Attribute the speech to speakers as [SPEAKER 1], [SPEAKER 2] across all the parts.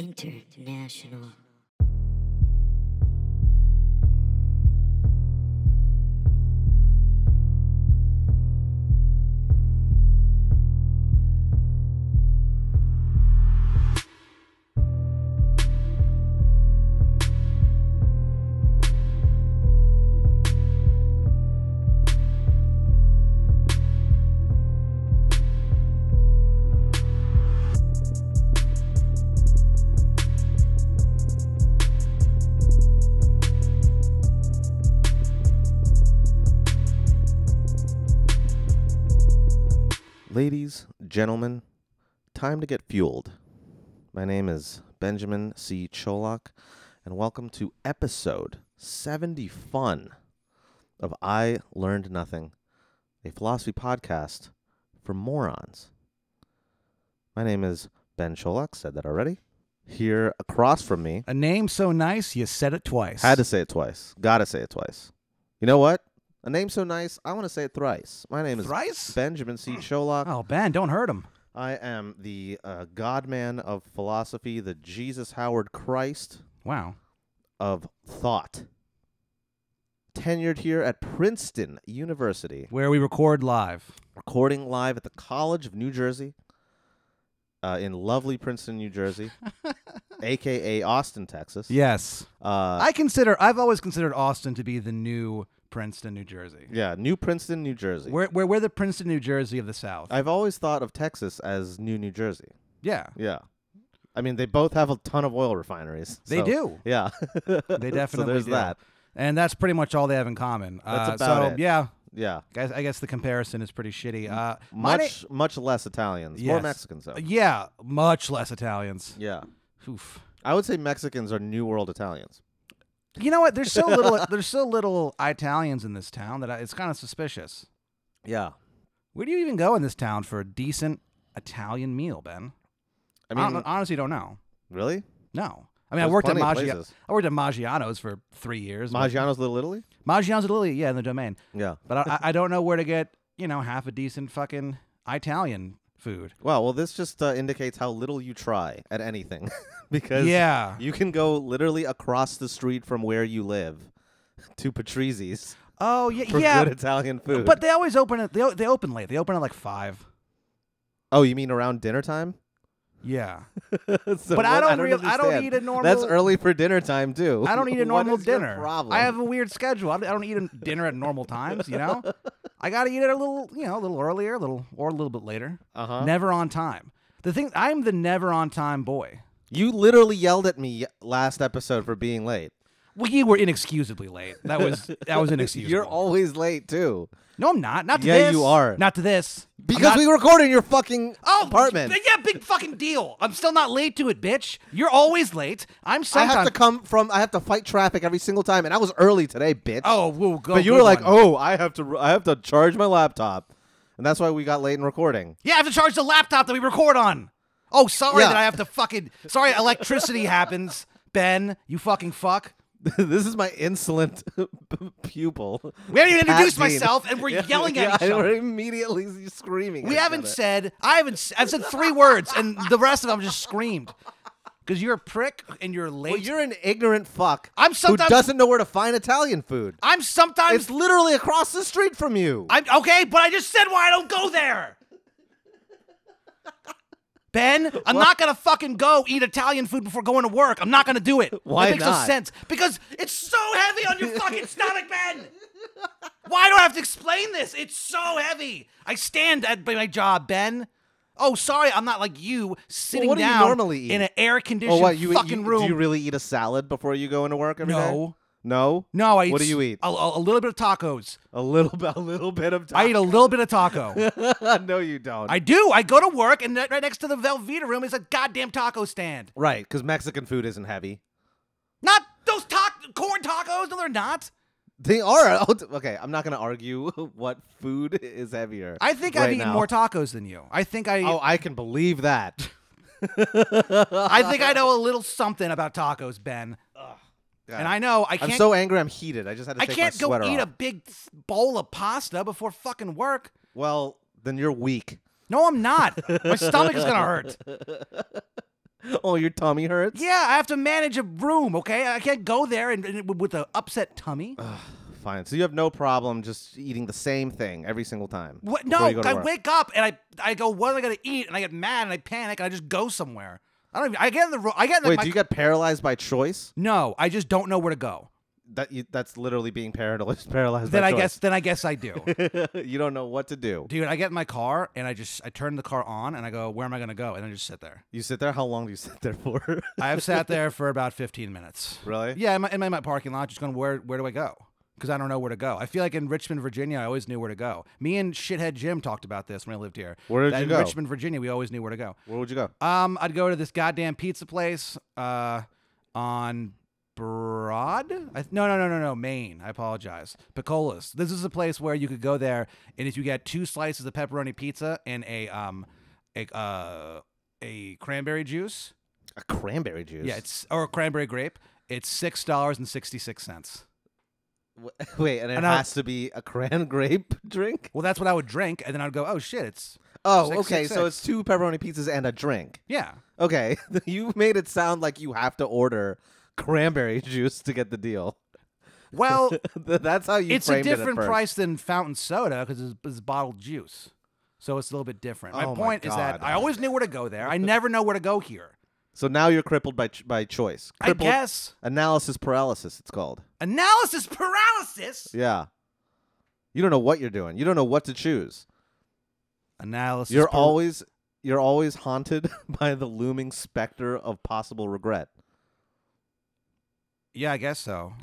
[SPEAKER 1] International.
[SPEAKER 2] Ladies, gentlemen, time to get fueled. My name is Benjamin C. Cholak, and welcome to episode 70 fun of I Learned Nothing, a philosophy podcast for morons. My name is Ben Cholak, said that already. Here across from me,
[SPEAKER 3] A name so nice, you said it twice.
[SPEAKER 2] had to say it twice. Gotta say it twice. You know what? A name so nice, I want to say it thrice. My name is
[SPEAKER 3] Thrice?
[SPEAKER 2] Benjamin C. Cholak.
[SPEAKER 3] Oh, Ben, don't hurt him.
[SPEAKER 2] I am the uh, Godman of philosophy, the Jesus Howard Christ
[SPEAKER 3] Wow.
[SPEAKER 2] of thought. Tenured here at Princeton University,
[SPEAKER 3] Where we record live.
[SPEAKER 2] recording live at the College of New Jersey uh, in lovely Princeton, New Jersey, aka Austin, Texas.
[SPEAKER 3] Yes.
[SPEAKER 2] Uh,
[SPEAKER 3] I consider, I've always considered Austin to be the new Princeton, New Jersey.
[SPEAKER 2] yeah, New Princeton, New Jersey.
[SPEAKER 3] We're, we're, we're the Princeton, New Jersey of the South.
[SPEAKER 2] I've always thought of Texas as New New Jersey.
[SPEAKER 3] yeah.
[SPEAKER 2] Yeah. I mean, they both have a ton of oil refineries.
[SPEAKER 3] They
[SPEAKER 2] so-
[SPEAKER 3] do.
[SPEAKER 2] Yeah.
[SPEAKER 3] They definitely
[SPEAKER 2] So there's
[SPEAKER 3] do.
[SPEAKER 2] that.
[SPEAKER 3] And that's pretty much all they have in common.
[SPEAKER 2] That's
[SPEAKER 3] uh,
[SPEAKER 2] about
[SPEAKER 3] so,
[SPEAKER 2] it.
[SPEAKER 3] yeah.
[SPEAKER 2] Yeah.
[SPEAKER 3] Guys, I guess the comparison is pretty shitty. Uh, my na-
[SPEAKER 2] much much less Italians, more
[SPEAKER 3] Yes. Uh,
[SPEAKER 2] Mexicans though.
[SPEAKER 3] yeah, much less Italians.
[SPEAKER 2] Yeah,
[SPEAKER 3] Oof.
[SPEAKER 2] I would say Mexicans are New World Italians.
[SPEAKER 3] You know what? There's so little. there's so little Italians in this town that I, it's kind of suspicious.
[SPEAKER 2] Yeah,
[SPEAKER 3] Where do you even go in this town for a decent Italian meal, Ben?
[SPEAKER 2] I
[SPEAKER 3] I
[SPEAKER 2] mean,
[SPEAKER 3] hon- honestly don't know.
[SPEAKER 2] really?
[SPEAKER 3] No. I mean, I
[SPEAKER 2] There's
[SPEAKER 3] worked at
[SPEAKER 2] plenty of
[SPEAKER 3] Maggi-
[SPEAKER 2] places.
[SPEAKER 3] I worked at Maggiano's for three years. but-
[SPEAKER 2] Maggiano's Little Italy.
[SPEAKER 3] Maggiano's at Lily, yeah, in the domain.
[SPEAKER 2] Yeah.
[SPEAKER 3] But I, I- I don't know where to get, you know, half a decent fucking Italian food.
[SPEAKER 2] Wow. Well, this just uh, indicates how little you try at anything, because
[SPEAKER 3] Yeah.
[SPEAKER 2] you can go literally across the street from where you live to Patrizi's
[SPEAKER 3] Oh yeah,
[SPEAKER 2] for
[SPEAKER 3] yeah.
[SPEAKER 2] good Italian food.
[SPEAKER 3] But they always open it. They o- they open late. They open at like five.
[SPEAKER 2] oh, you mean around dinner time?
[SPEAKER 3] Yeah.
[SPEAKER 2] but
[SPEAKER 3] But I don't real- I don't eat a
[SPEAKER 2] That's
[SPEAKER 3] normal-
[SPEAKER 2] early for dinner time too.
[SPEAKER 3] I don't eat a
[SPEAKER 2] What
[SPEAKER 3] normal
[SPEAKER 2] is your
[SPEAKER 3] dinner.
[SPEAKER 2] problem.
[SPEAKER 3] I have a weird schedule. I don't- I don't eat a dinner at normal times. You know, I got to eat it a little, you know, a little earlier, a little or a little bit later.
[SPEAKER 2] Uh-huh.
[SPEAKER 3] Never on time. The thing I'm the never on time boy.
[SPEAKER 2] You literally yelled at me last episode for being late.
[SPEAKER 3] Well, you were inexcusably late. That was that was inexcusable.
[SPEAKER 2] You're always late too.
[SPEAKER 3] no, I'm not. Not to
[SPEAKER 2] Yeah,
[SPEAKER 3] this.
[SPEAKER 2] you are.
[SPEAKER 3] Not to this. I'm
[SPEAKER 2] Because
[SPEAKER 3] not-
[SPEAKER 2] we record in your fucking
[SPEAKER 3] Oh,
[SPEAKER 2] apartment.
[SPEAKER 3] Yeah, big fucking deal. I'm still not late to it, bitch. You're always late. I'm
[SPEAKER 2] I
[SPEAKER 3] sometimes.
[SPEAKER 2] have to come from I have to fight traffic every single time and I was early today, bitch.
[SPEAKER 3] oh, woo, go.
[SPEAKER 2] but you
[SPEAKER 3] good
[SPEAKER 2] were like,
[SPEAKER 3] one.
[SPEAKER 2] "Oh, I have to I have to charge my laptop." And that's why we got late in recording.
[SPEAKER 3] Yeah, I have to charge the laptop that we record on. Oh, sorry
[SPEAKER 2] Yeah.
[SPEAKER 3] that I have to fucking. Sorry, electricity happens. Ben, you fucking fuck.
[SPEAKER 2] this is my insolent pupil.
[SPEAKER 3] We haven't even
[SPEAKER 2] Pat
[SPEAKER 3] introduced
[SPEAKER 2] Dean.
[SPEAKER 3] myself, and we're yelling at
[SPEAKER 2] yeah,
[SPEAKER 3] each
[SPEAKER 2] We're
[SPEAKER 3] other.
[SPEAKER 2] immediately screaming. at
[SPEAKER 3] We
[SPEAKER 2] each
[SPEAKER 3] haven't
[SPEAKER 2] other.
[SPEAKER 3] said. I haven't. s- I've said three words, and the rest of them just screamed. Because you're a prick and you're late.
[SPEAKER 2] Well, you're an ignorant fuck
[SPEAKER 3] I'm
[SPEAKER 2] who
[SPEAKER 3] sometimes-
[SPEAKER 2] doesn't know where to find Italian food.
[SPEAKER 3] I'm sometimes.
[SPEAKER 2] It's literally across the street from you.
[SPEAKER 3] I'm okay, but I just said why I don't go there. Ben, I'm not gonna fucking go eat Italian food before going to work. I'm not gonna do it.
[SPEAKER 2] Why
[SPEAKER 3] That makes
[SPEAKER 2] not?
[SPEAKER 3] no sense because it's so heavy on your fucking stomach, Ben. Why do I have to explain this? It's so heavy. I stand at by my job, Ben. Oh, sorry, I'm not like you sitting
[SPEAKER 2] what do you
[SPEAKER 3] down
[SPEAKER 2] normally
[SPEAKER 3] in
[SPEAKER 2] eat? Oh,
[SPEAKER 3] an air-conditioned
[SPEAKER 2] You,
[SPEAKER 3] fucking
[SPEAKER 2] you,
[SPEAKER 3] room.
[SPEAKER 2] Do you really eat a salad before you go into work every day?
[SPEAKER 3] No.
[SPEAKER 2] No.
[SPEAKER 3] no, I eat
[SPEAKER 2] What do you
[SPEAKER 3] s-
[SPEAKER 2] eat?
[SPEAKER 3] A, a a little bit of tacos.
[SPEAKER 2] A little bit. A little bit of.
[SPEAKER 3] I eat a little bit of taco.
[SPEAKER 2] a. no, you don't.
[SPEAKER 3] I do. I go to work, and right next to the Velveeta room is a goddamn taco stand.
[SPEAKER 2] right, because Mexican food isn't heavy.
[SPEAKER 3] Not those ta- corn tacos. No, they're not.
[SPEAKER 2] They are. Okay, I'm not gonna argue what food is heavier.
[SPEAKER 3] I think I've
[SPEAKER 2] right
[SPEAKER 3] eaten
[SPEAKER 2] now.
[SPEAKER 3] more tacos than you. I think I.
[SPEAKER 2] Oh, I can believe that.
[SPEAKER 3] I think I know a little something about tacos, Ben. And I know I
[SPEAKER 2] I'm
[SPEAKER 3] can't.
[SPEAKER 2] so angry. I'm heated. I just had to
[SPEAKER 3] I
[SPEAKER 2] take
[SPEAKER 3] can't
[SPEAKER 2] my
[SPEAKER 3] go
[SPEAKER 2] sweater
[SPEAKER 3] eat a
[SPEAKER 2] off.
[SPEAKER 3] big bowl of pasta before fucking work.
[SPEAKER 2] Well, then you're weak.
[SPEAKER 3] No, I'm not. My stomach is gonna hurt.
[SPEAKER 2] Oh, your tummy hurts?
[SPEAKER 3] Yeah, I have to manage a room, okay? I can't go there and, and with an upset tummy.
[SPEAKER 2] Fine. So you have no problem just eating the same thing every single time.
[SPEAKER 3] What? No,
[SPEAKER 2] before you go to
[SPEAKER 3] I
[SPEAKER 2] work.
[SPEAKER 3] wake up and I I go, what am I gonna eat? And I get mad and I panic and I just go somewhere. I don't even. I get in the room. I get in the,
[SPEAKER 2] Wait,
[SPEAKER 3] my,
[SPEAKER 2] do you get paralyzed by choice?
[SPEAKER 3] No, I just don't know where to go.
[SPEAKER 2] That you, that's literally being paralyzed. Paralyzed.
[SPEAKER 3] Then
[SPEAKER 2] by
[SPEAKER 3] I
[SPEAKER 2] choice.
[SPEAKER 3] guess. Then I guess I do.
[SPEAKER 2] you don't know what to do.
[SPEAKER 3] Dude, I get in my car and I just I turn the car on and I go, where am I gonna go? And I just sit there.
[SPEAKER 2] You sit there. How long do you sit there for?
[SPEAKER 3] I have sat there for about 15 minutes.
[SPEAKER 2] really?
[SPEAKER 3] Yeah, in my, in my- my parking lot, just going, where where do I go? Because I don't know where to go. I feel like in Richmond, Virginia, I always knew where to go. Me and shithead Jim talked about this when I lived here.
[SPEAKER 2] Where did
[SPEAKER 3] That
[SPEAKER 2] you
[SPEAKER 3] in
[SPEAKER 2] go?
[SPEAKER 3] Richmond, Virginia, we always knew where to go.
[SPEAKER 2] Where would you go?
[SPEAKER 3] Um, I'd go to this goddamn pizza place uh, on Broad. I, no, no, no, no, no, Maine. I apologize. Piccolo's. This is a place where you could go there, and if you get two slices of pepperoni pizza and a um a uh, a cranberry juice,
[SPEAKER 2] A cranberry juice.
[SPEAKER 3] yeah, it's or a cranberry grape, it's six dollars and sixty six cents.
[SPEAKER 2] W- Wait, and it
[SPEAKER 3] And I-
[SPEAKER 2] has to be a cran grape drink.
[SPEAKER 3] Well, that's what I would drink, and then I'd go, oh shit, it's
[SPEAKER 2] Oh,
[SPEAKER 3] Six,
[SPEAKER 2] okay.
[SPEAKER 3] six,
[SPEAKER 2] so
[SPEAKER 3] six.
[SPEAKER 2] it's two pepperoni pizzas and a drink.
[SPEAKER 3] yeah.
[SPEAKER 2] Okay, you made it sound like you have to order cranberry juice to get the deal.
[SPEAKER 3] Well,
[SPEAKER 2] Th- that's how you.
[SPEAKER 3] it's a
[SPEAKER 2] framed it at
[SPEAKER 3] different
[SPEAKER 2] first.
[SPEAKER 3] price than fountain soda because it's, it's bottled juice, so it's a little bit different. My
[SPEAKER 2] Oh my
[SPEAKER 3] point is that
[SPEAKER 2] God.
[SPEAKER 3] I always knew where to go there. I never know where to go here.
[SPEAKER 2] So now you're crippled by ch- by choice. Crippled
[SPEAKER 3] I guess
[SPEAKER 2] analysis paralysis. It's called.
[SPEAKER 3] analysis paralysis.
[SPEAKER 2] Yeah. You don't know what you're doing. You don't know what to choose.
[SPEAKER 3] Analysis.
[SPEAKER 2] You're
[SPEAKER 3] par-
[SPEAKER 2] always you're always haunted by the looming specter of possible regret.
[SPEAKER 3] Yeah, I guess so.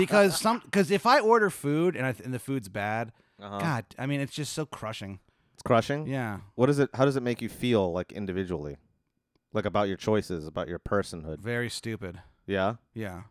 [SPEAKER 3] because some because if I order food and I th- and the food's bad,
[SPEAKER 2] Uh.
[SPEAKER 3] God, I mean it's just so crushing.
[SPEAKER 2] It's crushing.
[SPEAKER 3] Uh-huh. Yeah,
[SPEAKER 2] What is it? How does it make you feel like individually? Like about your choices, about your personhood.
[SPEAKER 3] very stupid.
[SPEAKER 2] Yeah.
[SPEAKER 3] Yeah.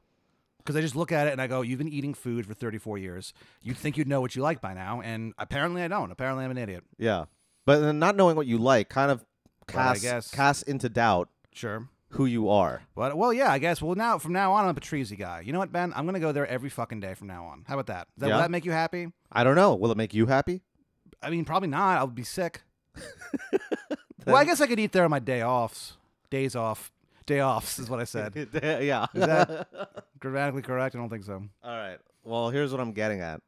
[SPEAKER 3] Because I just look at it and I go, you've been eating food for 34 years. You'd think you'd know what you like by now. And apparently I don't. Apparently I'm an idiot.
[SPEAKER 2] Yeah. But then not knowing what you like kind of
[SPEAKER 3] I
[SPEAKER 2] casts
[SPEAKER 3] guess-
[SPEAKER 2] casts into doubt
[SPEAKER 3] Sure.
[SPEAKER 2] who you are.
[SPEAKER 3] But, well, yeah, I guess. Well, now from now on, I'm a Patrizi guy. You know what, Ben? I'm going to go there every fucking day from now on. How about that? Does that
[SPEAKER 2] Yeah.
[SPEAKER 3] Will that make you happy?
[SPEAKER 2] I don't know. Will it make you happy?
[SPEAKER 3] I mean, probably not. I'll be sick. well, I guess I could eat there on my day offs. Days off. Day offs is what I said.
[SPEAKER 2] yeah.
[SPEAKER 3] Is that grammatically correct? I don't think so.
[SPEAKER 2] All right. Well, here's what I'm getting at.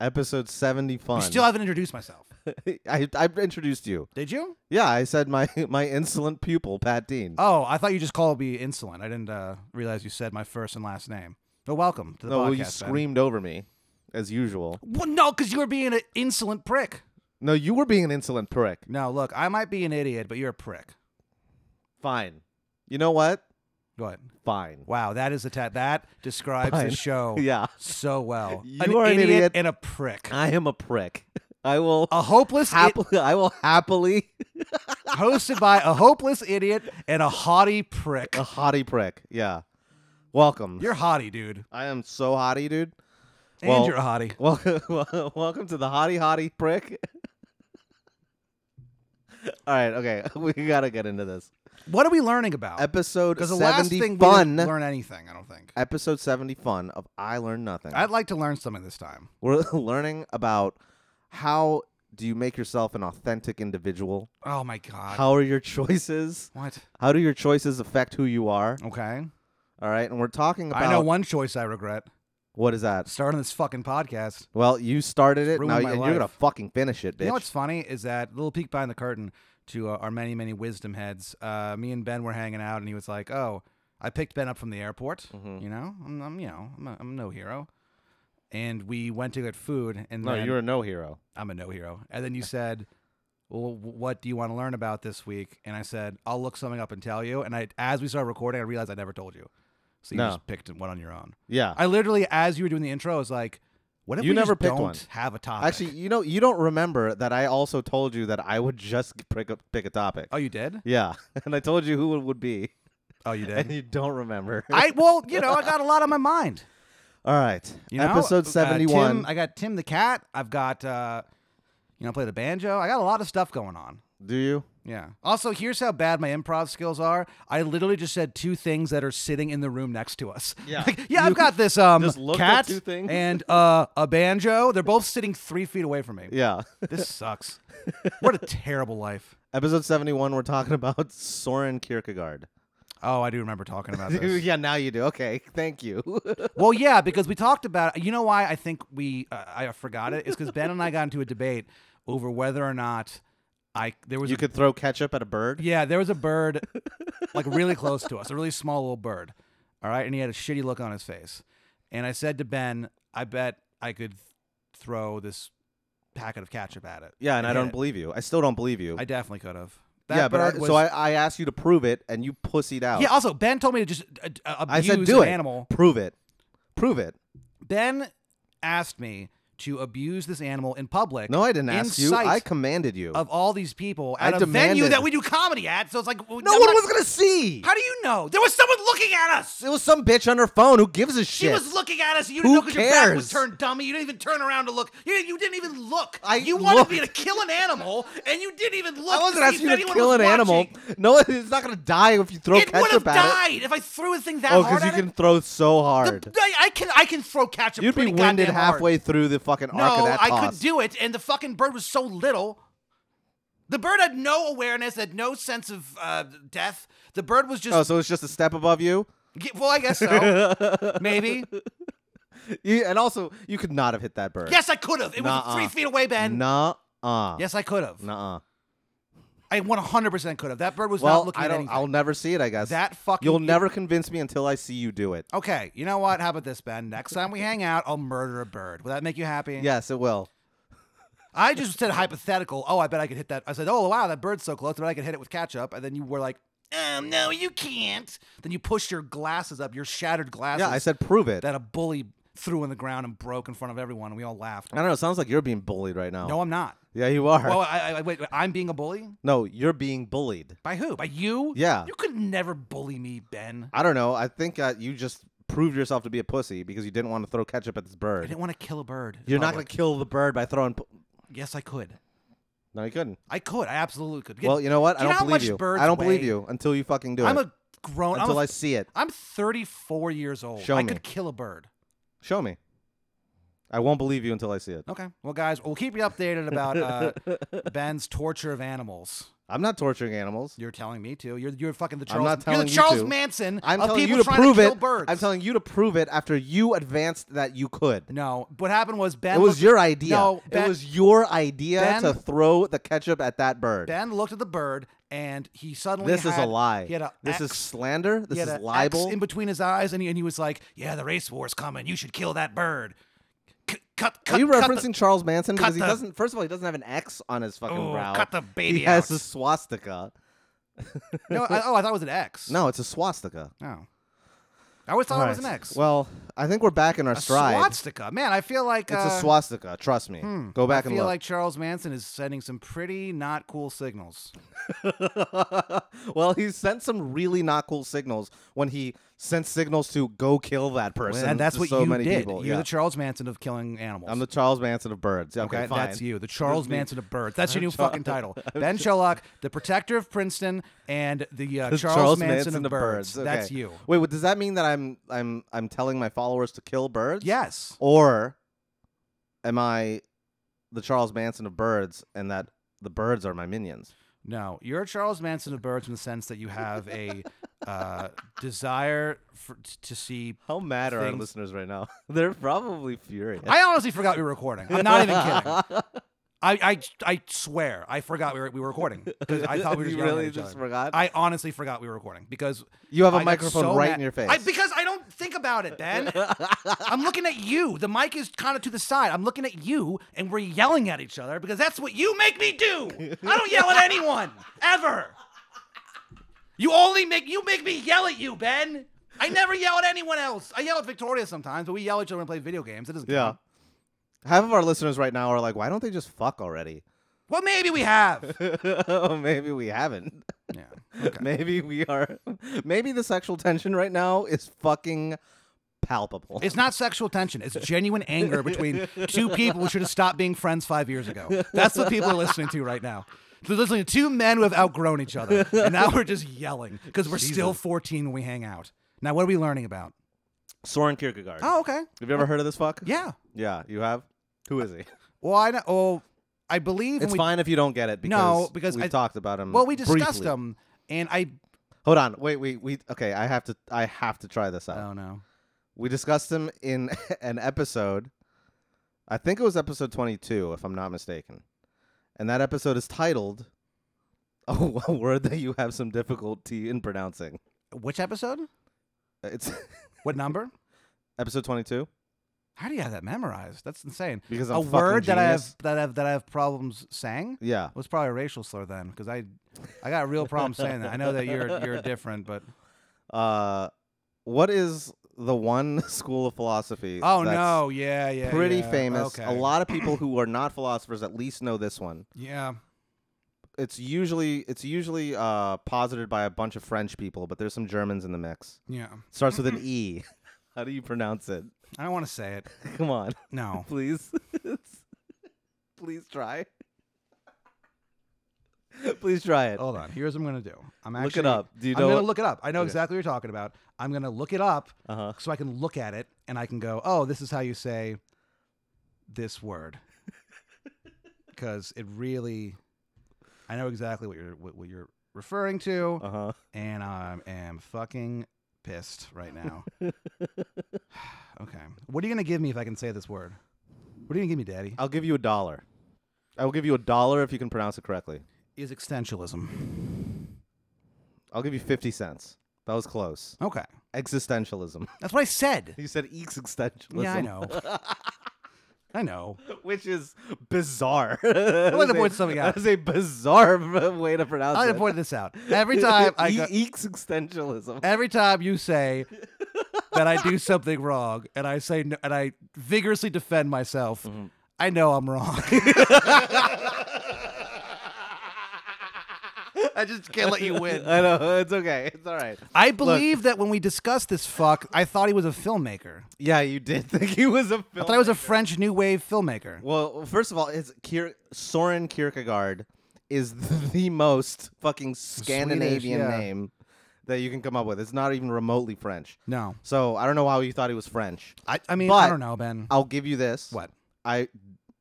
[SPEAKER 2] Episode 70 fun.
[SPEAKER 3] You still haven't introduced myself.
[SPEAKER 2] I I introduced you.
[SPEAKER 3] Did you?
[SPEAKER 2] Yeah, I said my my insolent pupil, Pat Dean.
[SPEAKER 3] Oh, I thought you just called me insolent. I didn't uh, realize you said my first and last name. But welcome to the
[SPEAKER 2] no,
[SPEAKER 3] podcast.
[SPEAKER 2] well, you
[SPEAKER 3] Ben.
[SPEAKER 2] screamed over me, as usual.
[SPEAKER 3] Well, no, because you were being an insolent prick.
[SPEAKER 2] No, you were being an insolent prick.
[SPEAKER 3] No, look, I might be an idiot, but you're a prick.
[SPEAKER 2] Fine. You know what?
[SPEAKER 3] Go ahead.
[SPEAKER 2] Fine.
[SPEAKER 3] Wow, that is a ta- that describes
[SPEAKER 2] Fine.
[SPEAKER 3] the show
[SPEAKER 2] Yeah,
[SPEAKER 3] so well.
[SPEAKER 2] You are an idiot.
[SPEAKER 3] and a prick.
[SPEAKER 2] I am a prick. I will
[SPEAKER 3] A hopeless i-
[SPEAKER 2] happily. I will happily
[SPEAKER 3] hosted by a hopeless idiot and a haughty prick.
[SPEAKER 2] a hottie prick. Yeah. Welcome.
[SPEAKER 3] You're haughty, dude.
[SPEAKER 2] I am so hottie, dude.
[SPEAKER 3] And
[SPEAKER 2] Well-
[SPEAKER 3] you're a hottie.
[SPEAKER 2] Welcome, welcome to the hottie hottie prick. All right, okay, we gotta get into this
[SPEAKER 3] What are we learning about?
[SPEAKER 2] episode
[SPEAKER 3] Because the last
[SPEAKER 2] seventy
[SPEAKER 3] thing we
[SPEAKER 2] fun.
[SPEAKER 3] didn't learn anything, I don't think.
[SPEAKER 2] episode seventy fun of I learned nothing.
[SPEAKER 3] I'd like to learn something this time.
[SPEAKER 2] We're learning about how do you make yourself an authentic individual?
[SPEAKER 3] Oh my god.
[SPEAKER 2] How are your choices?
[SPEAKER 3] what?
[SPEAKER 2] How do your choices affect who you are?
[SPEAKER 3] Okay.
[SPEAKER 2] All right, and we're talking about
[SPEAKER 3] I know one choice I regret.
[SPEAKER 2] what is that?
[SPEAKER 3] Starting this fucking podcast.
[SPEAKER 2] Well, you started it,
[SPEAKER 3] ruined
[SPEAKER 2] now
[SPEAKER 3] my
[SPEAKER 2] and you're gonna
[SPEAKER 3] life.
[SPEAKER 2] fucking finish it, bitch.
[SPEAKER 3] You know what's funny is that little peek behind the curtain to uh, our many, many wisdom heads. Uh, me and Ben were hanging out, and he was like, "Oh, I picked Ben up from the airport.
[SPEAKER 2] Mhm.
[SPEAKER 3] You know, I'm, I'm you know, I'm, a, I'm no hero." And we went to get food, and
[SPEAKER 2] no,
[SPEAKER 3] then,
[SPEAKER 2] you're a no hero.
[SPEAKER 3] I'm a no hero. And then you said, "Well, wh- what do you want to learn about this week?" And I said, "I'll look something up and tell you." And I, as we started recording, I realized I never told you, so you
[SPEAKER 2] No.
[SPEAKER 3] just picked one on your own.
[SPEAKER 2] Yeah.
[SPEAKER 3] I literally, as you were doing the intro, I was like, "What if
[SPEAKER 2] You
[SPEAKER 3] we
[SPEAKER 2] never
[SPEAKER 3] just
[SPEAKER 2] picked
[SPEAKER 3] don't
[SPEAKER 2] one.
[SPEAKER 3] have a topic?"
[SPEAKER 2] Actually, you know, you don't remember that I also told you that I would just pick a, pick a topic.
[SPEAKER 3] oh, you did.
[SPEAKER 2] Yeah, and I told you who it would be,
[SPEAKER 3] Oh, you did.
[SPEAKER 2] and you don't remember.
[SPEAKER 3] I well, you know, I got a lot on my mind.
[SPEAKER 2] All right,
[SPEAKER 3] You know,
[SPEAKER 2] episode
[SPEAKER 3] Uh,
[SPEAKER 2] seventy-one.
[SPEAKER 3] Tim, I got Tim the cat. I've got uh, you know, play the banjo. I got a lot of stuff going on.
[SPEAKER 2] Do you?
[SPEAKER 3] Yeah. Also, here's how bad my improv skills are. I literally just said two things that are sitting in the room next to us.
[SPEAKER 2] Yeah.
[SPEAKER 3] Like, yeah, I've got this um
[SPEAKER 2] just looked at
[SPEAKER 3] cat
[SPEAKER 2] two things.
[SPEAKER 3] and uh, a banjo. They're both sitting three feet away from me.
[SPEAKER 2] Yeah.
[SPEAKER 3] This sucks. what a terrible life.
[SPEAKER 2] Episode 71, we're talking about Soren Kierkegaard.
[SPEAKER 3] Oh, I do remember talking about this.
[SPEAKER 2] yeah, now you do. Okay, thank you.
[SPEAKER 3] well, yeah, because we talked about You know why I think we uh, I forgot it is because Ben and I got into a debate over whether or not I there was
[SPEAKER 2] you
[SPEAKER 3] a
[SPEAKER 2] could throw ketchup at a bird?
[SPEAKER 3] Yeah, there was a bird like really close to us, a really small little bird. All right, and he had a shitty look on his face. And I said to Ben, I bet I could throw this packet of ketchup at it.
[SPEAKER 2] Yeah, and I
[SPEAKER 3] hit
[SPEAKER 2] don't
[SPEAKER 3] it.
[SPEAKER 2] believe you. I still don't believe you.
[SPEAKER 3] I definitely could have.
[SPEAKER 2] yeah, but I, so I, I asked you to prove it, and you pussied out.
[SPEAKER 3] Yeah, also Ben told me to just uh, uh,
[SPEAKER 2] I
[SPEAKER 3] abuse
[SPEAKER 2] said, do
[SPEAKER 3] an
[SPEAKER 2] it.
[SPEAKER 3] animal.
[SPEAKER 2] Prove it. Prove it.
[SPEAKER 3] Ben asked me to abuse this animal in public.
[SPEAKER 2] No, I didn't
[SPEAKER 3] in
[SPEAKER 2] ask you.
[SPEAKER 3] sight
[SPEAKER 2] I commanded you.
[SPEAKER 3] of all these people
[SPEAKER 2] I
[SPEAKER 3] at a venue
[SPEAKER 2] demanded-
[SPEAKER 3] that we do comedy at. So it's like
[SPEAKER 2] no one was going to see.
[SPEAKER 3] How do you know? There was someone looking at us.
[SPEAKER 2] It was some bitch on her phone. Who gives a
[SPEAKER 3] She
[SPEAKER 2] shit?
[SPEAKER 3] was looking at us. You
[SPEAKER 2] Who
[SPEAKER 3] didn't know because your back
[SPEAKER 2] cares?
[SPEAKER 3] was turned, dummy. You didn't even turn around to look. You, you didn't even look.
[SPEAKER 2] I
[SPEAKER 3] you wanted me to
[SPEAKER 2] looked.
[SPEAKER 3] kill an animal, and you didn't even look.
[SPEAKER 2] I wasn't
[SPEAKER 3] to see
[SPEAKER 2] asking
[SPEAKER 3] if
[SPEAKER 2] you to
[SPEAKER 3] anyone
[SPEAKER 2] kill
[SPEAKER 3] was
[SPEAKER 2] an animal.
[SPEAKER 3] watching.
[SPEAKER 2] No, it's not going to die if you throw
[SPEAKER 3] It would have
[SPEAKER 2] ketchup at it.
[SPEAKER 3] died if I threw a thing that
[SPEAKER 2] Oh,
[SPEAKER 3] hard
[SPEAKER 2] because you
[SPEAKER 3] at it.
[SPEAKER 2] can throw so hard.
[SPEAKER 3] I, I can I can throw ketchup.
[SPEAKER 2] You'd be
[SPEAKER 3] pretty
[SPEAKER 2] winded
[SPEAKER 3] goddamn hard.
[SPEAKER 2] halfway through the fucking arc of
[SPEAKER 3] No,
[SPEAKER 2] that
[SPEAKER 3] I
[SPEAKER 2] toss.
[SPEAKER 3] could do it, and the fucking bird was so little. The bird had no awareness, had no sense of uh, death. The bird was just
[SPEAKER 2] Oh, so it's just a step above you?
[SPEAKER 3] Yeah, well, I guess so. Maybe.
[SPEAKER 2] You- and also, you could not have hit that bird.
[SPEAKER 3] Yes, I could have. It
[SPEAKER 2] Nuh-uh.
[SPEAKER 3] was three feet away, Ben.
[SPEAKER 2] Nuh uh.
[SPEAKER 3] Yes, I could have.
[SPEAKER 2] Nuh uh.
[SPEAKER 3] I 100% could have. That bird was not
[SPEAKER 2] Well,
[SPEAKER 3] looking
[SPEAKER 2] I
[SPEAKER 3] at
[SPEAKER 2] don't,
[SPEAKER 3] anything.
[SPEAKER 2] I'll never see it, I guess.
[SPEAKER 3] that fucking.
[SPEAKER 2] You'll never convince me until I see you do it.
[SPEAKER 3] Okay, you know what? How about this, Ben? Next time we hang out, I'll murder a bird. Will that make you happy?
[SPEAKER 2] Yes, it will.
[SPEAKER 3] I just said hypothetical. Oh, I bet I could hit that. I said, oh, wow, that bird's so close. I bet I could hit it with ketchup. And then you were like, um, no, you can't. Then you pushed your glasses up, your shattered glasses
[SPEAKER 2] Yeah, I said prove it.
[SPEAKER 3] that a bully threw on the ground and broke in front of everyone. And we all laughed.
[SPEAKER 2] I don't know. It sounds like you're being bullied right now.
[SPEAKER 3] No, I'm not.
[SPEAKER 2] Yeah, you are.
[SPEAKER 3] Well, I, I, wait, wait, I'm being a bully?
[SPEAKER 2] no, you're being bullied.
[SPEAKER 3] By who? By you?
[SPEAKER 2] Yeah.
[SPEAKER 3] You could never bully me, Ben.
[SPEAKER 2] I don't know. I think uh, you just proved yourself to be a pussy because you didn't want to throw ketchup at this
[SPEAKER 3] I
[SPEAKER 2] bird.
[SPEAKER 3] didn't want to kill a bird. in
[SPEAKER 2] You're not going
[SPEAKER 3] public.
[SPEAKER 2] to kill the bird by throwing. Pu-
[SPEAKER 3] Yes, I could.
[SPEAKER 2] no, you couldn't.
[SPEAKER 3] I could. I absolutely could. Get-
[SPEAKER 2] Well, you know what?
[SPEAKER 3] Do you
[SPEAKER 2] I
[SPEAKER 3] know
[SPEAKER 2] don't
[SPEAKER 3] how
[SPEAKER 2] believe
[SPEAKER 3] much
[SPEAKER 2] you.
[SPEAKER 3] birds
[SPEAKER 2] I don't believe
[SPEAKER 3] weigh?
[SPEAKER 2] you until you fucking do
[SPEAKER 3] I'm
[SPEAKER 2] it.
[SPEAKER 3] a grown. I'm,
[SPEAKER 2] until
[SPEAKER 3] a,
[SPEAKER 2] I see it.
[SPEAKER 3] I'm 34 years old.
[SPEAKER 2] Show
[SPEAKER 3] I
[SPEAKER 2] me.
[SPEAKER 3] could kill a bird.
[SPEAKER 2] Show me. I won't believe you until I see it.
[SPEAKER 3] Okay. Well, guys, we'll keep you updated about uh, Ben's torture of animals.
[SPEAKER 2] I'm not torturing animals.
[SPEAKER 3] You're telling me to. You're you're fucking the
[SPEAKER 2] I'm
[SPEAKER 3] Charles.
[SPEAKER 2] not telling
[SPEAKER 3] you're the
[SPEAKER 2] you
[SPEAKER 3] Charles
[SPEAKER 2] to.
[SPEAKER 3] Manson
[SPEAKER 2] I'm
[SPEAKER 3] of
[SPEAKER 2] telling
[SPEAKER 3] people
[SPEAKER 2] you to
[SPEAKER 3] trying
[SPEAKER 2] prove
[SPEAKER 3] to kill
[SPEAKER 2] it.
[SPEAKER 3] birds.
[SPEAKER 2] I'm telling you to prove it after you advanced that you could.
[SPEAKER 3] no. What happened was Ben.
[SPEAKER 2] It was
[SPEAKER 3] looked-
[SPEAKER 2] your idea.
[SPEAKER 3] No,
[SPEAKER 2] it
[SPEAKER 3] Ben-
[SPEAKER 2] was your idea
[SPEAKER 3] Ben-
[SPEAKER 2] to throw the ketchup at that bird.
[SPEAKER 3] Ben looked at the bird and he suddenly.
[SPEAKER 2] this is a
[SPEAKER 3] had-
[SPEAKER 2] lie.
[SPEAKER 3] He had a
[SPEAKER 2] this
[SPEAKER 3] X
[SPEAKER 2] is slander. This
[SPEAKER 3] he had
[SPEAKER 2] is
[SPEAKER 3] a
[SPEAKER 2] libel.
[SPEAKER 3] axe in between his eyes, and he, and he was like, "Yeah, the race war's coming. You should kill that bird." C- cut, cut,
[SPEAKER 2] Are you
[SPEAKER 3] cut the-
[SPEAKER 2] referencing Charles Manson? Because he
[SPEAKER 3] the-
[SPEAKER 2] doesn't. First of all, he doesn't have an X on his fucking
[SPEAKER 3] Oh,
[SPEAKER 2] brow.
[SPEAKER 3] cut the baby
[SPEAKER 2] He has
[SPEAKER 3] out.
[SPEAKER 2] a swastika.
[SPEAKER 3] no, I, oh, I thought it was an X.
[SPEAKER 2] No, it's a swastika.
[SPEAKER 3] no. I always thought
[SPEAKER 2] All
[SPEAKER 3] it was an
[SPEAKER 2] right.
[SPEAKER 3] X.
[SPEAKER 2] Well, I think we're back in our
[SPEAKER 3] a
[SPEAKER 2] stride.
[SPEAKER 3] swastika, man. I feel like
[SPEAKER 2] It's
[SPEAKER 3] uh,
[SPEAKER 2] a swastika. Trust me. Go back
[SPEAKER 3] I
[SPEAKER 2] and
[SPEAKER 3] feel
[SPEAKER 2] look.
[SPEAKER 3] like Charles Manson is sending some pretty not cool signals.
[SPEAKER 2] well, he sent some really not cool signals when he sent signals to go kill that person.
[SPEAKER 3] and that's
[SPEAKER 2] to
[SPEAKER 3] what
[SPEAKER 2] so
[SPEAKER 3] you
[SPEAKER 2] many
[SPEAKER 3] did.
[SPEAKER 2] people.
[SPEAKER 3] You're
[SPEAKER 2] yeah.
[SPEAKER 3] the Charles Manson of killing animals.
[SPEAKER 2] I'm the Charles Manson of birds. Okay,
[SPEAKER 3] Okay,
[SPEAKER 2] fine.
[SPEAKER 3] that's you, the Charles Manson of birds. That's your new fucking title, Ben Sherlock, the protector of Princeton, and the, uh,
[SPEAKER 2] The
[SPEAKER 3] Charles, Manson, of birds. That's
[SPEAKER 2] Okay.
[SPEAKER 3] you.
[SPEAKER 2] Wait, what, does that mean that I'm I'm I'm telling my followers to kill birds?
[SPEAKER 3] Yes.
[SPEAKER 2] Or am I the Charles Manson of birds and that the birds are my minions?
[SPEAKER 3] No, you're a Charles Manson of birds in the sense that you have a uh, desire for, t- to see.
[SPEAKER 2] How mad are our
[SPEAKER 3] Things-
[SPEAKER 2] listeners right now? They're probably furious.
[SPEAKER 3] I honestly forgot we were recording. I'm not even kidding. I, I, I swear, I forgot we were, we were recording. 'Cause I thought we were
[SPEAKER 2] you
[SPEAKER 3] yelling at
[SPEAKER 2] really
[SPEAKER 3] each
[SPEAKER 2] just
[SPEAKER 3] other.
[SPEAKER 2] forgot.
[SPEAKER 3] I honestly forgot we were recording because
[SPEAKER 2] you have a
[SPEAKER 3] I got
[SPEAKER 2] microphone
[SPEAKER 3] so
[SPEAKER 2] right
[SPEAKER 3] mad-
[SPEAKER 2] in your face.
[SPEAKER 3] I, because I don't think about it, Ben. I'm looking at you. The mic is kind of to the side. I'm looking at you, and we're yelling at each other because that's what you make me do. I don't yell at anyone ever. You only make you make me yell at you, Ben. I never yell at anyone else. I yell at Victoria sometimes, but we yell at each other and play video games. It doesn't.
[SPEAKER 2] Yeah.
[SPEAKER 3] count.
[SPEAKER 2] Half of our listeners right now are like, why don't they just fuck already? Oh,
[SPEAKER 3] Well, maybe we have.
[SPEAKER 2] maybe we haven't.
[SPEAKER 3] yeah. Okay.
[SPEAKER 2] Maybe we are. Maybe the sexual tension right now is fucking palpable.
[SPEAKER 3] It's not sexual tension. It's genuine anger between two people who should have stopped being friends five years ago. That's what people are listening to right now. So literally two men who have outgrown each other, and now we're just yelling because we're still 14 when we hang out. Now, what are we learning about?
[SPEAKER 2] Soren Kierkegaard.
[SPEAKER 3] Oh, okay.
[SPEAKER 2] Have you ever heard of this fuck?
[SPEAKER 3] Yeah.
[SPEAKER 2] Yeah, you have? Who is he?
[SPEAKER 3] Well, I know. Oh, I believe
[SPEAKER 2] It's
[SPEAKER 3] we,
[SPEAKER 2] fine if you don't get it because,
[SPEAKER 3] No, because
[SPEAKER 2] we
[SPEAKER 3] I-
[SPEAKER 2] talked about him.
[SPEAKER 3] Well, we discussed
[SPEAKER 2] briefly.
[SPEAKER 3] them, and I.
[SPEAKER 2] Hold on. Wait, wait, we okay, I have to I have to try this out.
[SPEAKER 3] Oh no.
[SPEAKER 2] We discussed him in an episode. I think it was episode 22, if I'm not mistaken. And that episode is titled Oh, a word that you have some difficulty in pronouncing.
[SPEAKER 3] Which episode?
[SPEAKER 2] It's
[SPEAKER 3] What number?
[SPEAKER 2] episode 22
[SPEAKER 3] How do you have that memorized? That's insane.
[SPEAKER 2] because I'm
[SPEAKER 3] A
[SPEAKER 2] fucking
[SPEAKER 3] word that I have
[SPEAKER 2] genius.
[SPEAKER 3] that I have that I have problems saying
[SPEAKER 2] Yeah.
[SPEAKER 3] was probably a racial slur then, because I, I got real problems saying that. I know that you're you're different, but
[SPEAKER 2] Uh what is the one school of philosophy
[SPEAKER 3] oh
[SPEAKER 2] that's
[SPEAKER 3] no, yeah, yeah,
[SPEAKER 2] pretty
[SPEAKER 3] yeah.
[SPEAKER 2] famous. A
[SPEAKER 3] Okay.
[SPEAKER 2] lot of people who are not philosophers at least know this one.
[SPEAKER 3] Yeah.
[SPEAKER 2] It's usually it's usually uh, posited by a bunch of French people, but there's some Germans in the mix.
[SPEAKER 3] Yeah.
[SPEAKER 2] Starts with an E. How do you pronounce it?
[SPEAKER 3] I don't want to say it.
[SPEAKER 2] Come on,
[SPEAKER 3] No.
[SPEAKER 2] please. It's- please try. please try it.
[SPEAKER 3] Hold on. Here's what I'm gonna do. I'm actually
[SPEAKER 2] Look it up. Do you
[SPEAKER 3] I'm
[SPEAKER 2] know?
[SPEAKER 3] gonna look it up. I know
[SPEAKER 2] Okay.
[SPEAKER 3] exactly what you're talking about. I'm gonna look it up
[SPEAKER 2] uh huh.
[SPEAKER 3] so I can look at it and I can go, oh, this is how you say this word, because it really, I know exactly what you're what, what you're referring to,
[SPEAKER 2] Uh huh.
[SPEAKER 3] and I am fucking pissed right now. okay, what are you gonna give me if I can say this word? What are you gonna give me, Daddy? Uh,
[SPEAKER 2] I'll give you a dollar. I will give you a dollar if you can pronounce it correctly.
[SPEAKER 3] Is existentialism
[SPEAKER 2] I'll give you fifty cents. That was close.
[SPEAKER 3] okay?
[SPEAKER 2] Existentialism.
[SPEAKER 3] That's what I said.
[SPEAKER 2] You said existentialism.
[SPEAKER 3] Yeah, I know. I know.
[SPEAKER 2] which is bizarre.
[SPEAKER 3] I like to point something out.
[SPEAKER 2] That is a bizarre way to pronounce
[SPEAKER 3] I
[SPEAKER 2] it.
[SPEAKER 3] like to point this out every time I
[SPEAKER 2] E-
[SPEAKER 3] go.
[SPEAKER 2] existentialism.
[SPEAKER 3] Every time you say that I do something wrong, and I say no, and I vigorously defend myself, I know I'm wrong. I just can't let you win.
[SPEAKER 2] I know it's okay. It's all right.
[SPEAKER 3] I believe that when we discussed this fuck, I thought he was a filmmaker.
[SPEAKER 2] Yeah, you did think he was a film.
[SPEAKER 3] I thought he was a French new wave filmmaker.
[SPEAKER 2] well, first of all, it's Kier- Soren Kierkegaard is the most fucking Scandinavian
[SPEAKER 3] yeah.
[SPEAKER 2] name that you can come up with. It's not even remotely French.
[SPEAKER 3] No,
[SPEAKER 2] So I don't know how you thought he was French.
[SPEAKER 3] I, I mean
[SPEAKER 2] But-
[SPEAKER 3] I don't know, Ben.
[SPEAKER 2] I'll give you this.
[SPEAKER 3] What?
[SPEAKER 2] I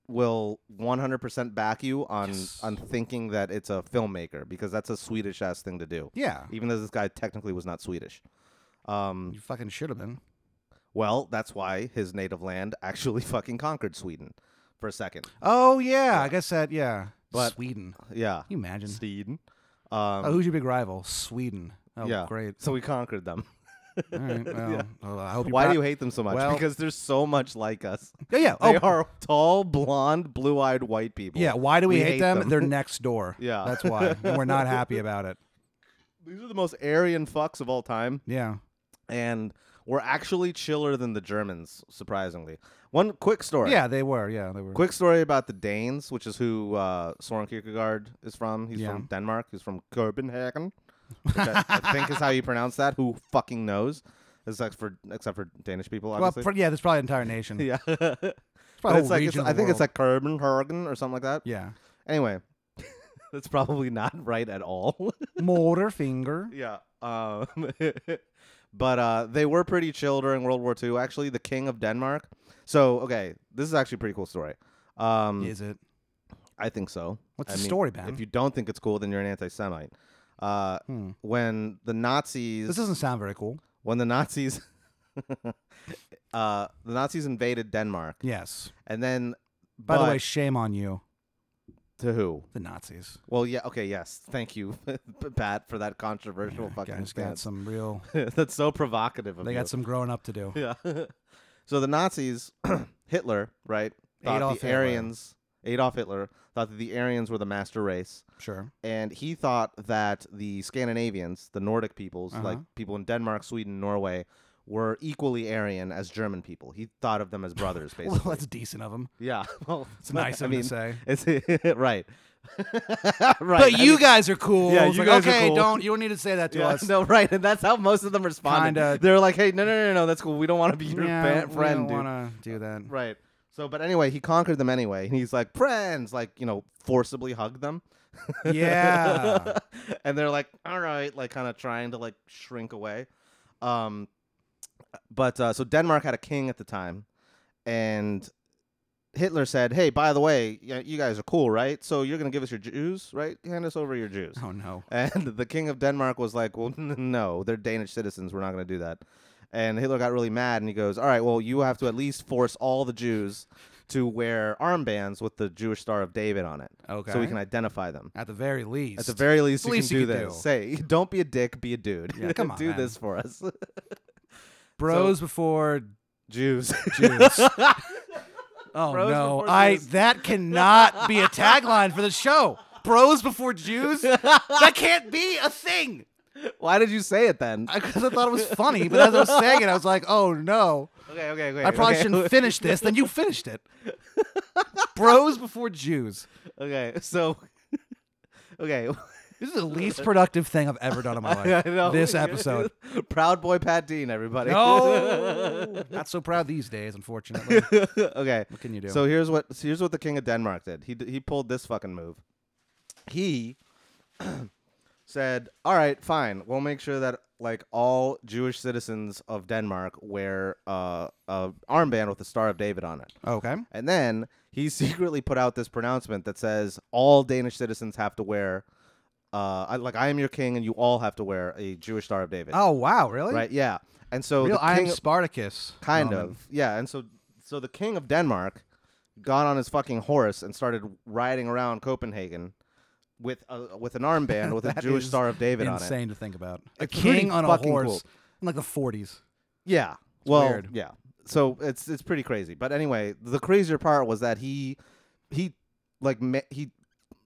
[SPEAKER 2] will 100% back you on
[SPEAKER 3] Yes.
[SPEAKER 2] on thinking that it's a filmmaker because that's a Swedish ass thing to do.
[SPEAKER 3] Yeah,
[SPEAKER 2] Even though this guy technically was not Swedish. Um,
[SPEAKER 3] you fucking should have been.
[SPEAKER 2] well, that's why his native land actually fucking conquered Sweden for a second.
[SPEAKER 3] Oh yeah, I guess that yeah.
[SPEAKER 2] But-
[SPEAKER 3] Sweden, Can
[SPEAKER 2] Yeah.
[SPEAKER 3] you imagine?
[SPEAKER 2] Sweden.
[SPEAKER 3] Oh,
[SPEAKER 2] Um,
[SPEAKER 3] who's your big rival? Sweden. Oh,
[SPEAKER 2] yeah.
[SPEAKER 3] great.
[SPEAKER 2] So we conquered them.
[SPEAKER 3] All right. Well, well, I hope you're
[SPEAKER 2] Why
[SPEAKER 3] proud-
[SPEAKER 2] do you hate them so much?
[SPEAKER 3] Well-
[SPEAKER 2] because they're so much like us.
[SPEAKER 3] Yeah, yeah.
[SPEAKER 2] They
[SPEAKER 3] Oh,
[SPEAKER 2] are tall, blonde, blue-eyed white people.
[SPEAKER 3] yeah. Why do we,
[SPEAKER 2] We
[SPEAKER 3] hate,
[SPEAKER 2] hate
[SPEAKER 3] them?
[SPEAKER 2] them.
[SPEAKER 3] They're next door.
[SPEAKER 2] Yeah.
[SPEAKER 3] that's why. And we're not happy about it.
[SPEAKER 2] These are the most Aryan fucks of all time.
[SPEAKER 3] Yeah.
[SPEAKER 2] and we're actually chiller than the Germans, surprisingly. One quick story.
[SPEAKER 3] Yeah, they were. Yeah, they were.
[SPEAKER 2] Quick story about the Danes, which is who uh, Soren Kierkegaard is from. He's
[SPEAKER 3] Yeah.
[SPEAKER 2] from Denmark. He's from Copenhagen. which I, I think is how you pronounce that. Who fucking knows? Except for except for Danish people,
[SPEAKER 3] Well,
[SPEAKER 2] obviously.
[SPEAKER 3] pr- yeah, there's probably an entire nation.
[SPEAKER 2] yeah.
[SPEAKER 3] probably a
[SPEAKER 2] But it's like it's,
[SPEAKER 3] region of
[SPEAKER 2] I
[SPEAKER 3] the
[SPEAKER 2] think it's
[SPEAKER 3] world.
[SPEAKER 2] like Copenhagen or something like that.
[SPEAKER 3] Yeah.
[SPEAKER 2] Anyway, that's probably not right at all.
[SPEAKER 3] Motor finger.
[SPEAKER 2] Yeah. Um, but uh, they were pretty chill during World War II. Actually, the king of Denmark. So, okay, this is actually a pretty cool story. Um,
[SPEAKER 3] Is it?
[SPEAKER 2] I think so.
[SPEAKER 3] What's
[SPEAKER 2] I
[SPEAKER 3] the
[SPEAKER 2] mean,
[SPEAKER 3] story, Ben?
[SPEAKER 2] If you don't think it's cool, then you're an anti-Semite. Uh,
[SPEAKER 3] Hmm.
[SPEAKER 2] When the Nazis,
[SPEAKER 3] This doesn't sound very cool.
[SPEAKER 2] when the Nazis, uh, the Nazis invaded Denmark,
[SPEAKER 3] Yes.
[SPEAKER 2] and then
[SPEAKER 3] By the
[SPEAKER 2] but
[SPEAKER 3] way, shame on you,
[SPEAKER 2] to who?
[SPEAKER 3] the Nazis.
[SPEAKER 2] Well, yeah, okay, yes, thank you, Pat, for that controversial fucking
[SPEAKER 3] Guys got
[SPEAKER 2] stance.
[SPEAKER 3] some real.
[SPEAKER 2] That's so provocative of
[SPEAKER 3] They
[SPEAKER 2] you.
[SPEAKER 3] got some growing up to do.
[SPEAKER 2] Yeah. so the Nazis, Hitler, right? Thought
[SPEAKER 3] Adolf
[SPEAKER 2] the
[SPEAKER 3] Hitler.
[SPEAKER 2] Aryans, Adolf Hitler, thought that the Aryans were the master race.
[SPEAKER 3] Sure.
[SPEAKER 2] And he thought that the Scandinavians, the Nordic peoples,
[SPEAKER 3] Uh-huh.
[SPEAKER 2] like people in Denmark, Sweden, Norway, were equally Aryan as German people. He thought of them as brothers, basically.
[SPEAKER 3] Well, that's decent of them.
[SPEAKER 2] yeah. Well,
[SPEAKER 3] It's nice
[SPEAKER 2] I
[SPEAKER 3] of 'em
[SPEAKER 2] mean,
[SPEAKER 3] to say.
[SPEAKER 2] It's right. right.
[SPEAKER 3] But
[SPEAKER 2] I
[SPEAKER 3] you
[SPEAKER 2] mean-
[SPEAKER 3] guys are cool.
[SPEAKER 2] Yeah,
[SPEAKER 3] It's
[SPEAKER 2] you
[SPEAKER 3] like,
[SPEAKER 2] guys are
[SPEAKER 3] okay,
[SPEAKER 2] cool.
[SPEAKER 3] don't. You don't need to say that to
[SPEAKER 2] Yeah,
[SPEAKER 3] us.
[SPEAKER 2] no, right, and that's how most of them responded.
[SPEAKER 3] Kinda-
[SPEAKER 2] They're like, "Hey, no, no, no, no, that's cool. We don't want to be your
[SPEAKER 3] yeah,
[SPEAKER 2] fa-
[SPEAKER 3] we
[SPEAKER 2] friend, dude.
[SPEAKER 3] don't wanna do that.
[SPEAKER 2] Right. So, but anyway, he conquered them anyway, and he's like friends, like you know, forcibly hugged them.
[SPEAKER 3] Yeah.
[SPEAKER 2] and they're like, all right, like kind of trying to like shrink away. Um, but uh, so Denmark had a king at the time, and Hitler said, hey, by the way, y- you guys are cool, right? So you're going to give us your Jews, right? Hand us over your Jews.
[SPEAKER 3] Oh no.
[SPEAKER 2] And the king of Denmark was like, well, no, they're Danish citizens. We're not going to do that. And Hitler got really mad and he goes, all right, well, you have to at least force all the Jews to wear armbands with the Jewish Star of David on it
[SPEAKER 3] Okay.
[SPEAKER 2] so we can identify them.
[SPEAKER 3] at the very least.
[SPEAKER 2] At the very least, you
[SPEAKER 3] least
[SPEAKER 2] can
[SPEAKER 3] you
[SPEAKER 2] do
[SPEAKER 3] can
[SPEAKER 2] this.
[SPEAKER 3] do.
[SPEAKER 2] Say, don't be a dick, be a dude.
[SPEAKER 3] Yeah, come on,
[SPEAKER 2] do
[SPEAKER 3] man.
[SPEAKER 2] this for us,
[SPEAKER 3] bros before
[SPEAKER 2] Jews.
[SPEAKER 3] Jews. oh
[SPEAKER 2] Bros
[SPEAKER 3] no.
[SPEAKER 2] before
[SPEAKER 3] I
[SPEAKER 2] Jews.
[SPEAKER 3] that cannot be a tagline for the show. Bros before Jews? That can't be a thing.
[SPEAKER 2] Why did you say it then?
[SPEAKER 3] Because I, thought it was funny, but as I was saying it, I was like, oh no.
[SPEAKER 2] okay, okay, okay.
[SPEAKER 3] I probably
[SPEAKER 2] okay.
[SPEAKER 3] shouldn't finish this. Then you finished it. Bros before Jews.
[SPEAKER 2] Okay, so okay.
[SPEAKER 3] This is the least productive thing I've ever done in my
[SPEAKER 2] I
[SPEAKER 3] life.
[SPEAKER 2] know.
[SPEAKER 3] This episode.
[SPEAKER 2] Proud boy Pat Dean, everybody.
[SPEAKER 3] No, not so proud these days, unfortunately.
[SPEAKER 2] okay.
[SPEAKER 3] What can you do?
[SPEAKER 2] So here's what so here's what the king of Denmark did. He d- he pulled this fucking move. He said, "All right, fine. We'll make sure that like all Jewish citizens of Denmark wear uh, a armband with the Star of David on it."
[SPEAKER 3] okay.
[SPEAKER 2] And then he secretly put out this pronouncement that says all Danish citizens have to wear uh, I, like I am your king, and you all have to wear a Jewish Star of David.
[SPEAKER 3] Oh wow, really?
[SPEAKER 2] Right? Yeah. And so
[SPEAKER 3] Real
[SPEAKER 2] the
[SPEAKER 3] I am
[SPEAKER 2] king-
[SPEAKER 3] Spartacus. Oh,
[SPEAKER 2] kind
[SPEAKER 3] moment.
[SPEAKER 2] of yeah and so so the king of denmark got on his fucking horse and started riding around copenhagen with a, with an armband with a
[SPEAKER 3] That
[SPEAKER 2] jewish
[SPEAKER 3] is
[SPEAKER 2] star of david on it
[SPEAKER 3] Insane to think about. A
[SPEAKER 2] It's pretty
[SPEAKER 3] king on a
[SPEAKER 2] fucking
[SPEAKER 3] horse
[SPEAKER 2] cool.
[SPEAKER 3] in like the forties.
[SPEAKER 2] yeah well
[SPEAKER 3] weird.
[SPEAKER 2] yeah so it's it's pretty crazy but anyway the crazier part was that he he like ma- he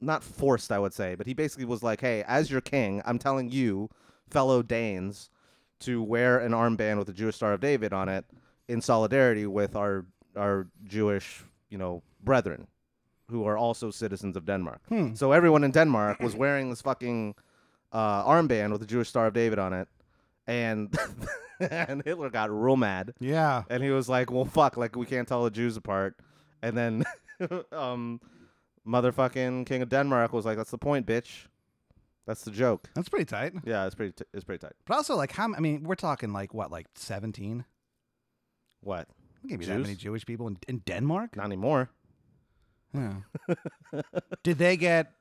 [SPEAKER 2] not forced i would say but he basically was like hey as your king i'm telling you fellow danes to wear an armband with the jewish star of david on it in solidarity with our our jewish you know brethren who are also citizens of denmark so everyone in denmark was wearing this fucking uh, armband with the jewish star of david on it and and hitler got real mad
[SPEAKER 3] Yeah.
[SPEAKER 2] and he was like, "Well, fuck, like we can't tell the Jews apart." And then, um, motherfucking King of Denmark was like, "That's the point, bitch. That's the joke."
[SPEAKER 3] That's pretty tight.
[SPEAKER 2] Yeah, it's pretty. T- it's pretty tight.
[SPEAKER 3] But also like how m- I mean, we're talking like what, like seventeen?
[SPEAKER 2] What?
[SPEAKER 3] There can't be that
[SPEAKER 2] Jews?
[SPEAKER 3] many Jewish people in, in Denmark.
[SPEAKER 2] Not anymore.
[SPEAKER 3] Yeah. Did they get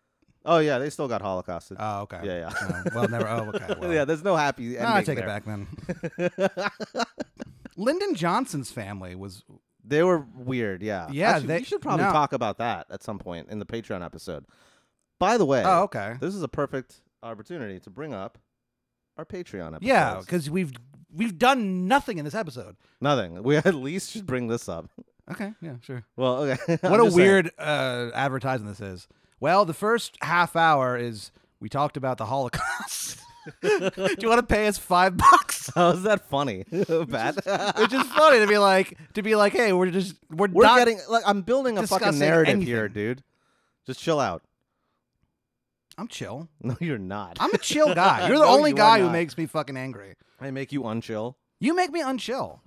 [SPEAKER 2] Oh yeah, they still got holocausted.
[SPEAKER 3] oh okay.
[SPEAKER 2] Yeah, yeah.
[SPEAKER 3] Oh, well never oh okay. Well.
[SPEAKER 2] yeah, there's no happy.
[SPEAKER 3] Nah, I
[SPEAKER 2] ending
[SPEAKER 3] take
[SPEAKER 2] there.
[SPEAKER 3] it back then. Lyndon Johnson's family was
[SPEAKER 2] They were weird. Yeah.
[SPEAKER 3] Yeah,
[SPEAKER 2] Actually,
[SPEAKER 3] they-
[SPEAKER 2] we should probably
[SPEAKER 3] no.
[SPEAKER 2] talk about that at some point in the Patreon episode. By the way,
[SPEAKER 3] Oh, okay.
[SPEAKER 2] this is a perfect opportunity to bring up our Patreon episode.
[SPEAKER 3] Yeah, because we've we've done nothing in this episode.
[SPEAKER 2] nothing. We at least should bring this up.
[SPEAKER 3] Okay, yeah, sure.
[SPEAKER 2] Well, okay. I'm
[SPEAKER 3] what a
[SPEAKER 2] just saying.
[SPEAKER 3] weird uh, advertising this is. Well, the first half hour is we talked about the Holocaust. Do you want to pay us five bucks?
[SPEAKER 2] How is that funny, Pat?
[SPEAKER 3] Which is funny to be like to be like, hey, we're just we're,
[SPEAKER 2] We're
[SPEAKER 3] not
[SPEAKER 2] getting like I'm building a fucking
[SPEAKER 3] discussing
[SPEAKER 2] narrative here,
[SPEAKER 3] anything.
[SPEAKER 2] dude. Just chill out.
[SPEAKER 3] I'm chill.
[SPEAKER 2] No, you're not.
[SPEAKER 3] I'm a chill guy. You're the
[SPEAKER 2] No,
[SPEAKER 3] only
[SPEAKER 2] you are
[SPEAKER 3] guy who
[SPEAKER 2] not.
[SPEAKER 3] makes me fucking angry.
[SPEAKER 2] I make you unchill.
[SPEAKER 3] You make me unchill,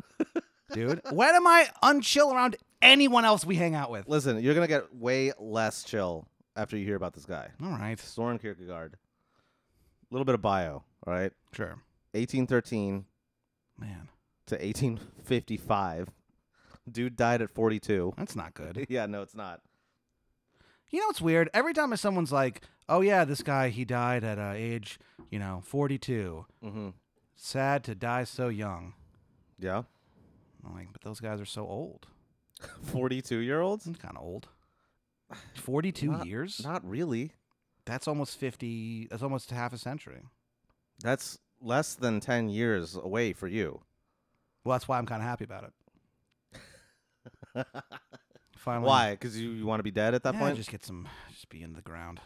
[SPEAKER 3] dude. When am I unchill around anyone else we hang out with?
[SPEAKER 2] Listen, you're gonna get way less chill after you hear about this guy,
[SPEAKER 3] All right,
[SPEAKER 2] Soren Kierkegaard. A little bit of bio, all right?
[SPEAKER 3] sure,
[SPEAKER 2] 1813
[SPEAKER 3] man.
[SPEAKER 2] to 1855. Dude died at 42.
[SPEAKER 3] That's not good.
[SPEAKER 2] Yeah, no, it's not.
[SPEAKER 3] You know what's weird? Every time someone's like, "Oh yeah, this guy he died at uh, age, you know, 42.
[SPEAKER 2] Mm-hmm.
[SPEAKER 3] Sad to die so young."
[SPEAKER 2] Yeah,
[SPEAKER 3] I'm like, "But those guys are so old.
[SPEAKER 2] 42 year olds?
[SPEAKER 3] That's kind of old. 42
[SPEAKER 2] Not-
[SPEAKER 3] years?
[SPEAKER 2] Not really.
[SPEAKER 3] That's almost 50. That's almost half a century.
[SPEAKER 2] That's less than 10 years away for you.
[SPEAKER 3] Well, that's why I'm kind of happy about it. Finally,
[SPEAKER 2] Why? Because you, you want to be dead at that
[SPEAKER 3] yeah,
[SPEAKER 2] point?
[SPEAKER 3] just get some, just be in the ground.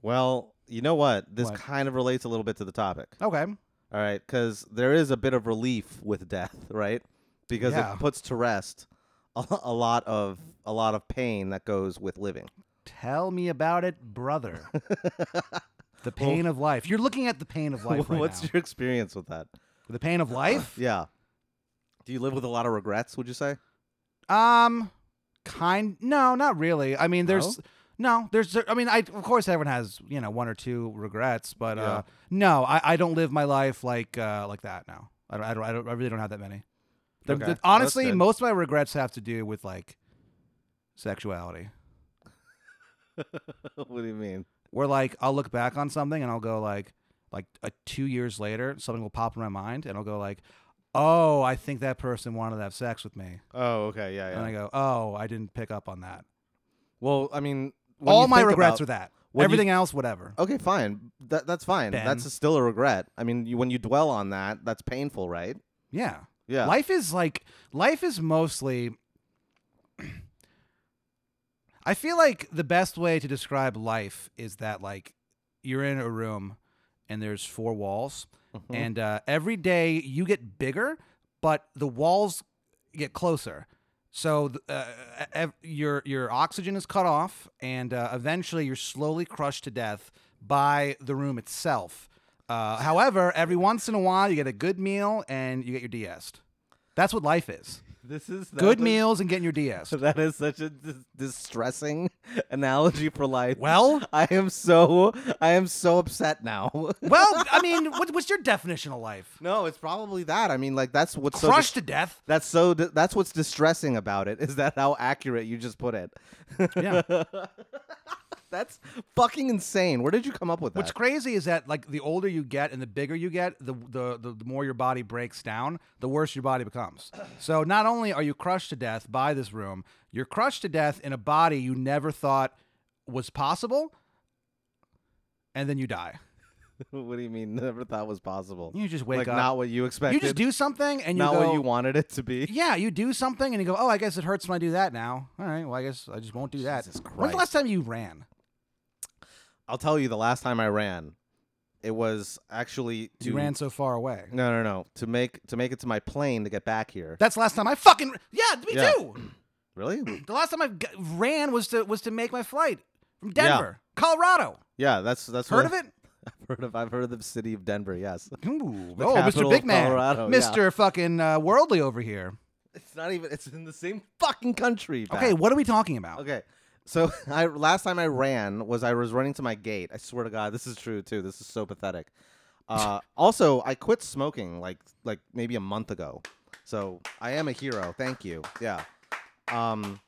[SPEAKER 2] Well, you know what? This
[SPEAKER 3] What?
[SPEAKER 2] kind of relates a little bit to the topic.
[SPEAKER 3] Okay.
[SPEAKER 2] All right. Because there is a bit of relief with death, right? Because
[SPEAKER 3] Yeah.
[SPEAKER 2] it puts to rest a, a lot of a lot of pain that goes with living.
[SPEAKER 3] Tell me about it, brother. the pain of life. You're looking at the pain of life right
[SPEAKER 2] What's
[SPEAKER 3] now.
[SPEAKER 2] your experience with that?
[SPEAKER 3] The pain of life.
[SPEAKER 2] Yeah. Do you live with a lot of regrets? Would you say?
[SPEAKER 3] Um, kind. No, not really. I mean, there's No, there's. I mean, I of course everyone has you know one or two regrets, but
[SPEAKER 2] Yeah.
[SPEAKER 3] uh, no, I, I don't live my life like uh, like that. No, I don't. I, don't, I, don't, I really don't have that many. The-
[SPEAKER 2] Okay.
[SPEAKER 3] the-
[SPEAKER 2] Well, that's
[SPEAKER 3] honestly,
[SPEAKER 2] good.
[SPEAKER 3] most of my regrets have to do with like sexuality.
[SPEAKER 2] what do you mean?
[SPEAKER 3] Where like I'll look back on something and I'll go like like uh, two years later, something will pop in my mind and I'll go like, oh, I think that person wanted to have sex with me,
[SPEAKER 2] Oh, okay, yeah,
[SPEAKER 3] and I go, oh, I didn't pick up on that.
[SPEAKER 2] Well, I mean, when
[SPEAKER 3] All
[SPEAKER 2] you
[SPEAKER 3] my
[SPEAKER 2] think about-
[SPEAKER 3] regrets are that.
[SPEAKER 2] when you-
[SPEAKER 3] Everything else, whatever.
[SPEAKER 2] Okay, fine. That that's fine.
[SPEAKER 3] Ben.
[SPEAKER 2] That's still a regret. I mean, you, when you dwell on that, that's painful, right?
[SPEAKER 3] Yeah.
[SPEAKER 2] Yeah.
[SPEAKER 3] Life is like life is mostly I feel like the best way to describe life is that like you're in a room and there's four walls
[SPEAKER 2] Mhm.
[SPEAKER 3] and uh, every day you get bigger but the walls get closer. So th- uh, ev- your your oxygen is cut off and uh, eventually you're slowly crushed to death by the room itself. Uh, however, every once in a while you get a good meal and you get your DS'd. That's what life is.
[SPEAKER 2] this is that
[SPEAKER 3] Good
[SPEAKER 2] was-
[SPEAKER 3] meals and getting your DS.
[SPEAKER 2] That is such a dis- distressing analogy for life.
[SPEAKER 3] Well,
[SPEAKER 2] I am so I am so upset now.
[SPEAKER 3] well, I mean, what, what's your definition of life?
[SPEAKER 2] no, it's probably that. I mean, like that's what's so dis-
[SPEAKER 3] Crushed to death.
[SPEAKER 2] that's so di- that's what's distressing about it is that how accurate you just put it.
[SPEAKER 3] Yeah.
[SPEAKER 2] that's fucking insane. Where did you come up with that?
[SPEAKER 3] What's crazy is that like the older you get and the bigger you get, the the the, the more your body breaks down, the worse your body becomes. So not only are you crushed to death by this room, you're crushed to death in a body you never thought was possible, and then you die.
[SPEAKER 2] what do you mean? Never thought was possible.
[SPEAKER 3] You just wake
[SPEAKER 2] like
[SPEAKER 3] up.
[SPEAKER 2] not what you expected.
[SPEAKER 3] you just do something and you
[SPEAKER 2] not
[SPEAKER 3] go.
[SPEAKER 2] what you wanted it to be.
[SPEAKER 3] yeah, you do something and you go, oh, I guess it hurts when I do that now. All right, well, I guess I just won't do that.
[SPEAKER 2] Jesus
[SPEAKER 3] When's
[SPEAKER 2] Christ.
[SPEAKER 3] the last time you ran?
[SPEAKER 2] I'll tell you the last time I ran, it was actually to
[SPEAKER 3] You ran so far away.
[SPEAKER 2] No, no, no. To make to make it to my plane to get back here.
[SPEAKER 3] That's the last time I fucking. Yeah, me
[SPEAKER 2] Yeah.
[SPEAKER 3] too.
[SPEAKER 2] really?
[SPEAKER 3] The last time I g- ran was to was to make my flight from Denver, Colorado.
[SPEAKER 2] Yeah, that's that's
[SPEAKER 3] Heard
[SPEAKER 2] what
[SPEAKER 3] of it?
[SPEAKER 2] I've heard of I've heard of the city of Denver. Yes.
[SPEAKER 3] Ooh,
[SPEAKER 2] The
[SPEAKER 3] oh, Mr.
[SPEAKER 2] capital
[SPEAKER 3] Big
[SPEAKER 2] of
[SPEAKER 3] Man,
[SPEAKER 2] Colorado, yeah.
[SPEAKER 3] Mr. Fucking uh, Worldly over here.
[SPEAKER 2] It's not even. It's in the same fucking country.
[SPEAKER 3] Okay,
[SPEAKER 2] Pat.
[SPEAKER 3] what are we talking about?
[SPEAKER 2] Okay. So I last time I ran was I was running to my gate. I swear to God, this is true too. This is so pathetic. Uh, also, I quit smoking like like maybe a month ago. So I am a hero. Thank you. Yeah. Um,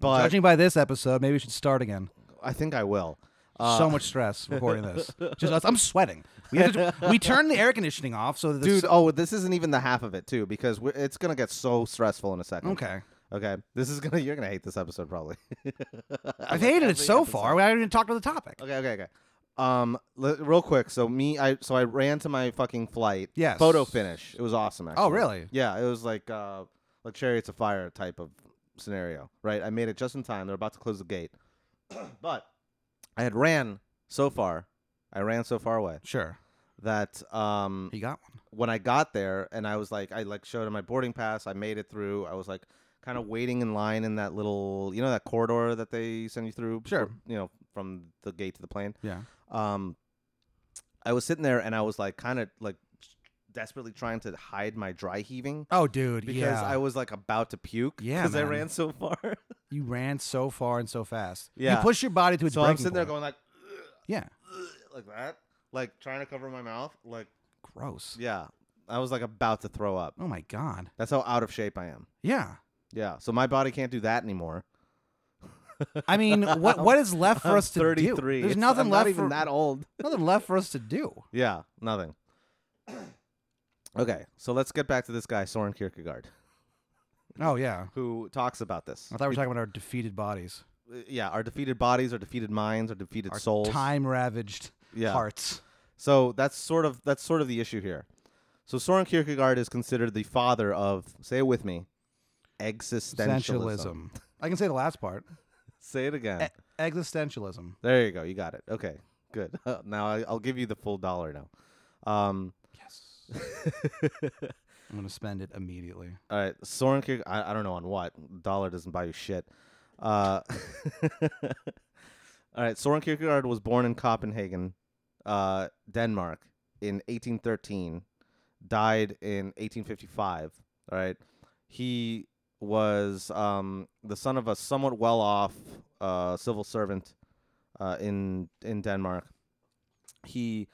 [SPEAKER 2] but
[SPEAKER 3] Judging by this episode, maybe we should start again.
[SPEAKER 2] I think I will. Uh,
[SPEAKER 3] so much stress recording this. Just us. I'm sweating. We have to, we turned the air conditioning off so that the
[SPEAKER 2] dude.
[SPEAKER 3] s-
[SPEAKER 2] Oh, this isn't even the half of it too, because we're, it's gonna get so stressful in a second.
[SPEAKER 3] Okay,
[SPEAKER 2] Okay. This is gonna. You're gonna hate this episode probably.
[SPEAKER 3] I've hated
[SPEAKER 2] every
[SPEAKER 3] it so
[SPEAKER 2] episode.
[SPEAKER 3] far. We haven't even talked about the topic.
[SPEAKER 2] Okay, okay, okay. Um, l- real quick. So me, I so I ran to my fucking flight.
[SPEAKER 3] Yes. Oh,
[SPEAKER 2] Photo finish. It was awesome. Actually.
[SPEAKER 3] really?
[SPEAKER 2] Yeah. It was like uh, like chariots of fire type of scenario. Right. I made it just in time. They're about to close the gate, but I had ran so far. I ran so far away
[SPEAKER 3] Sure,
[SPEAKER 2] that um,
[SPEAKER 3] you got one.
[SPEAKER 2] when I got there and I was like, I like showed him my boarding pass. I made it through. I was like, kind of waiting in line in that little, you know, that corridor that they send you through.
[SPEAKER 3] Sure.
[SPEAKER 2] before- You know, from the gate to the plane
[SPEAKER 3] Yeah.
[SPEAKER 2] um i was sitting there and i was like kind of like desperately trying to hide my dry heaving
[SPEAKER 3] Oh, dude.
[SPEAKER 2] because
[SPEAKER 3] yeah.
[SPEAKER 2] i was like about to puke
[SPEAKER 3] Yeah,
[SPEAKER 2] because i
[SPEAKER 3] man.
[SPEAKER 2] ran so far
[SPEAKER 3] you ran so far and so fast.
[SPEAKER 2] Yeah.
[SPEAKER 3] You push your body to its
[SPEAKER 2] so i'm
[SPEAKER 3] breaking
[SPEAKER 2] sitting there
[SPEAKER 3] point.
[SPEAKER 2] going like
[SPEAKER 3] Yeah.
[SPEAKER 2] like that like trying to cover my mouth like
[SPEAKER 3] Gross.
[SPEAKER 2] yeah i was like about to throw up
[SPEAKER 3] Oh my god.
[SPEAKER 2] that's how out of shape i am
[SPEAKER 3] Yeah.
[SPEAKER 2] yeah so my body can't do that anymore
[SPEAKER 3] I mean, what what is left for
[SPEAKER 2] I'm
[SPEAKER 3] us to
[SPEAKER 2] 33
[SPEAKER 3] do? There's
[SPEAKER 2] It's-
[SPEAKER 3] nothing
[SPEAKER 2] I'm
[SPEAKER 3] left
[SPEAKER 2] not even
[SPEAKER 3] for
[SPEAKER 2] that old
[SPEAKER 3] nothing left for us to do.
[SPEAKER 2] yeah nothing okay so let's get back to this guy soren kierkegaard
[SPEAKER 3] Oh yeah.
[SPEAKER 2] who talks about this
[SPEAKER 3] I thought we were talking about our defeated bodies,
[SPEAKER 2] uh, yeah, our defeated bodies, our defeated minds, our defeated
[SPEAKER 3] our
[SPEAKER 2] souls.
[SPEAKER 3] time ravaged
[SPEAKER 2] yeah.
[SPEAKER 3] hearts.
[SPEAKER 2] So that's sort of that's sort of the issue here. So Soren Kierkegaard is considered the father of say it with me, existentialism.
[SPEAKER 3] Existentialism. I can say the last part.
[SPEAKER 2] Say it again.
[SPEAKER 3] E- existentialism.
[SPEAKER 2] there you go. You got it. Okay. Good. now I, I'll give you the full dollar now. Um,
[SPEAKER 3] Yes. I'm gonna spend it immediately.
[SPEAKER 2] all right, Uh, Soren Kierkegaard. I, I don't know on what dollar doesn't buy you shit. Uh, all right, Soren Kierkegaard was born in Copenhagen, uh, Denmark, in 1813. Died in 1855. All right, he was um, the son of a somewhat well-off uh, civil servant uh, in in Denmark. He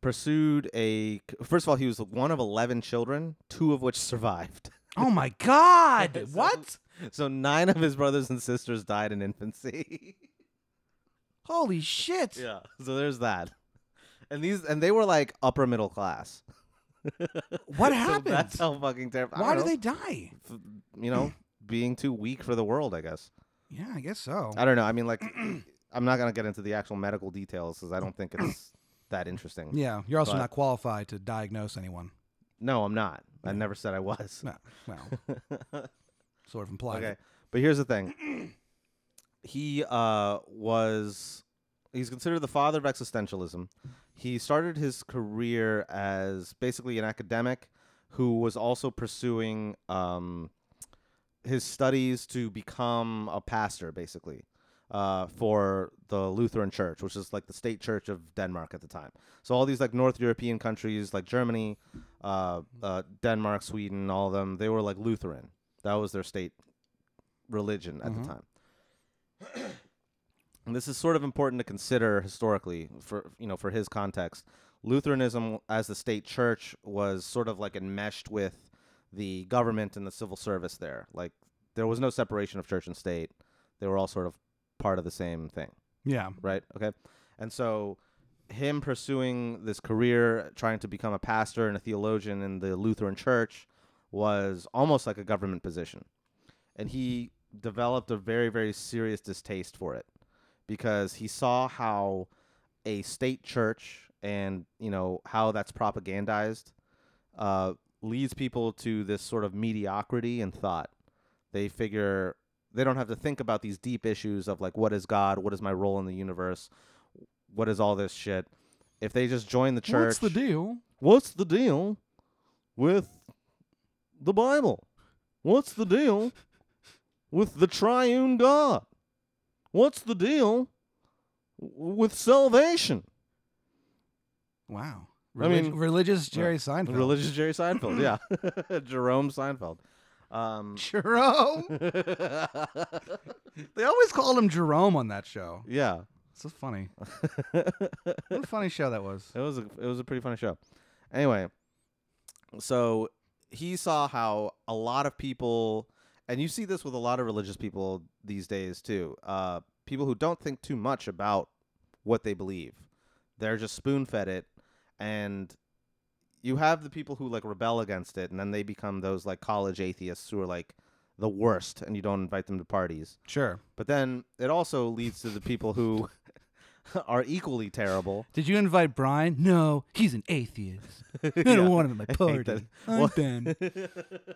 [SPEAKER 2] pursued a first of all he was one of 11 children two of which survived
[SPEAKER 3] Oh my God!
[SPEAKER 2] So-
[SPEAKER 3] what?
[SPEAKER 2] so nine of his brothers and sisters died in infancy
[SPEAKER 3] Holy shit!
[SPEAKER 2] yeah so there's that and these and they were like upper middle class
[SPEAKER 3] What
[SPEAKER 2] So
[SPEAKER 3] happened?
[SPEAKER 2] that's how fucking terrifying
[SPEAKER 3] Why do they die?
[SPEAKER 2] they you know being too weak for the world i guess
[SPEAKER 3] Yeah, I guess so.
[SPEAKER 2] i don't know i mean like i'm not gonna get into the actual medical details because i don't think it's that interesting
[SPEAKER 3] yeah, you're also
[SPEAKER 2] But-
[SPEAKER 3] not qualified to diagnose anyone.
[SPEAKER 2] no i'm not i never said i was
[SPEAKER 3] No, well, sort of implied.
[SPEAKER 2] Okay.
[SPEAKER 3] it.
[SPEAKER 2] But here's the thing. he uh, was he's considered the father of existentialism. He started his career as basically an academic who was also pursuing um, his studies to become a pastor, basically, uh, for the Lutheran Church, which is like the state church of Denmark at the time. So all these like North European countries, like Germany, uh, uh, Denmark, Sweden, all of them, they were like Lutheran. That was their state religion at
[SPEAKER 3] Mhm.
[SPEAKER 2] the time. and this is sort of important to consider historically for you know for his context. Lutheranism as the state church was sort of like enmeshed with the government and the civil service there. Like there was no separation of church and state. They were all sort of part of the same thing
[SPEAKER 3] Yeah.
[SPEAKER 2] right? Okay. And so him pursuing this career, trying to become a pastor and a theologian in the Lutheran church was almost like a government position. And he developed a very, very serious distaste for it because he saw how a state church and, you know, how that's propagandized uh, leads people to this sort of mediocrity in thought. They figure they don't have to think about these deep issues of like what is God, what is my role in the universe, what is all this shit. If they just join the church,
[SPEAKER 3] What's the deal?
[SPEAKER 2] what's the deal with the Bible? What's the deal with the triune God? What's the deal w- with salvation?
[SPEAKER 3] Wow.
[SPEAKER 2] I mean-
[SPEAKER 3] Relig- religious Jerry Seinfeld.
[SPEAKER 2] Religious Jerry Seinfeld, yeah, Jerome Seinfeld. Um,
[SPEAKER 3] Jerome. they always called him Jerome on that show.
[SPEAKER 2] yeah.
[SPEAKER 3] So funny. What a funny show that was.
[SPEAKER 2] It was a it was a pretty funny show. Anyway, so he saw how a lot of people, and you see this with a lot of religious people these days too. Uh, people who don't think too much about what they believe, they're just spoon fed it, and you have the people who like rebel against it, and then they become those like college atheists who are like the worst, and you don't invite them to parties.
[SPEAKER 3] Sure.
[SPEAKER 2] But then it also leads to the people who are equally terrible
[SPEAKER 3] Did you invite Brian? No, he's an atheist. I don't
[SPEAKER 2] Yeah.
[SPEAKER 3] want him at my
[SPEAKER 2] hate
[SPEAKER 3] party.
[SPEAKER 2] that.
[SPEAKER 3] I'm
[SPEAKER 2] Well-
[SPEAKER 3] Ben.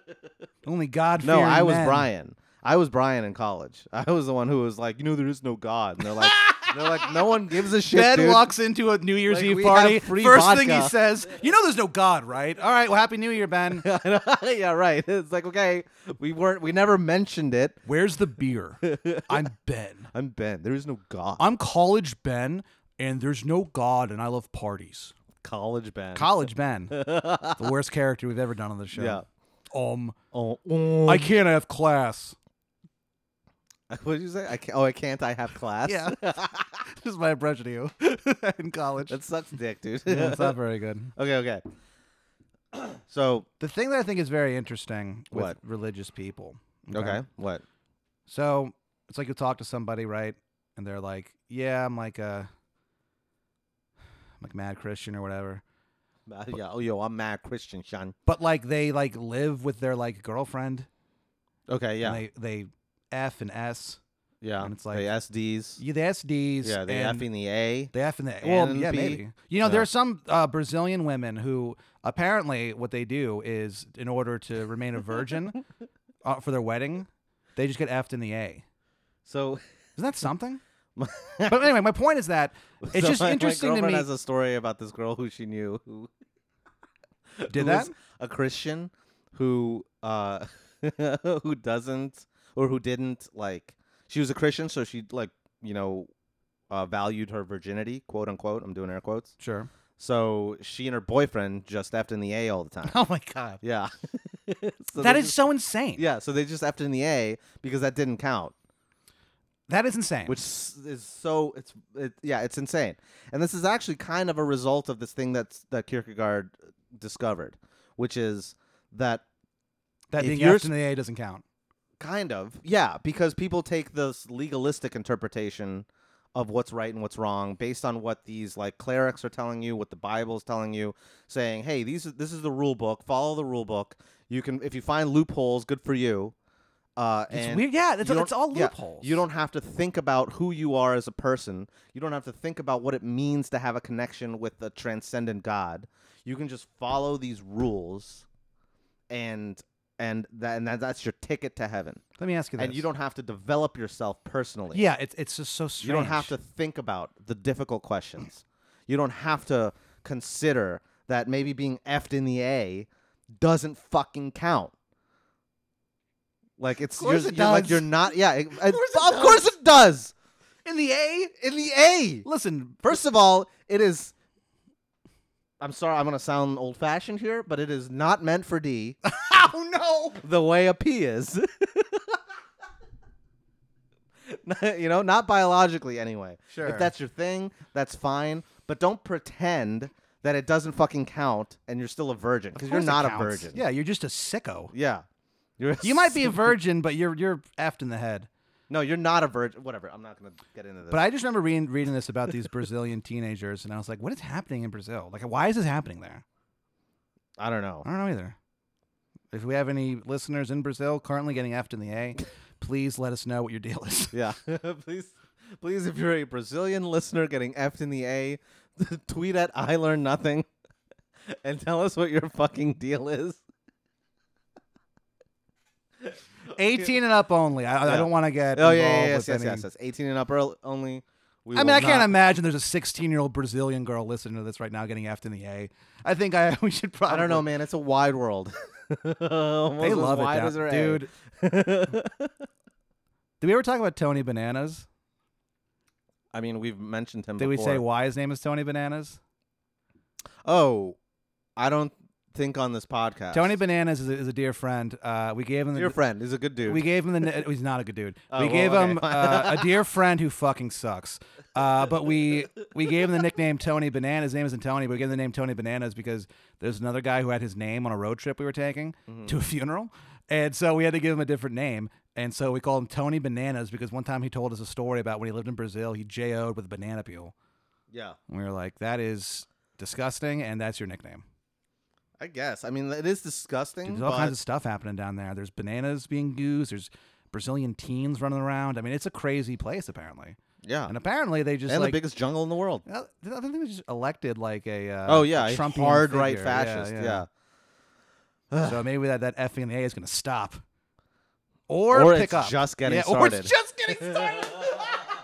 [SPEAKER 3] Only God.
[SPEAKER 2] No, I was Brian. I was Brian in college. I was the one who was like, you know, there is no God. And they're like, they're like, no one gives a shit.
[SPEAKER 3] Ben
[SPEAKER 2] dude.
[SPEAKER 3] walks into a New Year's
[SPEAKER 2] Like,
[SPEAKER 3] Eve
[SPEAKER 2] we
[SPEAKER 3] party.
[SPEAKER 2] have free
[SPEAKER 3] First thing he
[SPEAKER 2] vodka.
[SPEAKER 3] says, "You know, there's no God, right? All right, well, Happy New Year, Ben.
[SPEAKER 2] yeah, right. It's like, okay, we weren't, we never mentioned it.
[SPEAKER 3] Where's the beer? I'm Ben.
[SPEAKER 2] I'm Ben. There is no God.
[SPEAKER 3] I'm college Ben, and there's no God, and I love parties.
[SPEAKER 2] college Ben.
[SPEAKER 3] College Ben, the worst character we've ever done on the show.
[SPEAKER 2] yeah.
[SPEAKER 3] Um,
[SPEAKER 2] Oh,
[SPEAKER 3] I can't have class.
[SPEAKER 2] what did you say? I can't, oh, I can't. I have class.
[SPEAKER 3] Yeah. This is my impression of you in college.
[SPEAKER 2] that sucks, dick, dude.
[SPEAKER 3] Yeah, it's not very good.
[SPEAKER 2] okay, okay. So
[SPEAKER 3] The thing that I think is very interesting with
[SPEAKER 2] What?
[SPEAKER 3] religious people.
[SPEAKER 2] okay, what?
[SPEAKER 3] So it's like you talk to somebody, right? And they're like, "Yeah, I'm like a, I'm like a mad Christian or whatever."
[SPEAKER 2] Uh, yeah. Oh, yo, I'm mad Christian, Sean.
[SPEAKER 3] But like they like live with their like girlfriend.
[SPEAKER 2] Okay, yeah,
[SPEAKER 3] And they they f and s.
[SPEAKER 2] yeah.
[SPEAKER 3] and it's like-
[SPEAKER 2] the SDs.
[SPEAKER 3] Yeah, the SDs.
[SPEAKER 2] Yeah, they
[SPEAKER 3] and
[SPEAKER 2] effing the A.
[SPEAKER 3] They F and the well,
[SPEAKER 2] and
[SPEAKER 3] yeah,
[SPEAKER 2] P.
[SPEAKER 3] maybe. You know, there
[SPEAKER 2] Yeah.
[SPEAKER 3] are some uh, Brazilian women who apparently what they do is, in order to remain a virgin uh, for their wedding, they just get effed in the A.
[SPEAKER 2] So
[SPEAKER 3] Isn't that something? but anyway, my point is that it's
[SPEAKER 2] So
[SPEAKER 3] just
[SPEAKER 2] my,
[SPEAKER 3] interesting
[SPEAKER 2] my
[SPEAKER 3] to
[SPEAKER 2] girlfriend has
[SPEAKER 3] me.
[SPEAKER 2] a story about this girl who she knew who
[SPEAKER 3] Did
[SPEAKER 2] who was
[SPEAKER 3] that?
[SPEAKER 2] a Christian who uh who doesn't or who didn't like she was a Christian so she like you know uh, valued her virginity quote unquote I'm doing air quotes
[SPEAKER 3] Sure.
[SPEAKER 2] so she and her boyfriend just effed in the A all the time
[SPEAKER 3] Oh my god,
[SPEAKER 2] yeah so
[SPEAKER 3] that
[SPEAKER 2] they
[SPEAKER 3] is
[SPEAKER 2] just-
[SPEAKER 3] so insane.
[SPEAKER 2] yeah so they just effed in the A because that didn't count
[SPEAKER 3] That is insane.
[SPEAKER 2] which s- is so it's it, yeah it's insane and this is actually kind of a result of this thing that's that kierkegaard discovered which is that
[SPEAKER 3] that
[SPEAKER 2] if
[SPEAKER 3] being
[SPEAKER 2] you're
[SPEAKER 3] F in the A doesn't count.
[SPEAKER 2] kind of yeah because people take this legalistic interpretation of what's right and what's wrong based on what these like clerics are telling you what the bible's telling you saying hey these are- this is the rule book follow the rule book you can if you find loopholes good for you uh,
[SPEAKER 3] It's
[SPEAKER 2] and
[SPEAKER 3] weird. Yeah, it's,
[SPEAKER 2] you don't-
[SPEAKER 3] it's all
[SPEAKER 2] yeah,
[SPEAKER 3] loopholes.
[SPEAKER 2] you don't have to think about who you are as a person. You don't have to think about what it means to have a connection with a transcendent God. You can just follow these rules, and and that and that, that's your ticket to heaven.
[SPEAKER 3] Let me ask you this.
[SPEAKER 2] And you don't have to develop yourself personally.
[SPEAKER 3] Yeah, it's it's just so strange.
[SPEAKER 2] You don't have to think about the difficult questions. You don't have to consider that maybe being effed in the A doesn't fucking count. Like it's
[SPEAKER 3] course
[SPEAKER 2] you're,
[SPEAKER 3] it
[SPEAKER 2] you're like
[SPEAKER 3] does.
[SPEAKER 2] you're not yeah it- it-
[SPEAKER 3] course
[SPEAKER 2] of
[SPEAKER 3] it
[SPEAKER 2] course it does
[SPEAKER 3] in the A.
[SPEAKER 2] in the A.
[SPEAKER 3] Listen,
[SPEAKER 2] First of all, it is. I'm sorry, I'm gonna sound old fashioned here, but it is not meant for D
[SPEAKER 3] oh no.
[SPEAKER 2] the way a pea is. you know, not biologically anyway.
[SPEAKER 3] Sure.
[SPEAKER 2] If that's your thing, that's fine. But don't pretend that it doesn't fucking count and you're still a virgin because you're not a virgin.
[SPEAKER 3] Yeah, you're just a sicko.
[SPEAKER 2] Yeah. You're a
[SPEAKER 3] You might be a virgin, but you're you're effed in the head.
[SPEAKER 2] No, you're not a virgin. Whatever. I'm not gonna get into this.
[SPEAKER 3] But I just remember reading reading this about these Brazilian teenagers, and I was like, "What is happening in Brazil? Like, why is this happening there?
[SPEAKER 2] I don't know.
[SPEAKER 3] I don't know either." If we have any listeners in Brazil currently getting effed in the A, please let us know what your deal is.
[SPEAKER 2] Yeah. please please if you're a Brazilian listener getting effed in the A, tweet at I learn nothing and tell us what your fucking deal is.
[SPEAKER 3] 18 and up only. I, I
[SPEAKER 2] Yeah.
[SPEAKER 3] don't want to get.
[SPEAKER 2] Oh
[SPEAKER 3] involved
[SPEAKER 2] yeah, yeah, yes,
[SPEAKER 3] with
[SPEAKER 2] yes,
[SPEAKER 3] any-
[SPEAKER 2] yes, yes. Eighteen and up earl- only. We
[SPEAKER 3] I mean,
[SPEAKER 2] will
[SPEAKER 3] I can't
[SPEAKER 2] not-
[SPEAKER 3] imagine there's a 16 year old Brazilian girl listening to this right now getting effed in the A. I think I we should probably.
[SPEAKER 2] I don't know, man. It's a wide world. they
[SPEAKER 3] They love it,
[SPEAKER 2] wide
[SPEAKER 3] down-
[SPEAKER 2] as their head.
[SPEAKER 3] dude. Did we ever talk about Tony Bananas?
[SPEAKER 2] I mean, we've mentioned him.
[SPEAKER 3] Did we
[SPEAKER 2] before.
[SPEAKER 3] say why his name is Tony Bananas?
[SPEAKER 2] Oh, I don't think on this podcast.
[SPEAKER 3] Tony Bananas is a, is a dear friend. Uh, we gave him the
[SPEAKER 2] your friend, he's a good dude.
[SPEAKER 3] we gave him the n- he's not a good dude.
[SPEAKER 2] Oh,
[SPEAKER 3] we
[SPEAKER 2] well,
[SPEAKER 3] gave
[SPEAKER 2] okay.
[SPEAKER 3] him uh, a dear friend who fucking sucks. Uh, but we we gave him the nickname Tony Bananas. His name isn't Tony, but we gave him the name Tony Bananas because there's another guy who had his name on a road trip we were taking
[SPEAKER 2] Mm-hmm.
[SPEAKER 3] to a funeral, and so we had to give him a different name. And so we called him Tony Bananas because one time he told us a story about when he lived in Brazil, he JO'd with a banana peel.
[SPEAKER 2] yeah,
[SPEAKER 3] And we were like, that is disgusting, and that's your nickname.
[SPEAKER 2] I guess. I mean, it is disgusting.
[SPEAKER 3] Dude, there's all
[SPEAKER 2] but
[SPEAKER 3] kinds of stuff happening down there. There's bananas being used. There's Brazilian teens running around. I mean, it's a crazy place apparently.
[SPEAKER 2] yeah,
[SPEAKER 3] And apparently they just
[SPEAKER 2] and
[SPEAKER 3] like
[SPEAKER 2] the biggest jungle in the world.
[SPEAKER 3] I think they was just elected like a uh,
[SPEAKER 2] oh yeah,
[SPEAKER 3] a
[SPEAKER 2] a
[SPEAKER 3] Trumpian
[SPEAKER 2] hard right
[SPEAKER 3] figure. Yeah,
[SPEAKER 2] fascist. Yeah,
[SPEAKER 3] So maybe that that effing A is going to stop or,
[SPEAKER 2] Or
[SPEAKER 3] pick
[SPEAKER 2] it's
[SPEAKER 3] up.
[SPEAKER 2] just getting
[SPEAKER 3] yeah, Or
[SPEAKER 2] started.
[SPEAKER 3] it's just getting started.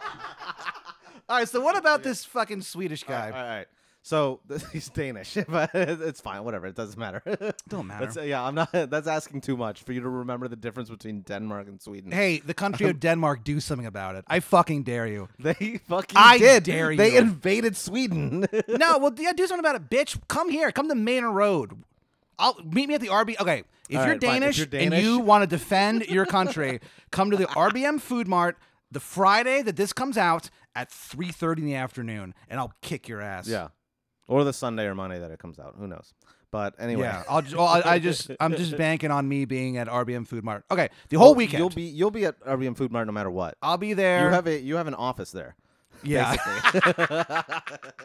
[SPEAKER 3] all right. So what about this fucking Swedish guy?
[SPEAKER 2] All right. So he's Danish, but it's fine. Whatever, it doesn't matter.
[SPEAKER 3] Don't matter.
[SPEAKER 2] That's, uh, yeah, I'm not. That's asking too much for you to remember the difference between Denmark and Sweden.
[SPEAKER 3] Hey, the country of Denmark, do something about it. I fucking dare you.
[SPEAKER 2] They fucking
[SPEAKER 3] I
[SPEAKER 2] did.
[SPEAKER 3] dare
[SPEAKER 2] they
[SPEAKER 3] you.
[SPEAKER 2] invaded Sweden.
[SPEAKER 3] no, well, yeah, do something about it, bitch. Come here. Come to Manor Road. I'll meet me at the RB. Okay, if,
[SPEAKER 2] All right, fine.
[SPEAKER 3] you're,
[SPEAKER 2] If
[SPEAKER 3] Danish
[SPEAKER 2] you're
[SPEAKER 3] and
[SPEAKER 2] Danish-
[SPEAKER 3] you want to defend your country, come to the RBM Food Mart the Friday that this comes out at 3:30 in the afternoon, and I'll kick your ass.
[SPEAKER 2] yeah, or the Sunday or Monday that it comes out. Who knows? But anyway,
[SPEAKER 3] Yeah, I'll just, well, I, I just, I'm just banking on me being at RBM Food Mart. Okay, the whole weekend,
[SPEAKER 2] you'll be you'll be at RBM Food Mart no matter what.
[SPEAKER 3] I'll be there.
[SPEAKER 2] You have a you have an office there.
[SPEAKER 3] yeah,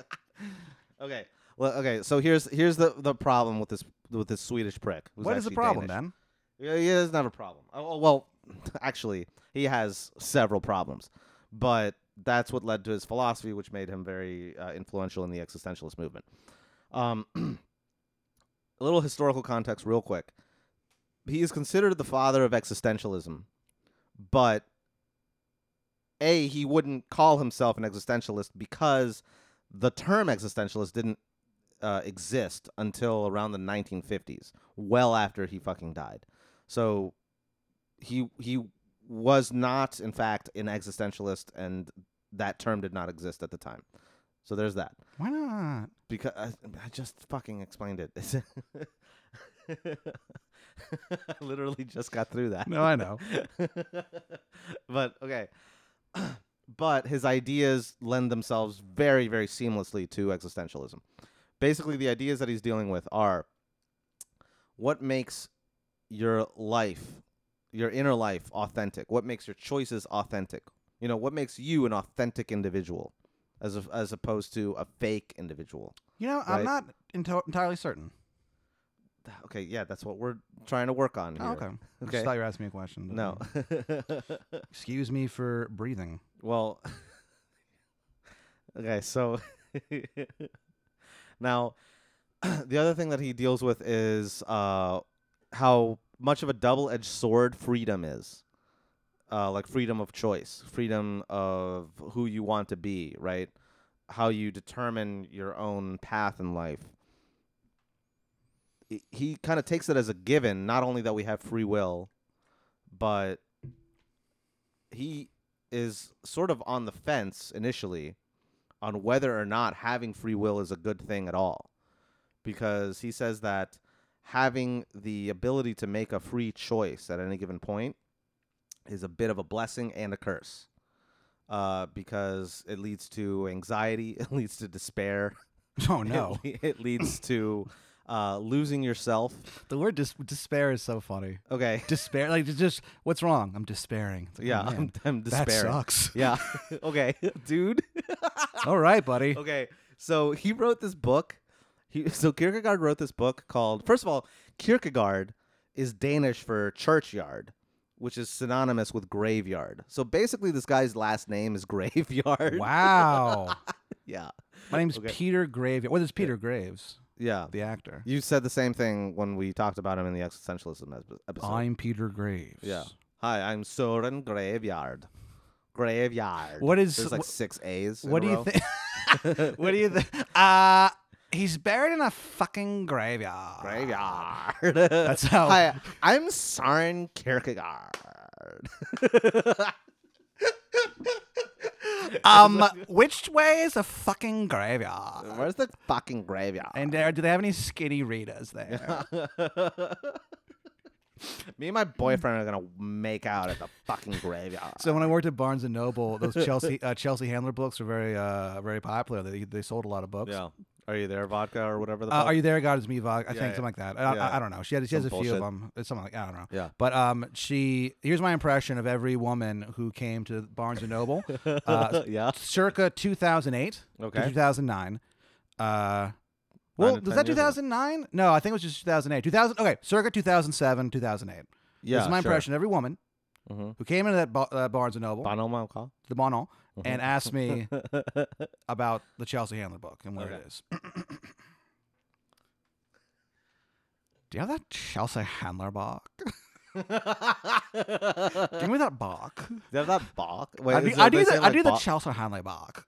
[SPEAKER 2] Okay. Well, okay. So here's here's the the problem with this with this Swedish prick. who's
[SPEAKER 3] what is the
[SPEAKER 2] actually
[SPEAKER 3] problem,
[SPEAKER 2] Danish.
[SPEAKER 3] man?
[SPEAKER 2] Yeah, he doesn't have a problem. Oh, oh, well, actually, he has several problems, but that's what led to his philosophy, which made him very uh, influential in the existentialist movement. Um, a little historical context, real quick. He is considered the father of existentialism, but a he wouldn't call himself an existentialist because the term existentialist didn't uh, exist until around the 1950s, well after he fucking died. So he he was not, in fact, an existentialist, and that term did not exist at the time. So there's that.
[SPEAKER 3] Why not?
[SPEAKER 2] Because I, I just fucking explained it. I literally just got through that.
[SPEAKER 3] No, I know.
[SPEAKER 2] but okay. but his ideas lend themselves very, very seamlessly to existentialism. Basically, the ideas that he's dealing with are what makes your life, your inner life, authentic? What makes your choices authentic? You know, what makes you an authentic individual as, a, as opposed to a fake individual?
[SPEAKER 3] You know, I'm
[SPEAKER 2] Right.
[SPEAKER 3] not into- entirely certain.
[SPEAKER 2] Okay, yeah, that's what we're trying to work on here.
[SPEAKER 3] Oh, okay. Mm-hmm. I
[SPEAKER 2] Okay.
[SPEAKER 3] just thought you were asking me a question. but-
[SPEAKER 2] No.
[SPEAKER 3] Excuse me for breathing.
[SPEAKER 2] Well, okay, so now the other thing that he deals with is uh, how much of a double edged sword freedom is. Uh, like freedom of choice, freedom of who you want to be, right? How you determine your own path in life. He- He kind of takes it as a given, not only that we have free will, but he is sort of on the fence initially on whether or not having free will is a good thing at all. Because he says that having the ability to make a free choice at any given point is a bit of a blessing and a curse. Uh, because it leads to anxiety, it leads to despair,
[SPEAKER 3] Oh
[SPEAKER 2] it
[SPEAKER 3] no.
[SPEAKER 2] le- it, leads to uh, losing yourself.
[SPEAKER 3] the word dis- despair is so funny.
[SPEAKER 2] Okay,
[SPEAKER 3] Despair, like it's just what's wrong? I'm despairing. It's like, oh,
[SPEAKER 2] yeah,
[SPEAKER 3] man,
[SPEAKER 2] I'm, I'm
[SPEAKER 3] that
[SPEAKER 2] despairing.
[SPEAKER 3] sucks.
[SPEAKER 2] Yeah, okay, dude.
[SPEAKER 3] All right, buddy.
[SPEAKER 2] okay, so he wrote this book. He so Kierkegaard wrote this book called. First of all, Kierkegaard is Danish for churchyard, which is synonymous with graveyard. So basically, this guy's last name is Graveyard.
[SPEAKER 3] Wow.
[SPEAKER 2] Yeah,
[SPEAKER 3] My name's
[SPEAKER 2] Okay.
[SPEAKER 3] Peter Graves. What is Peter Graves,
[SPEAKER 2] yeah.
[SPEAKER 3] the actor?
[SPEAKER 2] You said the same thing when we talked about him in the existentialism ep- episode.
[SPEAKER 3] I'm Peter Graves.
[SPEAKER 2] yeah. Hi, I'm Soren Graveyard. Graveyard.
[SPEAKER 3] What is-
[SPEAKER 2] There's like
[SPEAKER 3] wh-
[SPEAKER 2] six A's. in a
[SPEAKER 3] What do you
[SPEAKER 2] row.
[SPEAKER 3] think? what do you think? Uh, he's buried in a fucking graveyard.
[SPEAKER 2] Graveyard.
[SPEAKER 3] That's how-
[SPEAKER 2] Hi, I'm Soren Kierkegaard.
[SPEAKER 3] Um, which way is a fucking graveyard?
[SPEAKER 2] Where's the fucking graveyard?
[SPEAKER 3] And there, do they have any skinny readers there?
[SPEAKER 2] Me and my boyfriend are gonna make out at the fucking graveyard.
[SPEAKER 3] So when I worked at Barnes and Noble, those Chelsea uh, Chelsea Handler books were very uh, very popular. They, they sold a lot of books.
[SPEAKER 2] Are you there, vodka or whatever the
[SPEAKER 3] Uh, Are you there, God? Is me, Vogue? I think
[SPEAKER 2] yeah.
[SPEAKER 3] something like that. I,
[SPEAKER 2] Yeah.
[SPEAKER 3] I, I don't know. She had, she has a
[SPEAKER 2] Some
[SPEAKER 3] few
[SPEAKER 2] bullshit.
[SPEAKER 3] of them. It's something like I don't know.
[SPEAKER 2] Yeah.
[SPEAKER 3] But um, she here's my impression of every woman who came to Barnes and Noble, uh,
[SPEAKER 2] yeah.
[SPEAKER 3] circa 2008, to
[SPEAKER 2] Okay.
[SPEAKER 3] 2009. Uh,
[SPEAKER 2] to
[SPEAKER 3] well, was
[SPEAKER 2] 10
[SPEAKER 3] that
[SPEAKER 2] years ago.
[SPEAKER 3] 2009? No, I think it was just 2008. 2000. Okay, circa 2007, 2008.
[SPEAKER 2] Yeah.
[SPEAKER 3] this is my impression of every woman
[SPEAKER 2] Mm-hmm.
[SPEAKER 3] who came into that Ba- uh, Barnes and Noble, the Bon An,
[SPEAKER 2] Mm-hmm.
[SPEAKER 3] and asked me about the Chelsea Handler book and where
[SPEAKER 2] Okay.
[SPEAKER 3] it is. Do you have that Chelsea Handler book? Give me that book.
[SPEAKER 2] they have that Bach. Wait,
[SPEAKER 3] I
[SPEAKER 2] is
[SPEAKER 3] do,
[SPEAKER 2] it-
[SPEAKER 3] I do,
[SPEAKER 2] they
[SPEAKER 3] the,
[SPEAKER 2] saying,
[SPEAKER 3] I
[SPEAKER 2] like,
[SPEAKER 3] do the
[SPEAKER 2] Bach-
[SPEAKER 3] Chelsea Handler book.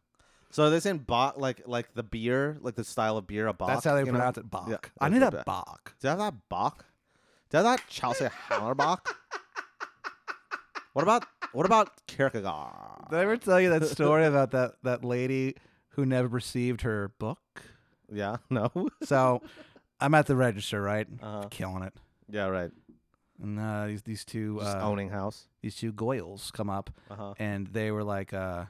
[SPEAKER 2] so they're saying Bach, like like the beer, like the style of beer, a Bach.
[SPEAKER 3] That's how they
[SPEAKER 2] you know?
[SPEAKER 3] pronounce it, bock.
[SPEAKER 2] Yeah,
[SPEAKER 3] I
[SPEAKER 2] that's
[SPEAKER 3] need
[SPEAKER 2] what
[SPEAKER 3] that
[SPEAKER 2] that-
[SPEAKER 3] bock.
[SPEAKER 2] Do you have that Bach? Do you have that Chelsea Hammerbach? what about what about Kierkegaard?
[SPEAKER 3] Did I ever tell you that story about that, that lady who never received her book?
[SPEAKER 2] yeah, no.
[SPEAKER 3] So I'm at the register, right?
[SPEAKER 2] Uh-huh.
[SPEAKER 3] Killing it.
[SPEAKER 2] Yeah, right.
[SPEAKER 3] And uh, these, these two
[SPEAKER 2] Just
[SPEAKER 3] uh,
[SPEAKER 2] owning house.
[SPEAKER 3] these two goyles come up
[SPEAKER 2] Uh-huh.
[SPEAKER 3] and they were like uh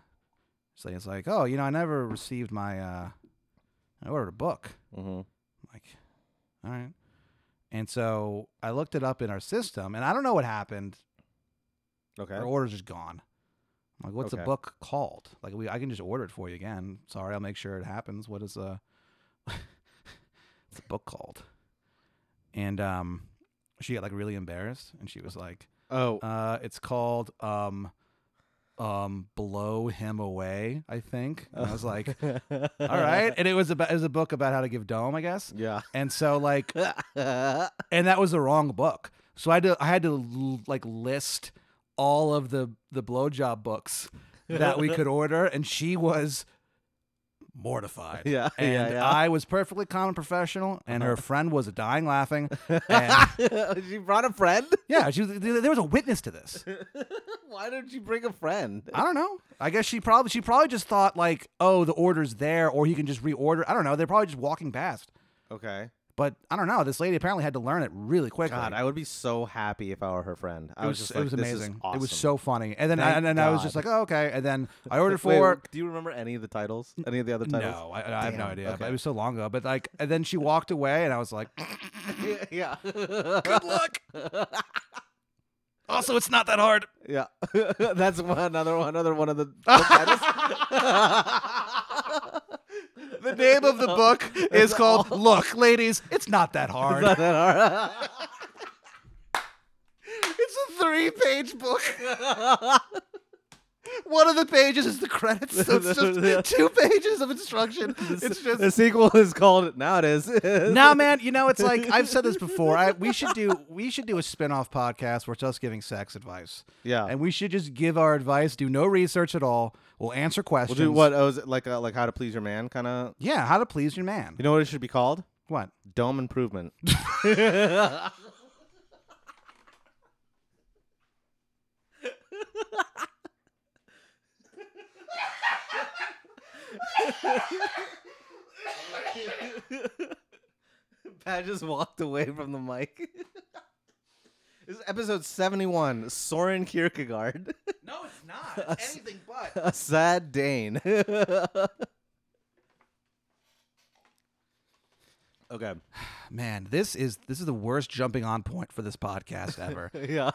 [SPEAKER 3] so it's like oh you know i never received my uh i ordered a book
[SPEAKER 2] Mm-hmm.
[SPEAKER 3] I'm like all right and so i looked it up in our system and i don't know what happened
[SPEAKER 2] Okay.
[SPEAKER 3] our order's just gone I'm like what's the
[SPEAKER 2] Okay.
[SPEAKER 3] book called like we i can just order it for you again sorry i'll make sure it happens what is uh it's a book called and um she got like really embarrassed and she was like
[SPEAKER 2] Oh,
[SPEAKER 3] uh, it's called um, um, "Blow Him Away," I think. And I was like,
[SPEAKER 2] all
[SPEAKER 3] "All right," and it was about it was a book about how to give dome, I guess.
[SPEAKER 2] Yeah.
[SPEAKER 3] And so like, and that was the wrong book. So I had to I had to l- like list all of the the blowjob books that we could order, and she was mortified.
[SPEAKER 2] Yeah, yeah,
[SPEAKER 3] And
[SPEAKER 2] yeah.
[SPEAKER 3] I was perfectly calm and professional, and her friend was dying laughing. And
[SPEAKER 2] she brought a friend.
[SPEAKER 3] yeah, she was, there was a witness to this.
[SPEAKER 2] Why did you bring a friend?
[SPEAKER 3] I don't know. I guess she probably she probably just thought like, oh, the order's there, or he can just reorder. I don't know. They're probably just walking past.
[SPEAKER 2] Okay.
[SPEAKER 3] But I don't know. This lady apparently had to learn it really quickly.
[SPEAKER 2] God, I would be so happy if I were her friend. I
[SPEAKER 3] it
[SPEAKER 2] was,
[SPEAKER 3] was,
[SPEAKER 2] just
[SPEAKER 3] it was
[SPEAKER 2] like, this is
[SPEAKER 3] amazing. It was
[SPEAKER 2] awesome.
[SPEAKER 3] so funny. And then I,
[SPEAKER 2] Thank
[SPEAKER 3] and then I was just
[SPEAKER 2] God.
[SPEAKER 3] like, oh, okay. And then I ordered
[SPEAKER 2] Wait,
[SPEAKER 3] for
[SPEAKER 2] do you remember any of the titles? Any of the other titles?
[SPEAKER 3] no, I, I have no
[SPEAKER 2] Damn,
[SPEAKER 3] idea. But
[SPEAKER 2] okay.
[SPEAKER 3] it was so long ago. But like, and then she walked away, and I was like,
[SPEAKER 2] yeah.
[SPEAKER 3] good luck. also, it's not that hard.
[SPEAKER 2] Yeah, that's one, another one, another one of the. the
[SPEAKER 3] The name of the book is called "Look, Ladies, It's Not That Hard."
[SPEAKER 2] Not that hard.
[SPEAKER 3] It's a three-page book. One of the pages is the credits, so it's just two pages of instruction. It's just
[SPEAKER 2] the sequel is called nowadays.
[SPEAKER 3] No, man, you know it's like I've said this before. I, we should do we should do a spin-off podcast where it's us giving sex advice,
[SPEAKER 2] yeah,
[SPEAKER 3] and we should just give our advice, do no research at all. We'll answer
[SPEAKER 2] we'll
[SPEAKER 3] questions.
[SPEAKER 2] do what? Oh, is it like uh like how to please your man kind of?
[SPEAKER 3] Yeah, how to please your man.
[SPEAKER 2] You know what it should be called?
[SPEAKER 3] What?
[SPEAKER 2] Dome improvement. Pat just walked away from the mic. this is episode 71 Soren Kierkegaard,
[SPEAKER 3] No, it's not. It's anything but.
[SPEAKER 2] a sad Dane. okay.
[SPEAKER 3] Man, this is this is the worst jumping on point for this podcast ever.
[SPEAKER 2] Yeah.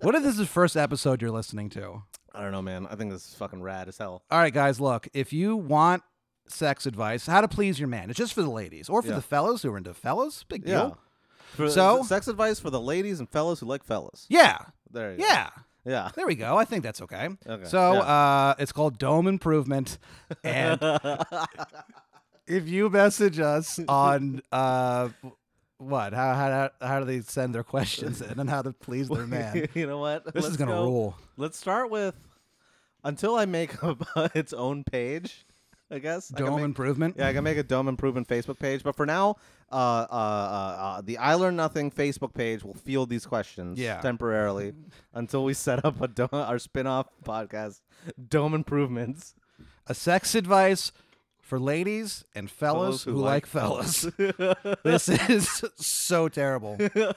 [SPEAKER 3] what if this is the first episode you're listening to?
[SPEAKER 2] I don't know, man. I think this is fucking rad as hell.
[SPEAKER 3] All right, guys, look, if you want sex advice, how to please your man, it's just for the ladies or for
[SPEAKER 2] Yeah.
[SPEAKER 3] the fellows who are into fellows. Big deal.
[SPEAKER 2] For-
[SPEAKER 3] So-
[SPEAKER 2] sex advice for the ladies and fellas who like fellas.
[SPEAKER 3] Yeah.
[SPEAKER 2] There you
[SPEAKER 3] Yeah.
[SPEAKER 2] go. Yeah.
[SPEAKER 3] There we go. I think that's okay.
[SPEAKER 2] Okay,
[SPEAKER 3] So
[SPEAKER 2] yeah.
[SPEAKER 3] uh, it's called Dome Improvement. And if you message us on uh, what, how, how, how do they send their questions in and how to please their man?
[SPEAKER 2] you know what?
[SPEAKER 3] This is
[SPEAKER 2] Let's
[SPEAKER 3] going to
[SPEAKER 2] go-
[SPEAKER 3] rule.
[SPEAKER 2] Let's start with until I make a, its own page, I guess. I can
[SPEAKER 3] Dome
[SPEAKER 2] make-
[SPEAKER 3] Improvement.
[SPEAKER 2] yeah, I can make a Dome Improvement Facebook page. But for now, uh, uh, uh, uh, the I Learn Nothing Facebook page will field these questions
[SPEAKER 3] Yeah.
[SPEAKER 2] temporarily until we set up a dome, our spin off podcast, Dome Improvements.
[SPEAKER 3] a sex advice for ladies and fellas who, like fellas. this is so terrible.
[SPEAKER 2] Okay.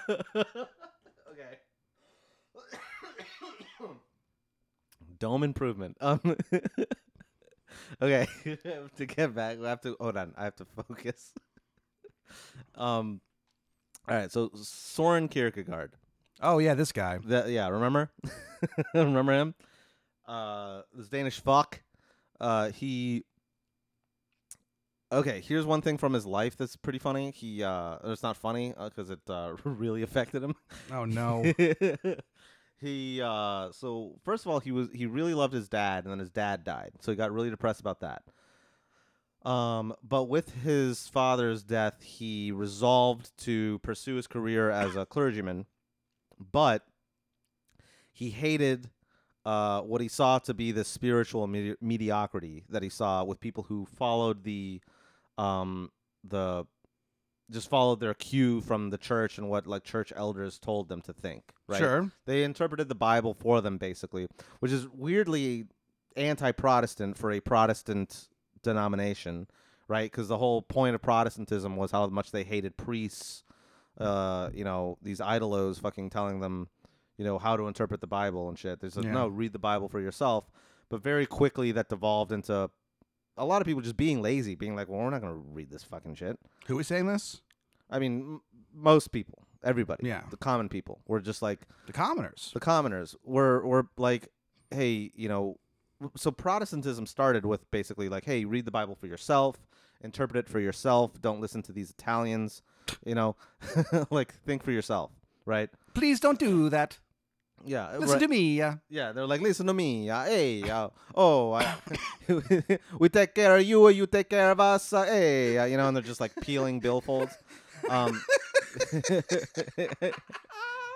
[SPEAKER 2] Dome improvement. Um. okay. to get back, we have to hold on. I have to focus. um. All right. So Soren Kierkegaard.
[SPEAKER 3] Oh yeah, this guy.
[SPEAKER 2] That yeah. Remember? remember him? Uh, this Danish fuck. Uh, he. Okay, here's one thing from his life that's pretty funny. He uh, it's not funny because it uh, really affected him.
[SPEAKER 3] Oh no.
[SPEAKER 2] he uh so first of all he was he really loved his dad and then his dad died so he got really depressed about that um but with his father's death he resolved to pursue his career as a clergyman but he hated uh, what he saw to be this spiritual medi- mediocrity that he saw with people who followed the um the just followed their cue from the church and what like church elders told them to think right
[SPEAKER 3] Sure.
[SPEAKER 2] they interpreted the Bible for them, basically, which is weirdly anti-Protestant for a Protestant denomination, right? Because the whole point of Protestantism was how much they hated priests, uh, you know, these idolos fucking telling them, you know, how to interpret the Bible and shit. They said,
[SPEAKER 3] Yeah.
[SPEAKER 2] no, read the Bible for yourself. But very quickly, that devolved into a lot of people just being lazy, being like, well, we're not going to read this fucking shit.
[SPEAKER 3] Who is saying this?
[SPEAKER 2] I mean, m- most people, everybody,
[SPEAKER 3] Yeah.
[SPEAKER 2] the common people, were just like,
[SPEAKER 3] The commoners.
[SPEAKER 2] the commoners were were like, hey, you know, so Protestantism started with basically like, hey, read the Bible for yourself, interpret it for yourself, don't listen to these Italians, you know, like think for yourself, right?
[SPEAKER 3] Please don't do that.
[SPEAKER 2] Yeah,
[SPEAKER 3] Listen
[SPEAKER 2] right-
[SPEAKER 3] to me. uh,
[SPEAKER 2] yeah, they're like, listen to me, uh, hey, uh, oh, I, we take care of you, you take care of us, uh, hey, uh, you know, and they're just like peeling billfolds, um, you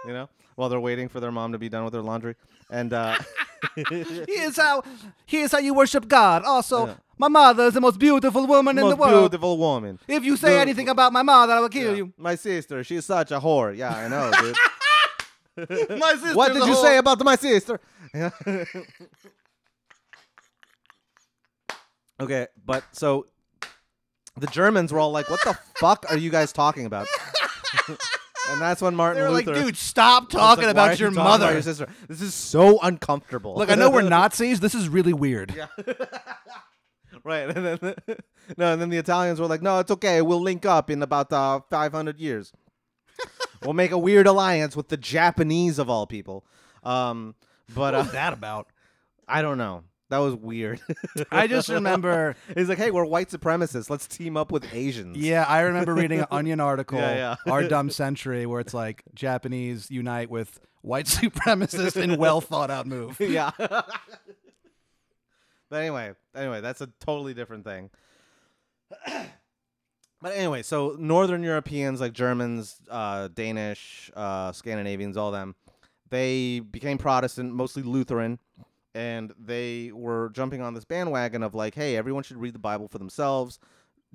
[SPEAKER 2] know, while they're waiting for their mom to be done with their laundry, and. uh
[SPEAKER 3] Here's how. Here's how you worship God. Also,
[SPEAKER 2] Yeah.
[SPEAKER 3] my mother is the most beautiful woman in the
[SPEAKER 2] most
[SPEAKER 3] world.
[SPEAKER 2] beautiful woman.
[SPEAKER 3] If you say
[SPEAKER 2] Beautiful.
[SPEAKER 3] anything about my mother, I will kill you.
[SPEAKER 2] My sister, she's such a whore. Yeah, I know, dude.
[SPEAKER 3] My sister.
[SPEAKER 2] what did you say about my sister? okay, but so the Germans were all like, "What the fuck are you guys talking about?" and that's when Martin
[SPEAKER 3] They were like,
[SPEAKER 2] Luther
[SPEAKER 3] dude, stop
[SPEAKER 2] was like,
[SPEAKER 3] talking
[SPEAKER 2] "Why are
[SPEAKER 3] about
[SPEAKER 2] you
[SPEAKER 3] your
[SPEAKER 2] talking about
[SPEAKER 3] mother.
[SPEAKER 2] your sister. This is so uncomfortable.
[SPEAKER 3] Look, I know we're Nazis. This is really weird.
[SPEAKER 2] right. And then the- no, and then the Italians were like, "No, it's okay. We'll link up in about uh, 500 years. we'll make a weird alliance with the Japanese of all people." Um, but uh,
[SPEAKER 3] What's that about?
[SPEAKER 2] I don't know. That was weird.
[SPEAKER 3] I just remember.
[SPEAKER 2] He's like, "Hey, we're white supremacists. Let's team up with Asians."
[SPEAKER 3] Yeah, I remember reading an Onion article,
[SPEAKER 2] Yeah, yeah.
[SPEAKER 3] Our Dumb Century, where it's like Japanese unite with white supremacists in well thought out move.
[SPEAKER 2] yeah. but anyway, anyway, that's a totally different thing. but anyway, so Northern Europeans like Germans, uh, Danish, uh, Scandinavians, all them, they became Protestant, mostly Lutheran, and they were jumping on this bandwagon of like, hey, everyone should read the Bible for themselves,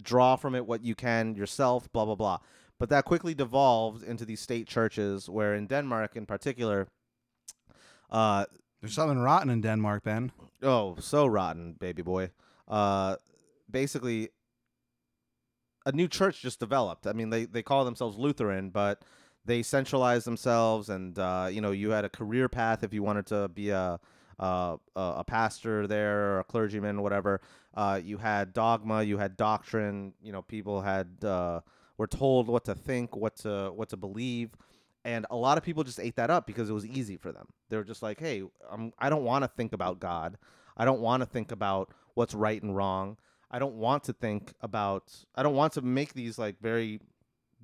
[SPEAKER 2] draw from it what you can yourself, blah blah blah. But that quickly devolved into these state churches, where in Denmark, in particular, uh,
[SPEAKER 3] There's something rotten in Denmark, Ben.
[SPEAKER 2] Oh, so rotten, baby boy. Uh, basically, a new church just developed. I mean, they, they call themselves Lutheran, but they centralized themselves, and uh, you know, you had a career path if you wanted to be a uh, a a pastor there or a clergyman, whatever. Uh, you had dogma, you had doctrine. You know, people had uh, were told what to think, what to what to believe, and a lot of people just ate that up because it was easy for them. They were just like, "Hey, I'm, I don't want to think about God. I don't want to think about what's right and wrong. I don't want to think about. I don't want to make these like very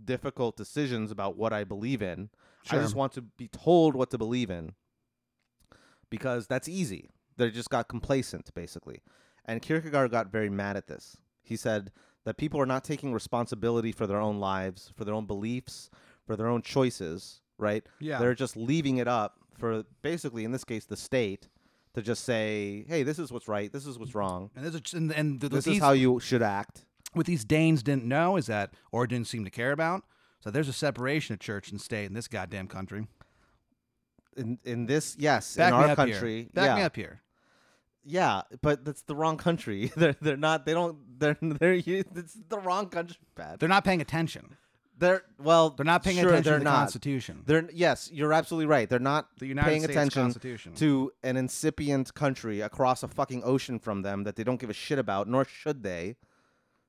[SPEAKER 2] difficult decisions about what I believe in. I
[SPEAKER 3] Sure.
[SPEAKER 2] just want to be told what to believe in because that's easy. They just got complacent, basically. And Kierkegaard got very mad at this. He said that people are not taking responsibility for their own lives, for their own beliefs, for their own choices, right?
[SPEAKER 3] Yeah.
[SPEAKER 2] They're just leaving it up for basically, in this case, the state to just say, hey, this is what's right, this is what's wrong,
[SPEAKER 3] And, there's a, and, and the,
[SPEAKER 2] this
[SPEAKER 3] these,
[SPEAKER 2] is how you should act.
[SPEAKER 3] what these Danes didn't know is that, or didn't seem to care about, so there's a separation of church and state in this goddamn country.
[SPEAKER 2] In, in this, yes,
[SPEAKER 3] Back
[SPEAKER 2] in
[SPEAKER 3] me
[SPEAKER 2] our
[SPEAKER 3] up
[SPEAKER 2] country,
[SPEAKER 3] Here. Back
[SPEAKER 2] yeah,
[SPEAKER 3] me up here.
[SPEAKER 2] yeah, but that's the wrong country. they're they're not. They don't. They're they're. It's the wrong country. Bad.
[SPEAKER 3] They're not paying attention.
[SPEAKER 2] They're well.
[SPEAKER 3] They're not paying
[SPEAKER 2] sure,
[SPEAKER 3] attention
[SPEAKER 2] They're
[SPEAKER 3] to the
[SPEAKER 2] not.
[SPEAKER 3] Constitution.
[SPEAKER 2] They're yes, you're absolutely right. They're not
[SPEAKER 3] The United
[SPEAKER 2] paying
[SPEAKER 3] States
[SPEAKER 2] attention
[SPEAKER 3] Constitution.
[SPEAKER 2] to an incipient country across a fucking ocean from them that they don't give a shit about, nor should they.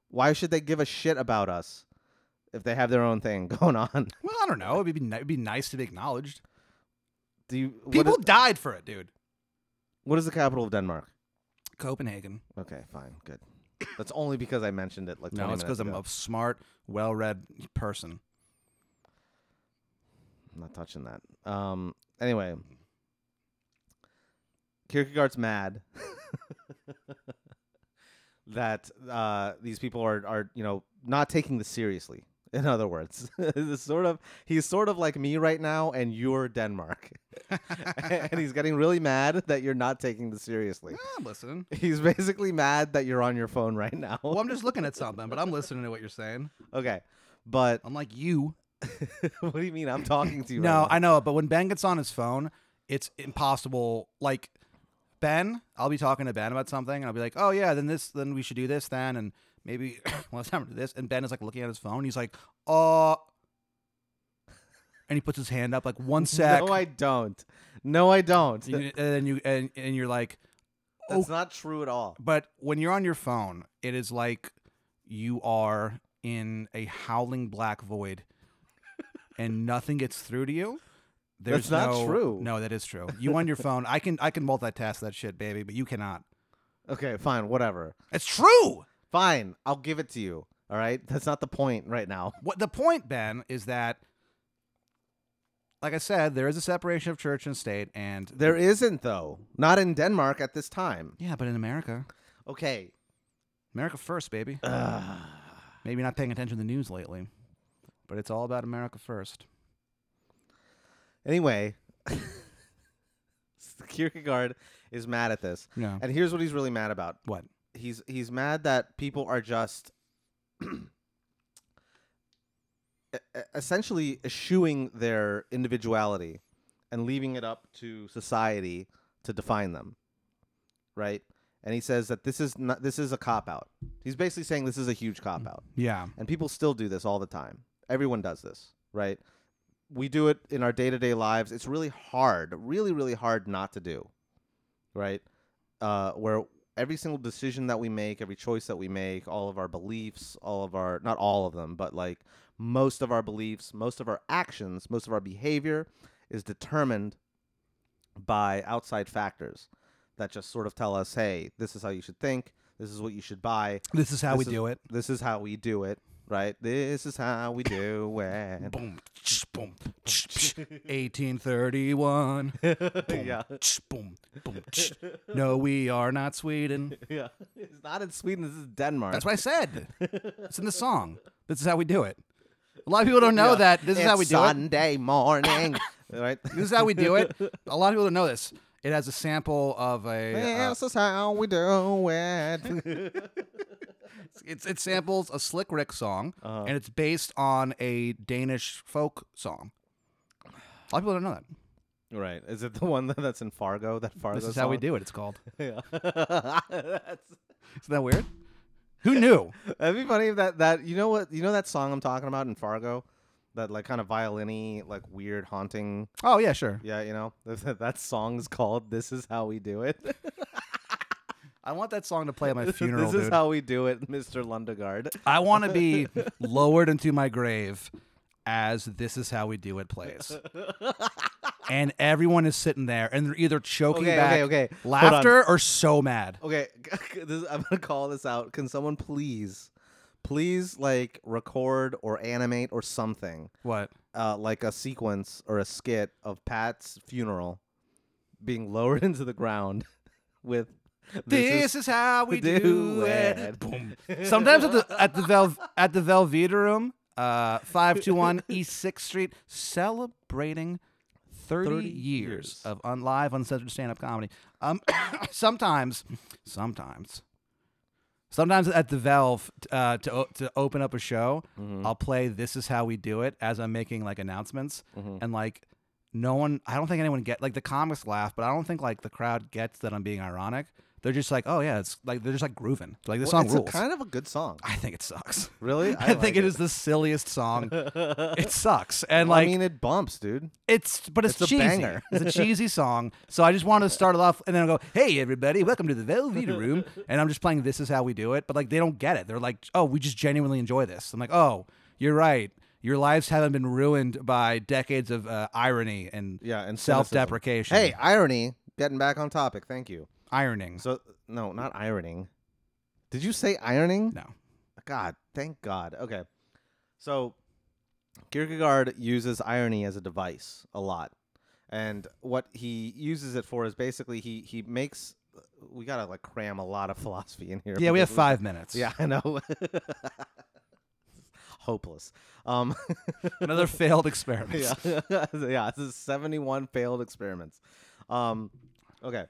[SPEAKER 2] Why should they give a shit about us if they have their own thing going on?
[SPEAKER 3] well, I don't know. It'd be, ni- it'd be nice to be acknowledged.
[SPEAKER 2] Do you, what
[SPEAKER 3] People
[SPEAKER 2] is-
[SPEAKER 3] died for it, dude.
[SPEAKER 2] what is the capital of Denmark?
[SPEAKER 3] Copenhagen.
[SPEAKER 2] Okay, fine, good. That's only because I mentioned it like 20
[SPEAKER 3] No, it's
[SPEAKER 2] minutes
[SPEAKER 3] because I'm
[SPEAKER 2] ago.
[SPEAKER 3] a smart, well-read person.
[SPEAKER 2] I'm not touching that. Um. Anyway, Kierkegaard's mad that uh, these people are are you know not taking this seriously. In other words, this is sort of he's sort of like me right now, and you're Denmark, and he's getting really mad that you're not taking this seriously.
[SPEAKER 3] I'm listening.
[SPEAKER 2] He's basically mad that you're on your phone right now.
[SPEAKER 3] Well, I'm just looking at something, but I'm listening to what you're saying.
[SPEAKER 2] Okay, but
[SPEAKER 3] Unlike you.
[SPEAKER 2] what do you mean I'm talking to you?
[SPEAKER 3] No,
[SPEAKER 2] right now?
[SPEAKER 3] I know, but when Ben gets on his phone, it's impossible. Like Ben, I'll be talking to Ben about something, and I'll be like, "Oh yeah, then this, then we should do this, then, and maybe we'll have time to do this." And Ben is like looking at his phone. He's like, "Uh," and he puts his hand up, like one sec,
[SPEAKER 2] No, I don't. No, I don't.
[SPEAKER 3] and you- and then you and, and you're like,
[SPEAKER 2] That's not true at all.
[SPEAKER 3] But when you're on your phone, it is like you are in a howling black void and nothing gets through to you. There's
[SPEAKER 2] That's not
[SPEAKER 3] no-
[SPEAKER 2] true.
[SPEAKER 3] No, that is true. You on your phone, I can I can multitask that shit, baby, but you cannot.
[SPEAKER 2] Okay, fine, whatever.
[SPEAKER 3] It's true.
[SPEAKER 2] Fine, I'll give it to you. All right? That's not the point right now.
[SPEAKER 3] What the point, Ben, is that like I said, there is a separation of church and state and
[SPEAKER 2] There isn't though. Not in Denmark at this time.
[SPEAKER 3] Yeah, but in America.
[SPEAKER 2] Okay.
[SPEAKER 3] America first, baby.
[SPEAKER 2] Ugh.
[SPEAKER 3] Maybe not paying attention to the news lately. But it's all about America first.
[SPEAKER 2] Anyway, Kierkegaard is mad at this.
[SPEAKER 3] Yeah.
[SPEAKER 2] And here's what he's really mad about.
[SPEAKER 3] What?
[SPEAKER 2] He's he's mad that people are just e- e- essentially eschewing their individuality and leaving it up to society to define them. Right? and he says that this is not this is a cop out. He's basically saying this is a huge cop out.
[SPEAKER 3] Yeah.
[SPEAKER 2] And people still do this all the time. Everyone does this, right? We do it in our day to day lives. It's really hard, really, really hard not to do, right? Uh, where every single decision that we make, every choice that we make, all of our beliefs, all of our, not all of them, but like most of our beliefs, most of our actions, most of our behavior is determined by outside factors that just sort of tell us, hey, this is how you should think, this is what you should buy,
[SPEAKER 3] This is how
[SPEAKER 2] This
[SPEAKER 3] we
[SPEAKER 2] is-
[SPEAKER 3] do it.
[SPEAKER 2] this is how we do it, right? This is how we do it.
[SPEAKER 3] Boom. tsh, Boom. tsh, tsh, 1831.
[SPEAKER 2] yeah.
[SPEAKER 3] tsh, Boom. Boom. tsh. No, we are not Sweden.
[SPEAKER 2] Yeah. It's not in Sweden, this is Denmark.
[SPEAKER 3] That's what I said. It's in the song. This is how we do it. A lot of people don't know that. This is how we do it.
[SPEAKER 2] Sunday morning. right?
[SPEAKER 3] This is how we do it. A lot of people don't know this. It has a sample of a. Uh,
[SPEAKER 2] This is how we do it.
[SPEAKER 3] it's, it samples a Slick Rick song,
[SPEAKER 2] Uh-huh.
[SPEAKER 3] and it's based on a Danish folk song. A lot of people don't know that.
[SPEAKER 2] right. Is it the one that- that's in Fargo? That Fargo
[SPEAKER 3] This is how we do it. It's called.
[SPEAKER 2] Yeah. that's,
[SPEAKER 3] Isn't that weird? Who knew?
[SPEAKER 2] that'd be funny if that, that, you know what, you know that song I'm talking about in Fargo? That like kind of violin like weird haunting.
[SPEAKER 3] Oh yeah, sure.
[SPEAKER 2] Yeah, you know, that song is called This Is How We Do It.
[SPEAKER 3] I want that song to play at my
[SPEAKER 2] This is-
[SPEAKER 3] funeral,
[SPEAKER 2] This is
[SPEAKER 3] dude.
[SPEAKER 2] how we do it, Mr. Lundegaard.
[SPEAKER 3] I want to be lowered into my grave as "This Is How We Do It" plays, and everyone is sitting there, and they're either choking
[SPEAKER 2] Okay,
[SPEAKER 3] back
[SPEAKER 2] okay, okay. Hold on.
[SPEAKER 3] laughter or so mad.
[SPEAKER 2] Okay, this, I'm gonna call this out. Can someone please, please, like record or animate or something,
[SPEAKER 3] What?
[SPEAKER 2] uh, like a sequence or a skit of Pat's funeral being lowered into the ground with
[SPEAKER 3] This,
[SPEAKER 2] is-
[SPEAKER 3] is, how we do,
[SPEAKER 2] do
[SPEAKER 3] it.
[SPEAKER 2] it.
[SPEAKER 3] Boom. Sometimes at the at the Vel, at the Velveeta Room, uh, five two one East Sixth Street, celebrating thirty,
[SPEAKER 2] 30
[SPEAKER 3] years,
[SPEAKER 2] years.
[SPEAKER 3] of un- live uncensored stand up comedy. Um, sometimes, sometimes, sometimes at the Velve uh, to o- to open up a show,
[SPEAKER 2] Mm-hmm.
[SPEAKER 3] I'll play "This Is How We Do It" as I'm making like announcements,
[SPEAKER 2] Mm-hmm.
[SPEAKER 3] and like no one i don't think anyone get like the comics laugh but i don't think like the crowd gets that i'm being ironic they're just like oh yeah it's like they're just like grooving like this
[SPEAKER 2] Well,
[SPEAKER 3] song
[SPEAKER 2] it's a
[SPEAKER 3] rules
[SPEAKER 2] kind of a good song.
[SPEAKER 3] i think it sucks
[SPEAKER 2] Really,
[SPEAKER 3] i, think it is the silliest song it sucks and
[SPEAKER 2] I
[SPEAKER 3] like
[SPEAKER 2] mean, it bumps, dude.
[SPEAKER 3] it's but it's,
[SPEAKER 2] it's a
[SPEAKER 3] cheesy
[SPEAKER 2] banger.
[SPEAKER 3] it's a cheesy song so i just want to start it off and then i go hey everybody welcome to the velveeta room and i'm just playing this is how we do it but like they don't get it they're like oh we just genuinely enjoy this i'm like oh you're right your lives haven't been ruined by decades of uh, irony and
[SPEAKER 2] Yeah, and cynicism.
[SPEAKER 3] self-deprecation
[SPEAKER 2] Hey, irony. Getting back on topic. Thank you.
[SPEAKER 3] ironing.
[SPEAKER 2] So no, not ironing. Did you say ironing?
[SPEAKER 3] No.
[SPEAKER 2] God, thank God. Okay. So Kierkegaard uses irony as a device a lot. And what he uses it for is basically he he makes we got to like cram a lot of philosophy in here.
[SPEAKER 3] Yeah, we have
[SPEAKER 2] because
[SPEAKER 3] five minutes.
[SPEAKER 2] Yeah, I know. Hopeless. Um
[SPEAKER 3] Another failed experiment.
[SPEAKER 2] yeah. yeah, this is 71 failed experiments. Um, okay.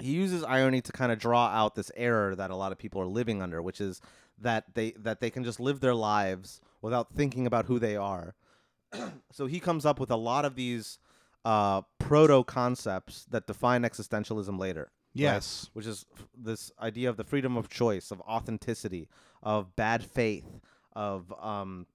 [SPEAKER 2] He uses irony to kind of draw out this error that a lot of people are living under, which is that they that they can just live their lives without thinking about who they are. so he comes up with a lot of these uh, proto concepts that define existentialism later
[SPEAKER 3] Yes.
[SPEAKER 2] which is f- this idea of the freedom of choice, of authenticity, of bad faith, of um,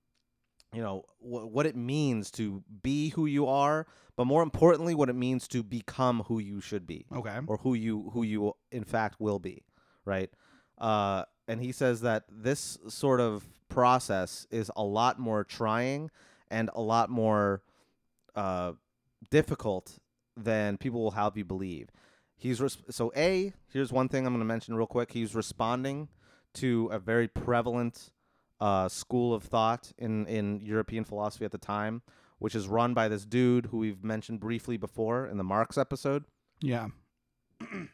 [SPEAKER 2] you know wh- what it means to be who you are, but more importantly, what it means to become who you should be,
[SPEAKER 3] Okay.
[SPEAKER 2] or who you who you in fact will be, right? Uh, and he says that this sort of process is a lot more trying and a lot more uh, difficult than people will have you believe. He's res- so a. Here's one thing I'm going to mention real quick. He's responding to a very prevalent uh, school of thought in in European philosophy at the time, which is run by this dude who we've mentioned briefly before in the Marx episode.
[SPEAKER 3] Yeah.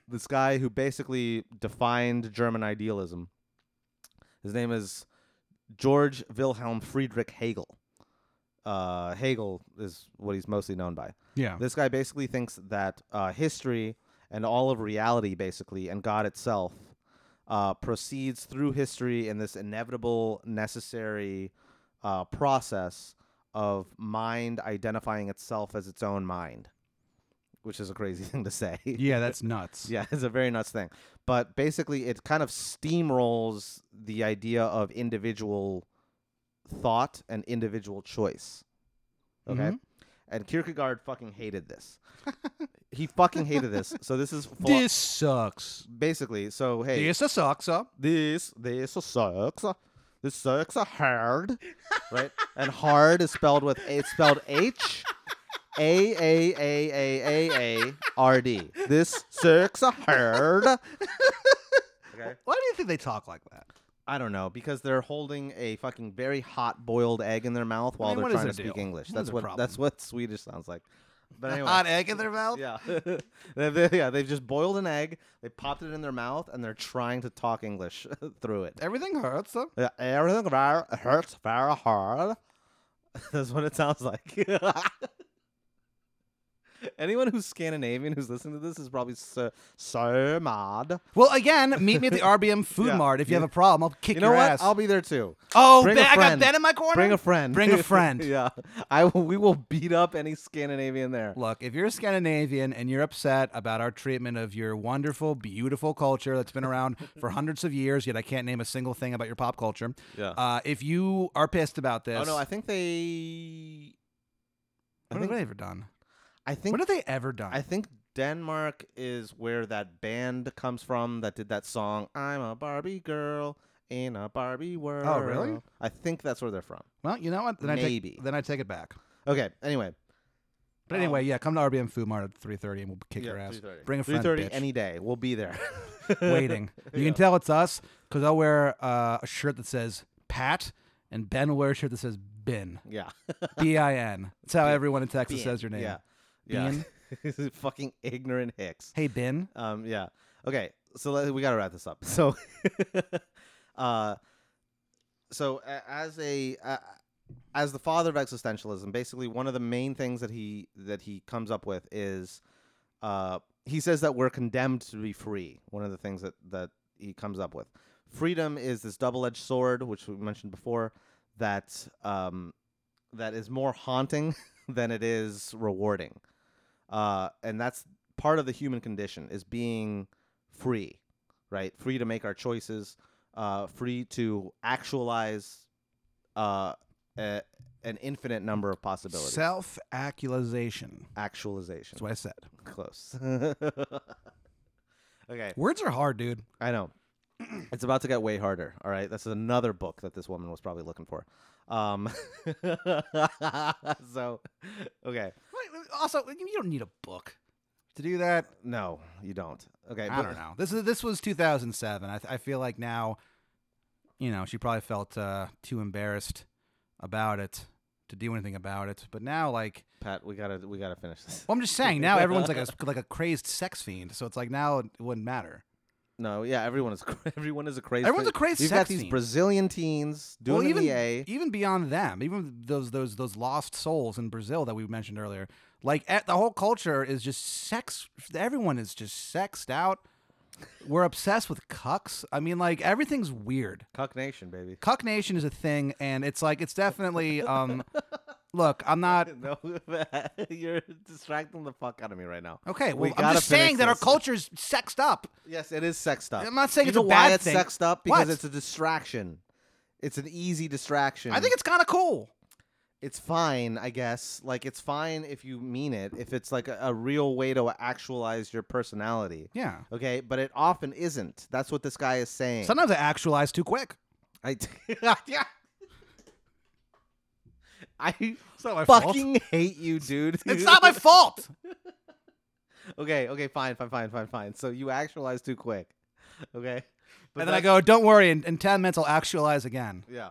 [SPEAKER 2] This guy who basically defined German idealism. His name is George Wilhelm Friedrich Hegel. Uh, Hegel is what he's mostly known by.
[SPEAKER 3] Yeah.
[SPEAKER 2] This guy basically thinks that uh, history and all of reality, basically, and God itself, uh, proceeds through history in this inevitable, necessary uh, process of mind identifying itself as its own mind. which is a crazy thing to say.
[SPEAKER 3] Yeah, that's nuts.
[SPEAKER 2] Yeah, it's a very nuts thing. But basically, it kind of steamrolls the idea of individual thought and individual choice. Okay?
[SPEAKER 3] Mhm.
[SPEAKER 2] And Kierkegaard fucking hated this. he fucking hated this. So this is full-
[SPEAKER 3] This sucks.
[SPEAKER 2] basically so hey
[SPEAKER 3] This sucks up.
[SPEAKER 2] this this sucks. This sucks hard, right? And hard is spelled with it's spelled H A A A A A A R D. This sucks hard. Okay.
[SPEAKER 3] Why do you think they talk like that?
[SPEAKER 2] I don't know because they're holding a fucking very hot boiled egg in their mouth while
[SPEAKER 3] mean, what
[SPEAKER 2] they're
[SPEAKER 3] is
[SPEAKER 2] trying to
[SPEAKER 3] their
[SPEAKER 2] speak
[SPEAKER 3] deal?
[SPEAKER 2] English.
[SPEAKER 3] What is
[SPEAKER 2] that's
[SPEAKER 3] their
[SPEAKER 2] what
[SPEAKER 3] problem?
[SPEAKER 2] that's what Swedish sounds like. But anyway,
[SPEAKER 3] Hot egg in their mouth.
[SPEAKER 2] yeah, They- they- yeah, they've just boiled an egg, they popped it in their mouth, and they're trying to talk English through it.
[SPEAKER 3] Everything hurts them.
[SPEAKER 2] Yeah, everything very, hurts very hard. That's what it sounds like. Anyone who's Scandinavian who's listening to this is probably so, so mad.
[SPEAKER 3] Well, again, meet me at the RBM Food
[SPEAKER 2] Yeah.
[SPEAKER 3] Mart if you have a problem. I'll kick
[SPEAKER 2] You know
[SPEAKER 3] your
[SPEAKER 2] what?
[SPEAKER 3] ass.
[SPEAKER 2] I'll be there too.
[SPEAKER 3] oh,
[SPEAKER 2] bring
[SPEAKER 3] Ben-
[SPEAKER 2] a
[SPEAKER 3] I got
[SPEAKER 2] friend.
[SPEAKER 3] Ben in my corner.
[SPEAKER 2] Bring a friend.
[SPEAKER 3] Bring a friend.
[SPEAKER 2] yeah, I will, we will beat up any Scandinavian there.
[SPEAKER 3] Look, if you're Scandinavian and you're upset about our treatment of your wonderful, beautiful culture that's been around for hundreds of years, yet I can't name a single thing about your pop culture.
[SPEAKER 2] Yeah.
[SPEAKER 3] Uh, if you are pissed about this,
[SPEAKER 2] Oh no, I think they. I
[SPEAKER 3] what have
[SPEAKER 2] think,
[SPEAKER 3] they ever done?
[SPEAKER 2] I think
[SPEAKER 3] what have they ever done?
[SPEAKER 2] I think Denmark is where that band comes from that did that song "I'm a Barbie girl in a Barbie world."
[SPEAKER 3] Oh, really?
[SPEAKER 2] I think that's where they're from.
[SPEAKER 3] well, you know what? Then I
[SPEAKER 2] Maybe.
[SPEAKER 3] take, then I take it back.
[SPEAKER 2] Okay. Anyway,
[SPEAKER 3] But
[SPEAKER 2] Um,
[SPEAKER 3] anyway, yeah, come to RBM Food Mart at 3:30 and we'll kick your ass. Bring a
[SPEAKER 2] three
[SPEAKER 3] friend.
[SPEAKER 2] thirty
[SPEAKER 3] bitch.
[SPEAKER 2] any day. We'll be there.
[SPEAKER 3] waiting. You can tell it's us because I'll wear uh, a shirt that says Pat, and Ben will wear a shirt that says Bin.
[SPEAKER 2] yeah.
[SPEAKER 3] B I N. That's how everyone in Texas
[SPEAKER 2] Bean.
[SPEAKER 3] says your name.
[SPEAKER 2] Yeah. Yeah. Fucking ignorant hicks.
[SPEAKER 3] Hey, Bin.
[SPEAKER 2] Um, yeah. Okay. So let, we got to wrap this up. So, uh, so a- as a uh, as the father of existentialism, basically one of the main things that he that he comes up with is, uh, he says that we're condemned to be free. One of the things that that he comes up with, freedom is this double edged sword, which we mentioned before, that um, that is more haunting than it is rewarding, uh, and that's part of the human condition is being free, right? Free to make our choices, uh, free to actualize uh, a, an infinite number of possibilities.
[SPEAKER 3] Self actualization.
[SPEAKER 2] Actualization.
[SPEAKER 3] That's what I said.
[SPEAKER 2] Close. okay,
[SPEAKER 3] Words are hard, dude.
[SPEAKER 2] I know. It's about to get way harder. All right, that's another book that this woman was probably looking for. Um, so, okay,
[SPEAKER 3] Also, you don't need a book to do that.
[SPEAKER 2] no, you don't. Okay,
[SPEAKER 3] I don't know. This is this was 2007. I, th- I feel like now, you know, she probably felt uh, too embarrassed about it to do anything about it. But now, like,
[SPEAKER 2] Pat, we gotta we gotta finish this.
[SPEAKER 3] Well, I'm just saying now everyone's like a like a crazed sex fiend, so it's like now it wouldn't matter.
[SPEAKER 2] No, yeah, everyone is everyone is a crazy.
[SPEAKER 3] Everyone's a crazy
[SPEAKER 2] You've got
[SPEAKER 3] sex
[SPEAKER 2] these
[SPEAKER 3] fiend.
[SPEAKER 2] Brazilian teens doing
[SPEAKER 3] well, even
[SPEAKER 2] the E EA.
[SPEAKER 3] even beyond them, even those those those lost souls in Brazil that we mentioned earlier, like eh, the whole culture is just sex. Everyone is just sexed out. We're obsessed with cucks. I mean, like everything's weird.
[SPEAKER 2] Cuck Nation, baby.
[SPEAKER 3] Cuck nation is a thing, and it's like it's definitely. um Look, I'm not
[SPEAKER 2] No, you're distracting the fuck out of me right now.
[SPEAKER 3] okay.
[SPEAKER 2] We
[SPEAKER 3] Well, I'm
[SPEAKER 2] gotta
[SPEAKER 3] just saying
[SPEAKER 2] finish
[SPEAKER 3] that our
[SPEAKER 2] this.
[SPEAKER 3] culture's sexed up.
[SPEAKER 2] Yes, it is sexed up.
[SPEAKER 3] I'm not saying
[SPEAKER 2] you
[SPEAKER 3] it's
[SPEAKER 2] know
[SPEAKER 3] a
[SPEAKER 2] why
[SPEAKER 3] bad
[SPEAKER 2] it's
[SPEAKER 3] thing.
[SPEAKER 2] sexed up because
[SPEAKER 3] What?
[SPEAKER 2] it's a distraction. It's an easy distraction.
[SPEAKER 3] I think it's kind of cool.
[SPEAKER 2] it's fine, I guess. Like it's fine if you mean it, if it's like a, a real way to actualize your personality.
[SPEAKER 3] Yeah.
[SPEAKER 2] Okay, but it often isn't. That's what this guy is saying.
[SPEAKER 3] Sometimes I actualize too quick.
[SPEAKER 2] I yeah. I
[SPEAKER 3] It's not my
[SPEAKER 2] fucking hate you, dude.
[SPEAKER 3] It's not my fault.
[SPEAKER 2] okay, okay, fine, fine, fine, fine, fine. So you actualize too quick. Okay.
[SPEAKER 3] and then I
[SPEAKER 2] that's-
[SPEAKER 3] go, don't worry, in, in 10 minutes I'll actualize again.
[SPEAKER 2] Yeah.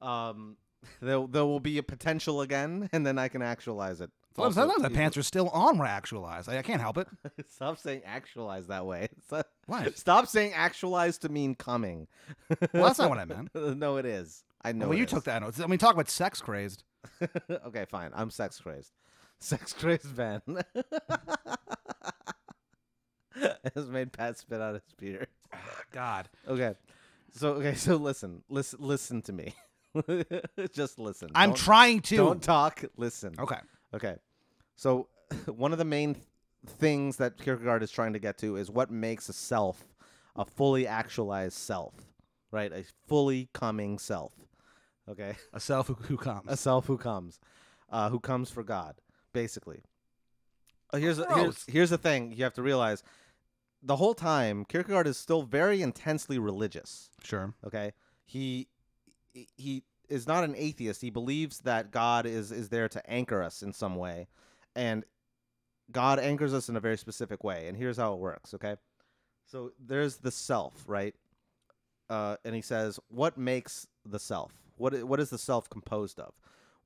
[SPEAKER 2] Um there there will be a potential again and then I can actualize it.
[SPEAKER 3] Sometimes,
[SPEAKER 2] Also,
[SPEAKER 3] sometimes the
[SPEAKER 2] you-
[SPEAKER 3] pants are still on when I actualize. I, I can't help it.
[SPEAKER 2] Stop saying actualize that way. Stop-
[SPEAKER 3] What?
[SPEAKER 2] Stop saying actualize to mean coming.
[SPEAKER 3] Well, that's not what I meant.
[SPEAKER 2] no, it is. I know.
[SPEAKER 3] well,
[SPEAKER 2] it
[SPEAKER 3] you
[SPEAKER 2] is.
[SPEAKER 3] took that. I mean, talk about sex crazed.
[SPEAKER 2] okay, fine. I'm sex crazed. Sex crazed Ben. Has made Pat spit out his beer.
[SPEAKER 3] God.
[SPEAKER 2] Okay. So okay, so listen. Listen listen to me. Just listen.
[SPEAKER 3] I'm
[SPEAKER 2] Don't-
[SPEAKER 3] trying to.
[SPEAKER 2] Don't talk, listen.
[SPEAKER 3] okay.
[SPEAKER 2] Okay. So one of the main things that Kierkegaard is trying to get to is what makes a self a fully actualized self, right? A fully coming self. Okay,
[SPEAKER 3] A self who, who comes.
[SPEAKER 2] a self who comes, uh, who comes for God, basically. Uh, here's here's
[SPEAKER 3] Gross.
[SPEAKER 2] here's the thing you have to realize: the whole time Kierkegaard is still very intensely religious.
[SPEAKER 3] sure.
[SPEAKER 2] Okay, he he- he is not an atheist. He believes that God is is there to anchor us in some way, and God anchors us in a very specific way. And here's how it works. Okay, so there's the self, right? Uh, and he says, what makes the self? What i- what is the self composed of?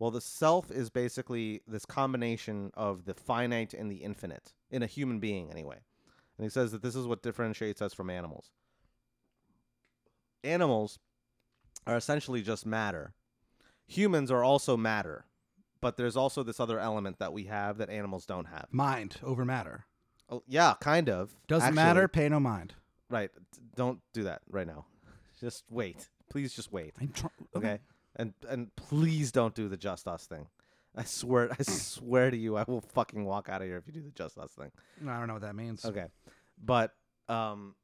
[SPEAKER 2] Well, the self is basically this combination of the finite and the infinite in a human being, anyway. And he says that this is what differentiates us from animals animals are essentially just matter. Humans are also matter, but there's also this other element that we have that animals don't have.
[SPEAKER 3] Mind over matter.
[SPEAKER 2] Oh, yeah, kind of.
[SPEAKER 3] Doesn't
[SPEAKER 2] actually.
[SPEAKER 3] matter. Pay no mind.
[SPEAKER 2] Right. d- Don't do that right now. Just wait. Please just wait.
[SPEAKER 3] I'm tr-
[SPEAKER 2] Okay? And and please don't do the just us thing. I swear I swear to you I will fucking walk out of here if you do the just us thing.
[SPEAKER 3] I don't know what that means.
[SPEAKER 2] Okay. But um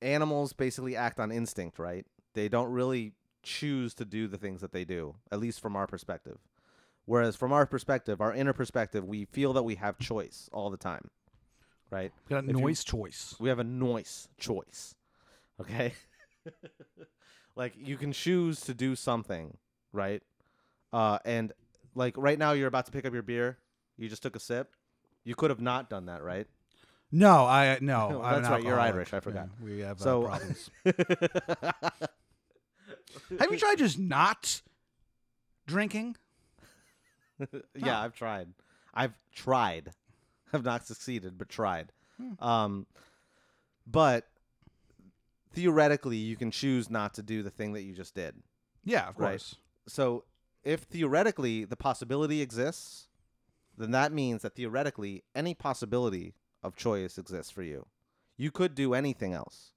[SPEAKER 2] animals basically act on instinct, right? They don't really choose to do the things that they do, at least from our perspective. Whereas from our perspective, our inner perspective, we feel that we have choice all the time. Right?
[SPEAKER 3] Got
[SPEAKER 2] you-
[SPEAKER 3] noise choice.
[SPEAKER 2] We have a noise choice. Okay? like you can choose to do something, right? Uh and like right now you're about to pick up your beer. You just took a sip. You could have not done that, right?
[SPEAKER 3] No, I no.
[SPEAKER 2] Well,
[SPEAKER 3] I'm an
[SPEAKER 2] that's right, you're
[SPEAKER 3] alcoholic.
[SPEAKER 2] Irish, I forgot.
[SPEAKER 3] Yeah, we have
[SPEAKER 2] So-
[SPEAKER 3] uh, problems. have you tried just not drinking?
[SPEAKER 2] yeah, I've tried. I've tried. I've not succeeded, but tried. Um, but theoretically, you can choose not to do the thing that you just did.
[SPEAKER 3] Yeah, of
[SPEAKER 2] Right.
[SPEAKER 3] course.
[SPEAKER 2] So, if theoretically the possibility exists, then that means that theoretically any possibility of choice exists for you. You could do anything else.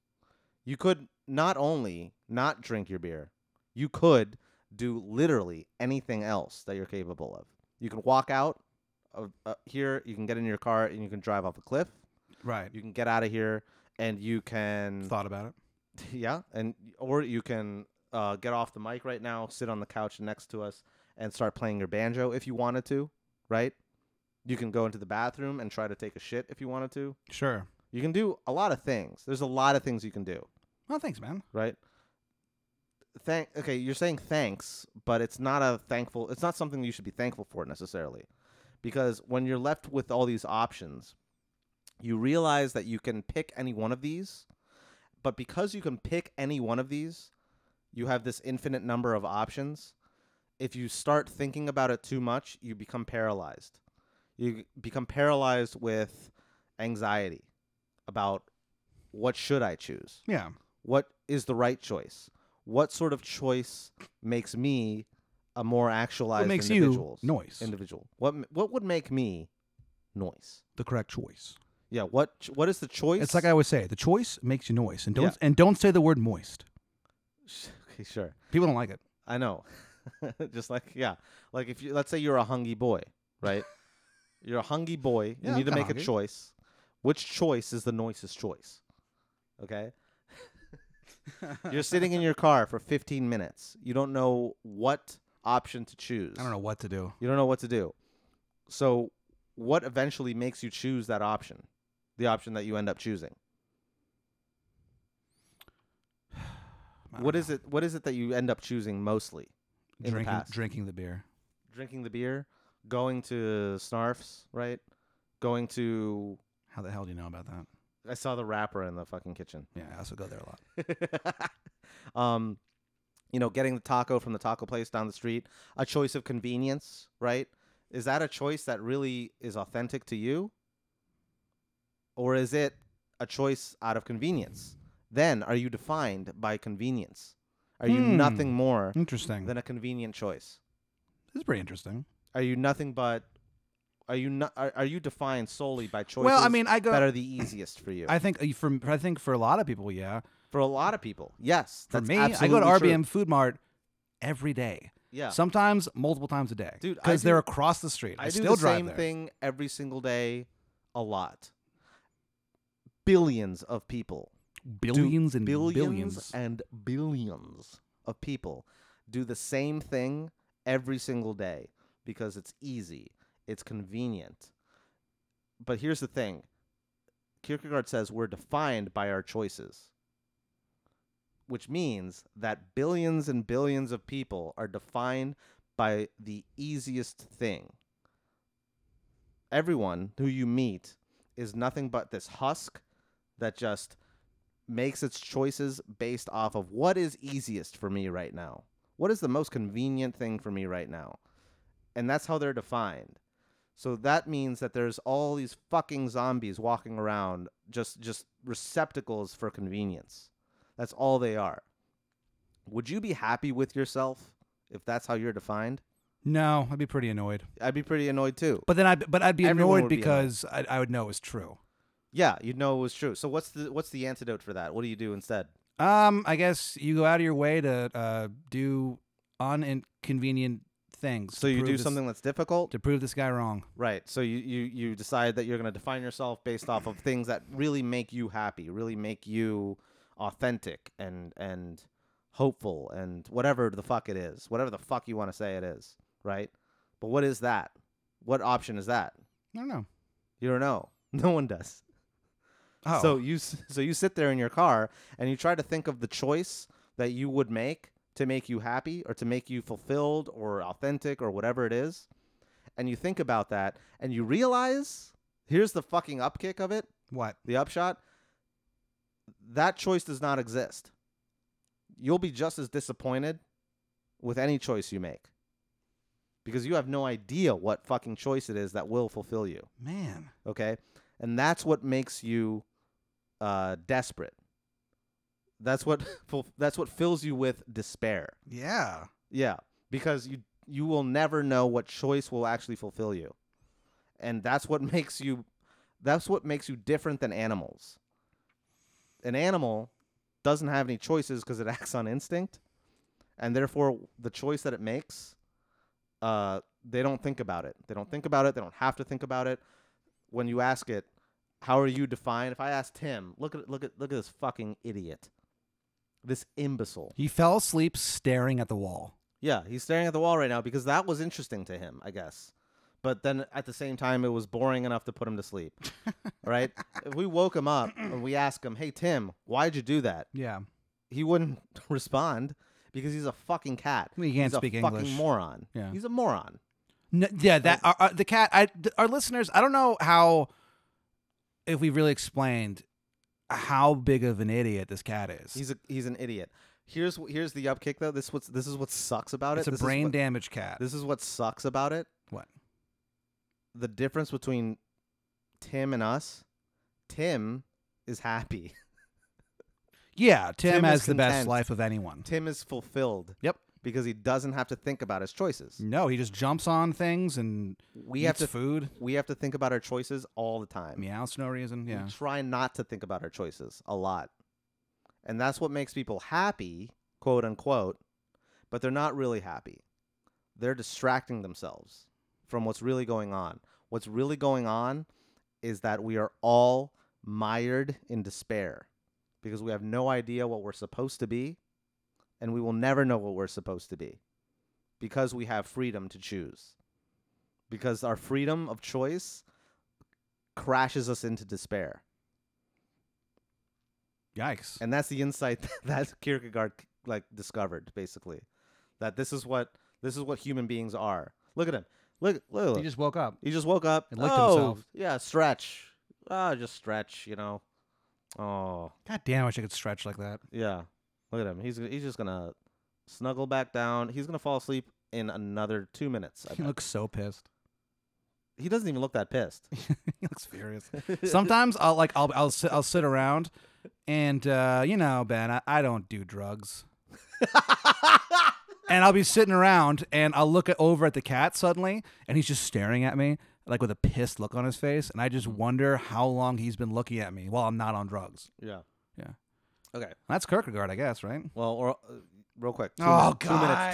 [SPEAKER 2] You could not only not drink your beer, you could do literally anything else that you're capable of. You can walk out of uh, here, you can get in your car and you can drive off a cliff.
[SPEAKER 3] Right.
[SPEAKER 2] You can get out of here and you can
[SPEAKER 3] Thought about it.
[SPEAKER 2] yeah, and or you can uh, get off the mic right now, sit on the couch next to us, and start playing your banjo if you wanted to, right? You can go into the bathroom and try to take a shit if you wanted to.
[SPEAKER 3] Sure.
[SPEAKER 2] You can do a lot of things. There's a lot of things you can do,
[SPEAKER 3] Well, thanks, man.
[SPEAKER 2] right? Thank. Okay, you're saying thanks, but it's not a thankful. It's not something you should be thankful for necessarily, because when you're left with all these options, you realize that you can pick any one of these, but because you can pick any one of these, you have this infinite number of options. If you start thinking about it too much, you become paralyzed. You become paralyzed with anxiety about what should I choose?
[SPEAKER 3] Yeah.
[SPEAKER 2] What is the right choice? What sort of choice makes me a more actualized
[SPEAKER 3] makes you
[SPEAKER 2] individual?
[SPEAKER 3] noise?
[SPEAKER 2] Individual. What m- what would make me noise?
[SPEAKER 3] The correct choice.
[SPEAKER 2] Yeah. What ch- what is the choice?
[SPEAKER 3] It's like I always say, the choice makes you noise, and don't
[SPEAKER 2] Yeah.
[SPEAKER 3] and don't say the word moist.
[SPEAKER 2] okay, sure.
[SPEAKER 3] People don't like it.
[SPEAKER 2] I know. Just like yeah, like if you let's say you're a hungry boy, right? you're a hungry boy.
[SPEAKER 3] Yeah,
[SPEAKER 2] you
[SPEAKER 3] I'm
[SPEAKER 2] need to
[SPEAKER 3] kinda
[SPEAKER 2] make
[SPEAKER 3] hungry.
[SPEAKER 2] a choice. Which choice is the noisiest choice? Okay. you're sitting in your car for 15 minutes. You don't know what option to choose.
[SPEAKER 3] I don't know what to do.
[SPEAKER 2] You don't know what to do. So, what eventually makes you choose that option? The option that you end up choosing.
[SPEAKER 3] I don't
[SPEAKER 2] What is it? What is it that you end up choosing mostly? in the
[SPEAKER 3] drinking
[SPEAKER 2] past?
[SPEAKER 3] drinking the beer?
[SPEAKER 2] drinking the beer, going to Snarf's, right? Going to
[SPEAKER 3] How the hell do you know about that?
[SPEAKER 2] I saw the wrapper in the fucking kitchen.
[SPEAKER 3] Yeah, I also go there a lot.
[SPEAKER 2] um, you know, getting the taco from the taco place down the street, a choice of convenience, right? Is that a choice that really is authentic to you? Or is it a choice out of convenience? Then are you defined by convenience? Are you
[SPEAKER 3] Hmm.
[SPEAKER 2] nothing more
[SPEAKER 3] Interesting.
[SPEAKER 2] than a convenient choice?
[SPEAKER 3] This is pretty interesting.
[SPEAKER 2] Are you nothing but are you not are, are you defined solely by choices
[SPEAKER 3] Well, I mean, I go.
[SPEAKER 2] that are the easiest for you?
[SPEAKER 3] I think uh, for I think for a lot of people, yeah.
[SPEAKER 2] for a lot of people. Yes.
[SPEAKER 3] For
[SPEAKER 2] that's
[SPEAKER 3] me, I go to
[SPEAKER 2] absolutely
[SPEAKER 3] RBM
[SPEAKER 2] true.
[SPEAKER 3] Food Mart every day.
[SPEAKER 2] Yeah.
[SPEAKER 3] Sometimes multiple times a day.
[SPEAKER 2] Dude, I
[SPEAKER 3] because they're
[SPEAKER 2] do-
[SPEAKER 3] across the street. I,
[SPEAKER 2] I do
[SPEAKER 3] still
[SPEAKER 2] the
[SPEAKER 3] drive
[SPEAKER 2] same
[SPEAKER 3] there.
[SPEAKER 2] thing every single day a lot. Billions of people do-
[SPEAKER 3] Billions and
[SPEAKER 2] billions,
[SPEAKER 3] billions.
[SPEAKER 2] and billions of people do the same thing every single day because it's easy, it's convenient. But here's the thing Kierkegaard says we're defined by our choices, which means that billions and billions of people are defined by the easiest thing. Everyone who you meet is nothing but this husk that just makes its choices based off of what is easiest for me right now. What is the most convenient thing for me right now? And that's how they're defined. So that means that there's all these fucking zombies walking around just just receptacles for convenience. That's all they are. Would you be happy with yourself if that's how you're defined?
[SPEAKER 3] No, I'd be pretty annoyed.
[SPEAKER 2] I'd be pretty annoyed too.
[SPEAKER 3] But then I but I'd be
[SPEAKER 2] Everyone
[SPEAKER 3] annoyed
[SPEAKER 2] would be annoyed.
[SPEAKER 3] because I, I would know it was true.
[SPEAKER 2] Yeah, you'd know it was true. So what's the what's the antidote for that? What do you do instead?
[SPEAKER 3] Um, I guess you go out of your way to uh, do uninconvenient things.
[SPEAKER 2] So
[SPEAKER 3] to
[SPEAKER 2] you
[SPEAKER 3] prove
[SPEAKER 2] do
[SPEAKER 3] this-
[SPEAKER 2] something that's difficult?
[SPEAKER 3] to prove this guy wrong.
[SPEAKER 2] Right. So you, you you decide that you're going to define yourself based off of things that really make you happy, really make you authentic and and hopeful and whatever the fuck it is, whatever the fuck you want to say it is, right? But what is that? What option is that?
[SPEAKER 3] I don't know.
[SPEAKER 2] You don't know. No one does.
[SPEAKER 3] Oh,
[SPEAKER 2] So you s- so you sit there in your car and you try to think of the choice that you would make to make you happy or to make you fulfilled or authentic or whatever it is. And you think about that and you realize here's the fucking upkick of it,
[SPEAKER 3] what?
[SPEAKER 2] the upshot. That choice does not exist. You'll be just as disappointed with any choice you make. Because you have no idea what fucking choice it is that will fulfill you
[SPEAKER 3] Man.
[SPEAKER 2] okay and that's what makes you uh desperate that's what ful- that's what fills you with despair
[SPEAKER 3] Yeah.
[SPEAKER 2] yeah because you you will never know what choice will actually fulfill you and that's what makes you that's what makes you different than animals an animal doesn't have any choices because it acts on instinct and therefore the choice that it makes uh, they don't think about it they don't think about it they don't have to think about it when you ask it how are you defined if i asked him look at look at look at this fucking idiot this imbecile
[SPEAKER 3] He fell asleep staring at the wall.
[SPEAKER 2] yeah, he's staring at the wall right now because that was interesting to him, I guess. But then at the same time, it was boring enough to put him to sleep. right? If we woke him up and we asked him, hey, Tim, why'd you do that?
[SPEAKER 3] Yeah.
[SPEAKER 2] He wouldn't respond because he's a fucking cat.
[SPEAKER 3] Well, he can't
[SPEAKER 2] he's
[SPEAKER 3] speak
[SPEAKER 2] a fucking
[SPEAKER 3] English.
[SPEAKER 2] moron.
[SPEAKER 3] Yeah.
[SPEAKER 2] He's a moron.
[SPEAKER 3] No, yeah, that our, our- the cat. I th- our listeners. I don't know how if we really explained how big of an idiot this cat is.
[SPEAKER 2] He's a, he's an idiot. Here's wh- here's the upkick though. This what's this is what sucks about
[SPEAKER 3] it's
[SPEAKER 2] it.
[SPEAKER 3] a
[SPEAKER 2] This is
[SPEAKER 3] brain
[SPEAKER 2] what-
[SPEAKER 3] damaged cat.
[SPEAKER 2] This is what sucks about it.
[SPEAKER 3] What?
[SPEAKER 2] The difference between Tim and us. Tim is happy.
[SPEAKER 3] yeah, Tim,
[SPEAKER 2] Tim is
[SPEAKER 3] has the best
[SPEAKER 2] content.
[SPEAKER 3] life of anyone.
[SPEAKER 2] Tim is fulfilled.
[SPEAKER 3] Yep.
[SPEAKER 2] Because he doesn't have to think about his choices.
[SPEAKER 3] No, he just jumps on things and
[SPEAKER 2] We
[SPEAKER 3] eats
[SPEAKER 2] have to
[SPEAKER 3] food.
[SPEAKER 2] we have to think about our choices all the time.
[SPEAKER 3] Meows for no reason. Yeah.
[SPEAKER 2] We try not to think about our choices a lot. And that's what makes people happy, quote unquote, but they're not really happy. They're distracting themselves from what's really going on. What's really going on is that we are all mired in despair because we have no idea what we're supposed to be and we will never know what we're supposed to be because we have freedom to choose. Because our freedom of choice crashes us into despair.
[SPEAKER 3] Yikes.
[SPEAKER 2] And that's the insight that Kierkegaard like discovered basically. That this is what this is what human beings are. Look at him. Look look. at
[SPEAKER 3] He
[SPEAKER 2] him.
[SPEAKER 3] just woke up.
[SPEAKER 2] he just woke up.
[SPEAKER 3] He licked
[SPEAKER 2] oh,
[SPEAKER 3] himself."
[SPEAKER 2] Yeah, stretch. Ah, just stretch, you know. Oh,
[SPEAKER 3] God damn! I wish I could stretch like that.
[SPEAKER 2] yeah. Look at him. He's he's just going to snuggle back down. He's going to fall asleep in another 2 minutes. I
[SPEAKER 3] He
[SPEAKER 2] bet.
[SPEAKER 3] looks so pissed.
[SPEAKER 2] he doesn't even look that pissed.
[SPEAKER 3] he looks furious. Sometimes I'll like I'll I'll sit, I'll sit around, and uh, you know Ben, I, I don't do drugs, and I'll be sitting around and I'll look at, over at the cat suddenly, and he's just staring at me like with a pissed look on his face, and I just wonder how long he's been looking at me while I'm not on drugs.
[SPEAKER 2] yeah.
[SPEAKER 3] Yeah.
[SPEAKER 2] Okay.
[SPEAKER 3] That's Kierkegaard, I guess, right?
[SPEAKER 2] Well, or, uh, real quick. two
[SPEAKER 3] Oh,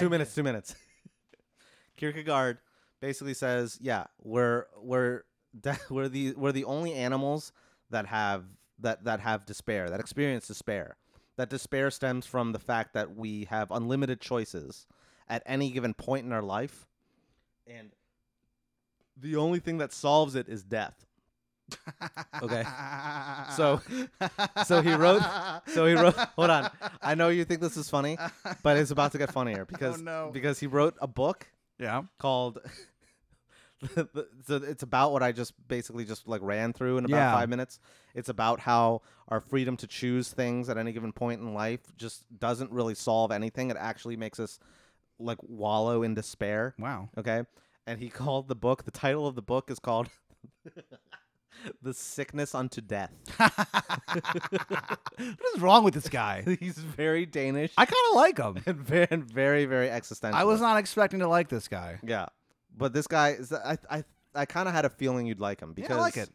[SPEAKER 2] minutes, Two minutes. Two
[SPEAKER 3] God.
[SPEAKER 2] minutes. Two minutes. Kierkegaard basically says, yeah, we're we're that we're the we're the only animals that have that that have despair that experience despair that despair stems from the fact that we have unlimited choices at any given point in our life and the only thing that solves it is death Okay. So-
[SPEAKER 3] Ah.
[SPEAKER 2] so he wrote- so he wrote hold on i know you think this is funny but it's about to get
[SPEAKER 3] Oh,
[SPEAKER 2] funnier because
[SPEAKER 3] no.
[SPEAKER 2] because he wrote a book
[SPEAKER 3] yeah.
[SPEAKER 2] called so it's about what i just basically just like ran through in about
[SPEAKER 3] Yeah.
[SPEAKER 2] five minutes it's about how our freedom to choose things at any given point in life just doesn't really solve anything it actually makes us like wallow in despair
[SPEAKER 3] Wow.
[SPEAKER 2] okay and he called the book the title of the book is called the sickness unto death
[SPEAKER 3] What is wrong with this guy?
[SPEAKER 2] he's very danish
[SPEAKER 3] I kind of like him.
[SPEAKER 2] and very and very, very existential
[SPEAKER 3] I was not expecting to like this guy.
[SPEAKER 2] Yeah, but this guy is. I I I kind of had a feeling you'd like him because
[SPEAKER 3] yeah, I like it.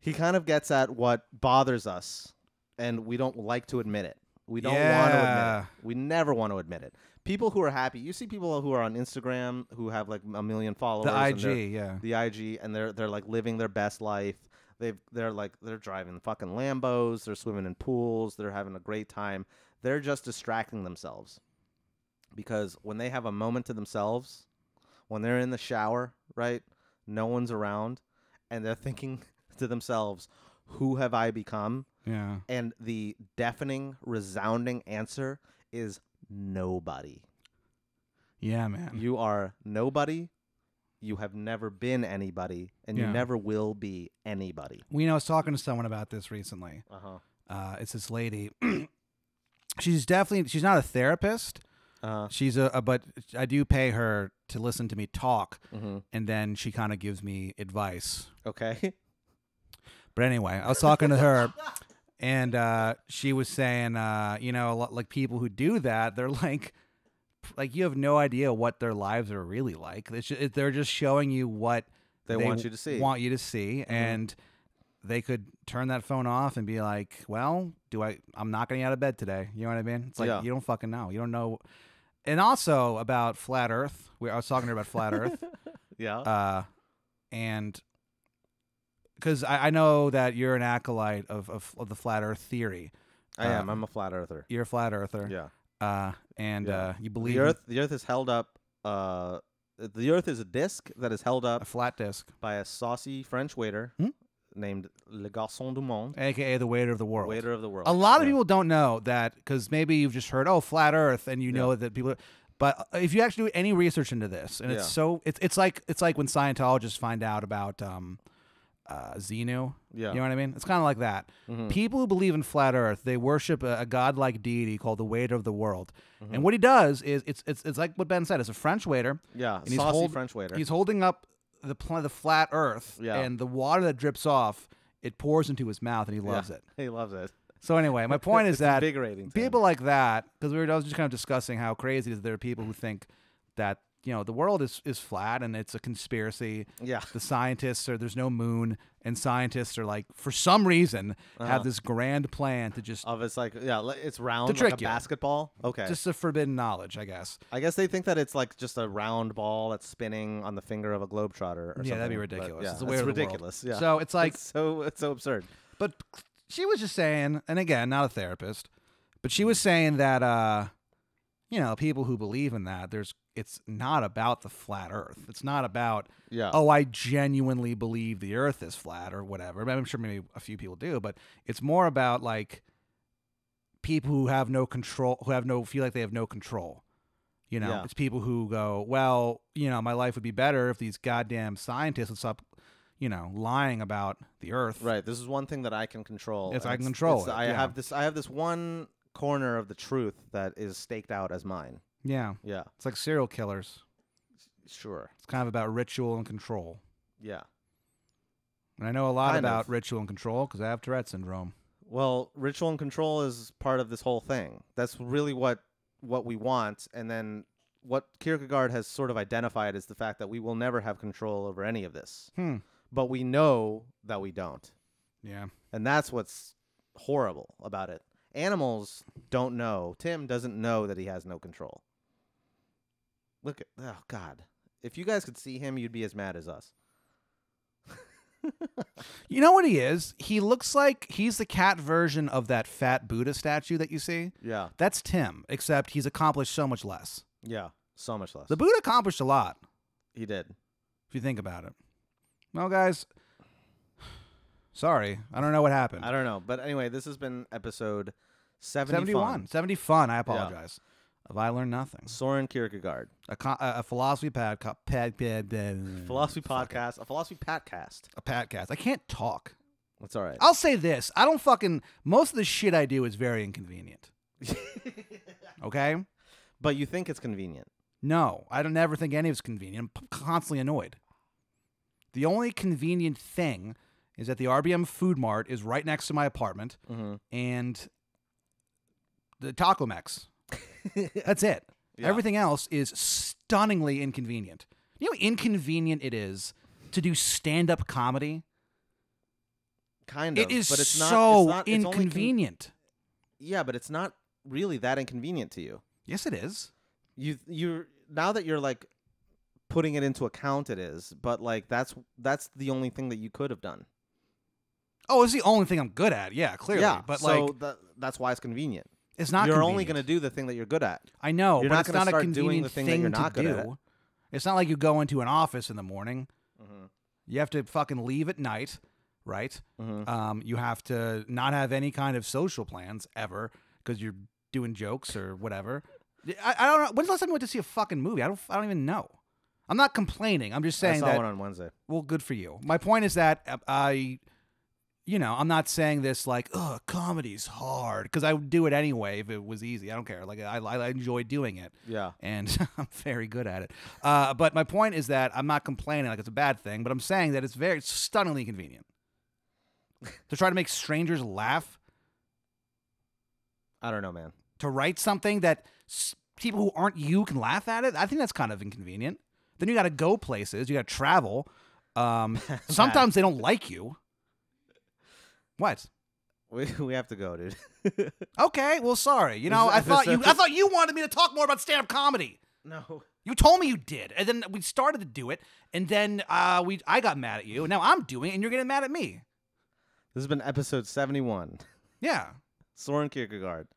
[SPEAKER 2] he kind of gets at what bothers us, and we don't like to admit it. We don't want to admit
[SPEAKER 3] Yeah.
[SPEAKER 2] it. We never want to admit it. People who are happy, you see people who are on Instagram who have like a million followers.
[SPEAKER 3] The
[SPEAKER 2] and they're-
[SPEAKER 3] IG, yeah.
[SPEAKER 2] the IG, and they're they're like living their best life. They've they're like they're driving fucking Lambos. They're swimming in pools. They're having a great time. They're just distracting themselves because when they have a moment to themselves, when they're in the shower, right? No one's around, and they're thinking to themselves, "Who have I become?"
[SPEAKER 3] Yeah.
[SPEAKER 2] And the deafening, resounding answer is nobody.
[SPEAKER 3] Yeah, man.
[SPEAKER 2] You are nobody. You have never been anybody, and
[SPEAKER 3] Yeah.
[SPEAKER 2] you never will be anybody.
[SPEAKER 3] We know I was talking to someone about this recently.
[SPEAKER 2] Uh huh.
[SPEAKER 3] Uh, it's this lady. she's definitely she's not a therapist.
[SPEAKER 2] Uh
[SPEAKER 3] She's a, a but I do pay her to listen to me talk,
[SPEAKER 2] hmm
[SPEAKER 3] and then she kind of gives me advice.
[SPEAKER 2] Okay.
[SPEAKER 3] But anyway, I was talking to her, and uh, she was saying, uh, you know, a lot, like people who do that, they're like, like you have no idea what their lives are really like. It's ju- they're just showing you what
[SPEAKER 2] They want you to see. Mm-hmm.
[SPEAKER 3] want you to see, and they could turn that phone off and be like, "Well, do I? I'm not getting out of bed today." You know what I mean? It's like
[SPEAKER 2] Yeah.
[SPEAKER 3] you don't fucking know. You don't know. And also about flat Earth, we, I was talking to her about flat Earth,
[SPEAKER 2] yeah.
[SPEAKER 3] uh, and because I, I know that you're an acolyte of, of, of the flat Earth theory.
[SPEAKER 2] I am.
[SPEAKER 3] uh,
[SPEAKER 2] I'm a flat earther.
[SPEAKER 3] You're a flat Earther,
[SPEAKER 2] Yeah.
[SPEAKER 3] uh, and
[SPEAKER 2] Yeah.
[SPEAKER 3] uh, you believe
[SPEAKER 2] The
[SPEAKER 3] in
[SPEAKER 2] earth. The earth is held up. Uh, the earth is a disc that is held
[SPEAKER 3] a
[SPEAKER 2] up
[SPEAKER 3] flat disc,
[SPEAKER 2] by a saucy French waiter
[SPEAKER 3] Hmm?
[SPEAKER 2] named Le Garçon du Monde,
[SPEAKER 3] aka the waiter of the world.
[SPEAKER 2] waiter of the world.
[SPEAKER 3] A lot of
[SPEAKER 2] Yeah.
[SPEAKER 3] people don't know that because maybe you've just heard, oh, flat Earth, and you know that people. Are, but uh, if you actually do any research into this, and it's
[SPEAKER 2] Yeah.
[SPEAKER 3] so it's it's like it's like when Scientologists find out about um, uh, Xenu.
[SPEAKER 2] Yeah. Mm-hmm.
[SPEAKER 3] You know what I mean? It's kind of like that. People who believe in flat Earth, they worship a, a godlike deity called the Waiter of the World.
[SPEAKER 2] Mm-hmm.
[SPEAKER 3] And what he does is it's it's it's like what Ben said. It's a French waiter.
[SPEAKER 2] Yeah.
[SPEAKER 3] he's
[SPEAKER 2] saucy
[SPEAKER 3] hold-
[SPEAKER 2] French waiter.
[SPEAKER 3] He's holding up the pl- the flat Earth,
[SPEAKER 2] Yeah.
[SPEAKER 3] and the water that drips off it pours into his mouth, and he
[SPEAKER 2] Yeah.
[SPEAKER 3] loves it.
[SPEAKER 2] He loves it.
[SPEAKER 3] So anyway, my point is
[SPEAKER 2] It's
[SPEAKER 3] that
[SPEAKER 2] invigorating. to him.
[SPEAKER 3] people like that because we were I was just kind of discussing how crazy it is there are people who think that you know the world is is flat and it's a conspiracy
[SPEAKER 2] Yeah.
[SPEAKER 3] the scientists are there's no moon and scientists are like for some reason
[SPEAKER 2] Uh-huh.
[SPEAKER 3] have this grand plan to just
[SPEAKER 2] Of it's like yeah, li- it's round like
[SPEAKER 3] trick
[SPEAKER 2] a
[SPEAKER 3] you.
[SPEAKER 2] basketball. Okay.
[SPEAKER 3] just a forbidden knowledge i guess
[SPEAKER 2] I guess they think that it's like just a round ball that's spinning on the finger of a globetrotter. Or something.
[SPEAKER 3] yeah that'd be
[SPEAKER 2] but
[SPEAKER 3] ridiculous
[SPEAKER 2] yeah,
[SPEAKER 3] it's, a
[SPEAKER 2] that's
[SPEAKER 3] way of the world.
[SPEAKER 2] ridiculous. Yeah.
[SPEAKER 3] so it's like
[SPEAKER 2] It's so it's so absurd.
[SPEAKER 3] but she was just saying and again not a therapist but she
[SPEAKER 2] Mm.
[SPEAKER 3] was saying that uh you know people who believe in that there's it's not about the flat earth it's not about
[SPEAKER 2] Yeah.
[SPEAKER 3] oh, I genuinely believe the earth is flat or whatever. I mean, I'm sure maybe a few people do, but it's more about like people who have no control, who have no, feel like they have no control. You know,
[SPEAKER 2] Yeah.
[SPEAKER 3] it's people who go, well, you know, my life would be better if these goddamn scientists would stop, you know, lying about the earth.
[SPEAKER 2] Right. This is one thing that I can control.
[SPEAKER 3] Yes,
[SPEAKER 2] and
[SPEAKER 3] I can control it,
[SPEAKER 2] I
[SPEAKER 3] yeah.
[SPEAKER 2] have this. I have this one corner of the truth that is staked out as mine.
[SPEAKER 3] Yeah.
[SPEAKER 2] Yeah.
[SPEAKER 3] It's like serial killers.
[SPEAKER 2] Sure.
[SPEAKER 3] It's kind of about ritual and control.
[SPEAKER 2] Yeah.
[SPEAKER 3] And I know a lot
[SPEAKER 2] Kind of.
[SPEAKER 3] about ritual and control because I have Tourette syndrome.
[SPEAKER 2] Well, ritual and control is part of this whole thing. That's really what what we want, and then what Kierkegaard has sort of identified is the fact that we will never have control over any of this,
[SPEAKER 3] Hmm.
[SPEAKER 2] but we know that we don't.
[SPEAKER 3] Yeah.
[SPEAKER 2] And that's what's horrible about it. Animals don't know. Tim doesn't know that he has no control. Look at oh god. If you guys could see him, you'd be as mad as us.
[SPEAKER 3] You know what he is? He looks like he's the cat version of that fat Buddha statue that you see.
[SPEAKER 2] Yeah.
[SPEAKER 3] That's Tim, except he's accomplished so much less.
[SPEAKER 2] Yeah. So much less.
[SPEAKER 3] The Buddha accomplished a lot,
[SPEAKER 2] he did.
[SPEAKER 3] if you think about it. Well, guys, sorry. I don't know what happened.
[SPEAKER 2] I don't know. But anyway, this has been episode 71.
[SPEAKER 3] 71. 70 fun. I apologize. Have I learned nothing?
[SPEAKER 2] Soren Kierkegaard.
[SPEAKER 3] A, co- a a philosophy pad, co- pad, pad, pad,
[SPEAKER 2] Philosophy
[SPEAKER 3] fuck it.
[SPEAKER 2] podcast. A philosophy podcast.
[SPEAKER 3] A podcast. I can't talk.
[SPEAKER 2] That's all right.
[SPEAKER 3] I'll say this. I don't fucking. Most of the shit I do is very inconvenient. okay?
[SPEAKER 2] But you think it's convenient.
[SPEAKER 3] No, I don't ever think any of it's convenient. I'm p- constantly annoyed. The only convenient thing is that the RBM Food Mart is right next to my apartment
[SPEAKER 2] Mm-hmm.
[SPEAKER 3] and the Taco Mex. That's it. Everything else is stunningly inconvenient. You know how inconvenient it is to do stand up comedy?
[SPEAKER 2] Kind of.
[SPEAKER 3] It is
[SPEAKER 2] but it's not,
[SPEAKER 3] so
[SPEAKER 2] it's not, it's only con-
[SPEAKER 3] inconvenient.
[SPEAKER 2] yeah, but it's not really that inconvenient to you.
[SPEAKER 3] yes, it is.
[SPEAKER 2] you you're now that you're like putting it into account it is but like that's that's the only thing that you could have done
[SPEAKER 3] Oh, it's the only thing I'm good at. Yeah, clearly.
[SPEAKER 2] yeah
[SPEAKER 3] but
[SPEAKER 2] so
[SPEAKER 3] like,
[SPEAKER 2] tha- that's why it's convenient
[SPEAKER 3] it's not.
[SPEAKER 2] you're
[SPEAKER 3] convenient.
[SPEAKER 2] only going to do the thing that you're good at
[SPEAKER 3] I know,
[SPEAKER 2] You're
[SPEAKER 3] but
[SPEAKER 2] not
[SPEAKER 3] it's
[SPEAKER 2] gonna
[SPEAKER 3] not a
[SPEAKER 2] start doing
[SPEAKER 3] convenient
[SPEAKER 2] the thing that you're not
[SPEAKER 3] to
[SPEAKER 2] good at. Mm-hmm.
[SPEAKER 3] do. It's not like you go into an office in the morning. You have to fucking leave at night, right?
[SPEAKER 2] Mm-hmm.
[SPEAKER 3] Um, you have to not have any kind of social plans ever because you're doing jokes or whatever. I, I don't know. When's the last time you went to see a fucking movie? I don't. I don't even know. I'm not complaining. I'm just
[SPEAKER 2] i
[SPEAKER 3] saying
[SPEAKER 2] saw
[SPEAKER 3] that
[SPEAKER 2] one on wednesday
[SPEAKER 3] well, good for you. My point is that uh, I, you know, I'm not saying this like, oh, comedy's hard because I would do it anyway if it was easy. I don't care. Like I, I enjoy doing it
[SPEAKER 2] yeah
[SPEAKER 3] and I'm very good at it. Uh, but my point is that I'm not complaining like it's a bad thing, but I'm saying that it's very it's stunningly convenient to try to make strangers laugh,
[SPEAKER 2] i don't know man
[SPEAKER 3] to write something that s- people who aren't you can laugh at it. I think that's kind of inconvenient. Then you got to go places, you got to travel. Um, sometimes they don't like you. What?
[SPEAKER 2] we, we have to go dude
[SPEAKER 3] Okay, well, sorry. You know,
[SPEAKER 2] This
[SPEAKER 3] I thought you, I
[SPEAKER 2] episode-
[SPEAKER 3] thought you wanted me to talk more about stand-up comedy.
[SPEAKER 2] no
[SPEAKER 3] You told me you did, and then we started to do it, and then uh, we I got mad at you, and now I'm doing it, and you're getting mad at me.
[SPEAKER 2] this has been episode 71
[SPEAKER 3] Yeah,
[SPEAKER 2] soren kierkegaard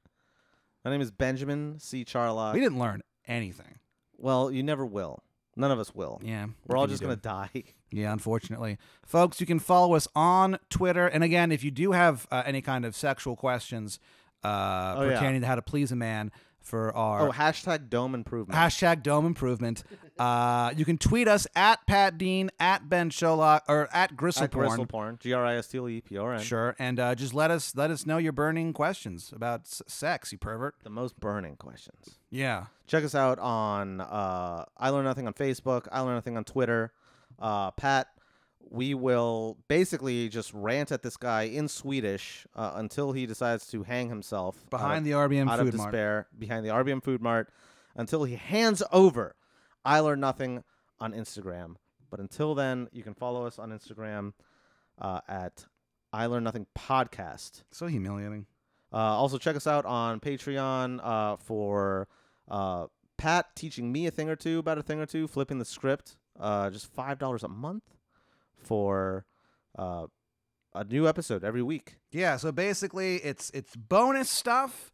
[SPEAKER 2] my name is benjamin c charlock
[SPEAKER 3] we didn't learn anything.
[SPEAKER 2] well you never will none of us will
[SPEAKER 3] Yeah,
[SPEAKER 2] we're all
[SPEAKER 3] what can you
[SPEAKER 2] just
[SPEAKER 3] do?
[SPEAKER 2] going to die
[SPEAKER 3] Yeah, unfortunately. Folks, you can follow us on Twitter. And again, if you do have uh, any kind of sexual questions uh,
[SPEAKER 2] Oh, yeah.
[SPEAKER 3] pertaining to how to please a man for our
[SPEAKER 2] oh hashtag dome improvement
[SPEAKER 3] hashtag dome improvement, uh, you can tweet us at Pat Dean, at Ben Sholok, or at Gristle
[SPEAKER 2] At Gristle porn, G-R-I-S-T-L-E-P-O-R-N.
[SPEAKER 3] Sure. And uh, just let us let us know your burning questions about s- sex, you pervert.
[SPEAKER 2] The most burning questions.
[SPEAKER 3] Yeah.
[SPEAKER 2] Check us out on uh, I Learn Nothing on Facebook, I Learn Nothing on Twitter. Uh, Pat, we will basically just rant at this guy in Swedish uh, until he decides to hang himself out
[SPEAKER 3] Behind
[SPEAKER 2] of-
[SPEAKER 3] the RBM
[SPEAKER 2] out of
[SPEAKER 3] Food Mart.
[SPEAKER 2] despair behind the RBM Food Mart until he hands over I Learn Nothing on Instagram. But until then, you can follow us on Instagram uh, at I Learn Nothing Podcast.
[SPEAKER 3] So humiliating.
[SPEAKER 2] Uh, also, check us out on Patreon uh, for uh, Pat teaching me a thing or two about a thing or two, flipping the script. Uh, just five dollars a month for uh, a new episode every week.
[SPEAKER 3] Yeah, so basically it's it's bonus stuff.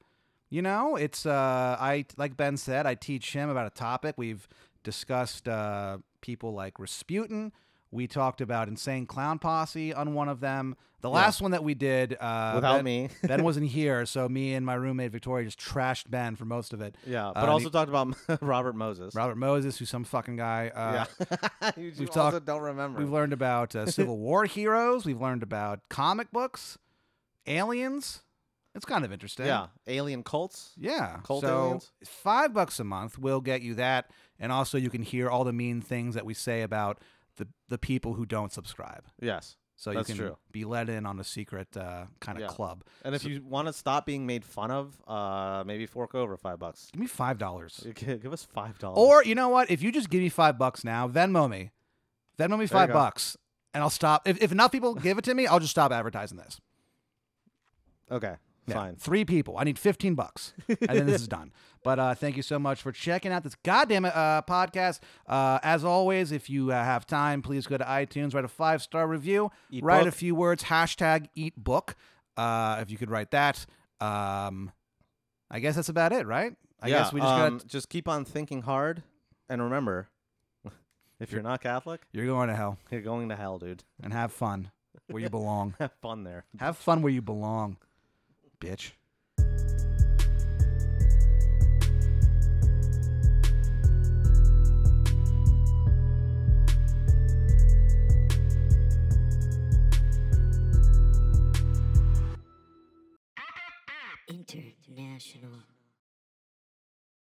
[SPEAKER 3] You know, it's uh I like Ben said, I teach him about a topic. We've discussed uh people like Rasputin. We talked about insane clown posse on one of them. The last one that we did uh
[SPEAKER 2] Without
[SPEAKER 3] Ben-
[SPEAKER 2] me.
[SPEAKER 3] Ben wasn't here, so me and my roommate Victoria just trashed Ben for most of it.
[SPEAKER 2] Yeah,
[SPEAKER 3] Uh,
[SPEAKER 2] but
[SPEAKER 3] and
[SPEAKER 2] also
[SPEAKER 3] he-
[SPEAKER 2] talked about Robert Moses.
[SPEAKER 3] Robert Moses, who's some fucking guy. Uh,
[SPEAKER 2] yeah, you
[SPEAKER 3] we've
[SPEAKER 2] also
[SPEAKER 3] talked-
[SPEAKER 2] don't remember.
[SPEAKER 3] We've learned about uh, Civil War heroes. We've learned about comic books, aliens. It's kind of interesting.
[SPEAKER 2] yeah, alien cults.
[SPEAKER 3] Yeah.
[SPEAKER 2] Cult
[SPEAKER 3] so
[SPEAKER 2] aliens?
[SPEAKER 3] five bucks a month will get you that, and also you can hear all the mean things that we say about the the people who don't subscribe.
[SPEAKER 2] Yes,
[SPEAKER 3] So
[SPEAKER 2] That's
[SPEAKER 3] you can
[SPEAKER 2] true.
[SPEAKER 3] be let in on a secret uh, kind of
[SPEAKER 2] Yeah.
[SPEAKER 3] club.
[SPEAKER 2] and if you want to stop being made fun of, uh, maybe fork over five bucks.
[SPEAKER 3] Give me five dollars,
[SPEAKER 2] Give us five dollars.
[SPEAKER 3] or you know what? If you just give me five bucks now, Venmo me, Venmo me five
[SPEAKER 2] go.
[SPEAKER 3] bucks, and I'll stop. If, if enough people give it to me, I'll just stop advertising this.
[SPEAKER 2] okay,
[SPEAKER 3] Yeah,
[SPEAKER 2] Fine.
[SPEAKER 3] Three people. I need 15 bucks. And then this is done. But uh, thank you so much for checking out this goddamn uh, podcast. Uh, as always, if you uh, have time, please go to iTunes, write a five star review,
[SPEAKER 2] Eat
[SPEAKER 3] write a
[SPEAKER 2] book.
[SPEAKER 3] few words, hashtag eat book. Uh, if you could write that. Um, I guess that's about it, right? I
[SPEAKER 2] yeah,
[SPEAKER 3] guess we just
[SPEAKER 2] um,
[SPEAKER 3] got.
[SPEAKER 2] just keep on thinking hard, and remember, if you're not Catholic,
[SPEAKER 3] You're going to hell
[SPEAKER 2] you're going to hell, dude.
[SPEAKER 3] and have fun where you belong.
[SPEAKER 2] Have fun there.
[SPEAKER 3] have fun where you belong, bitch.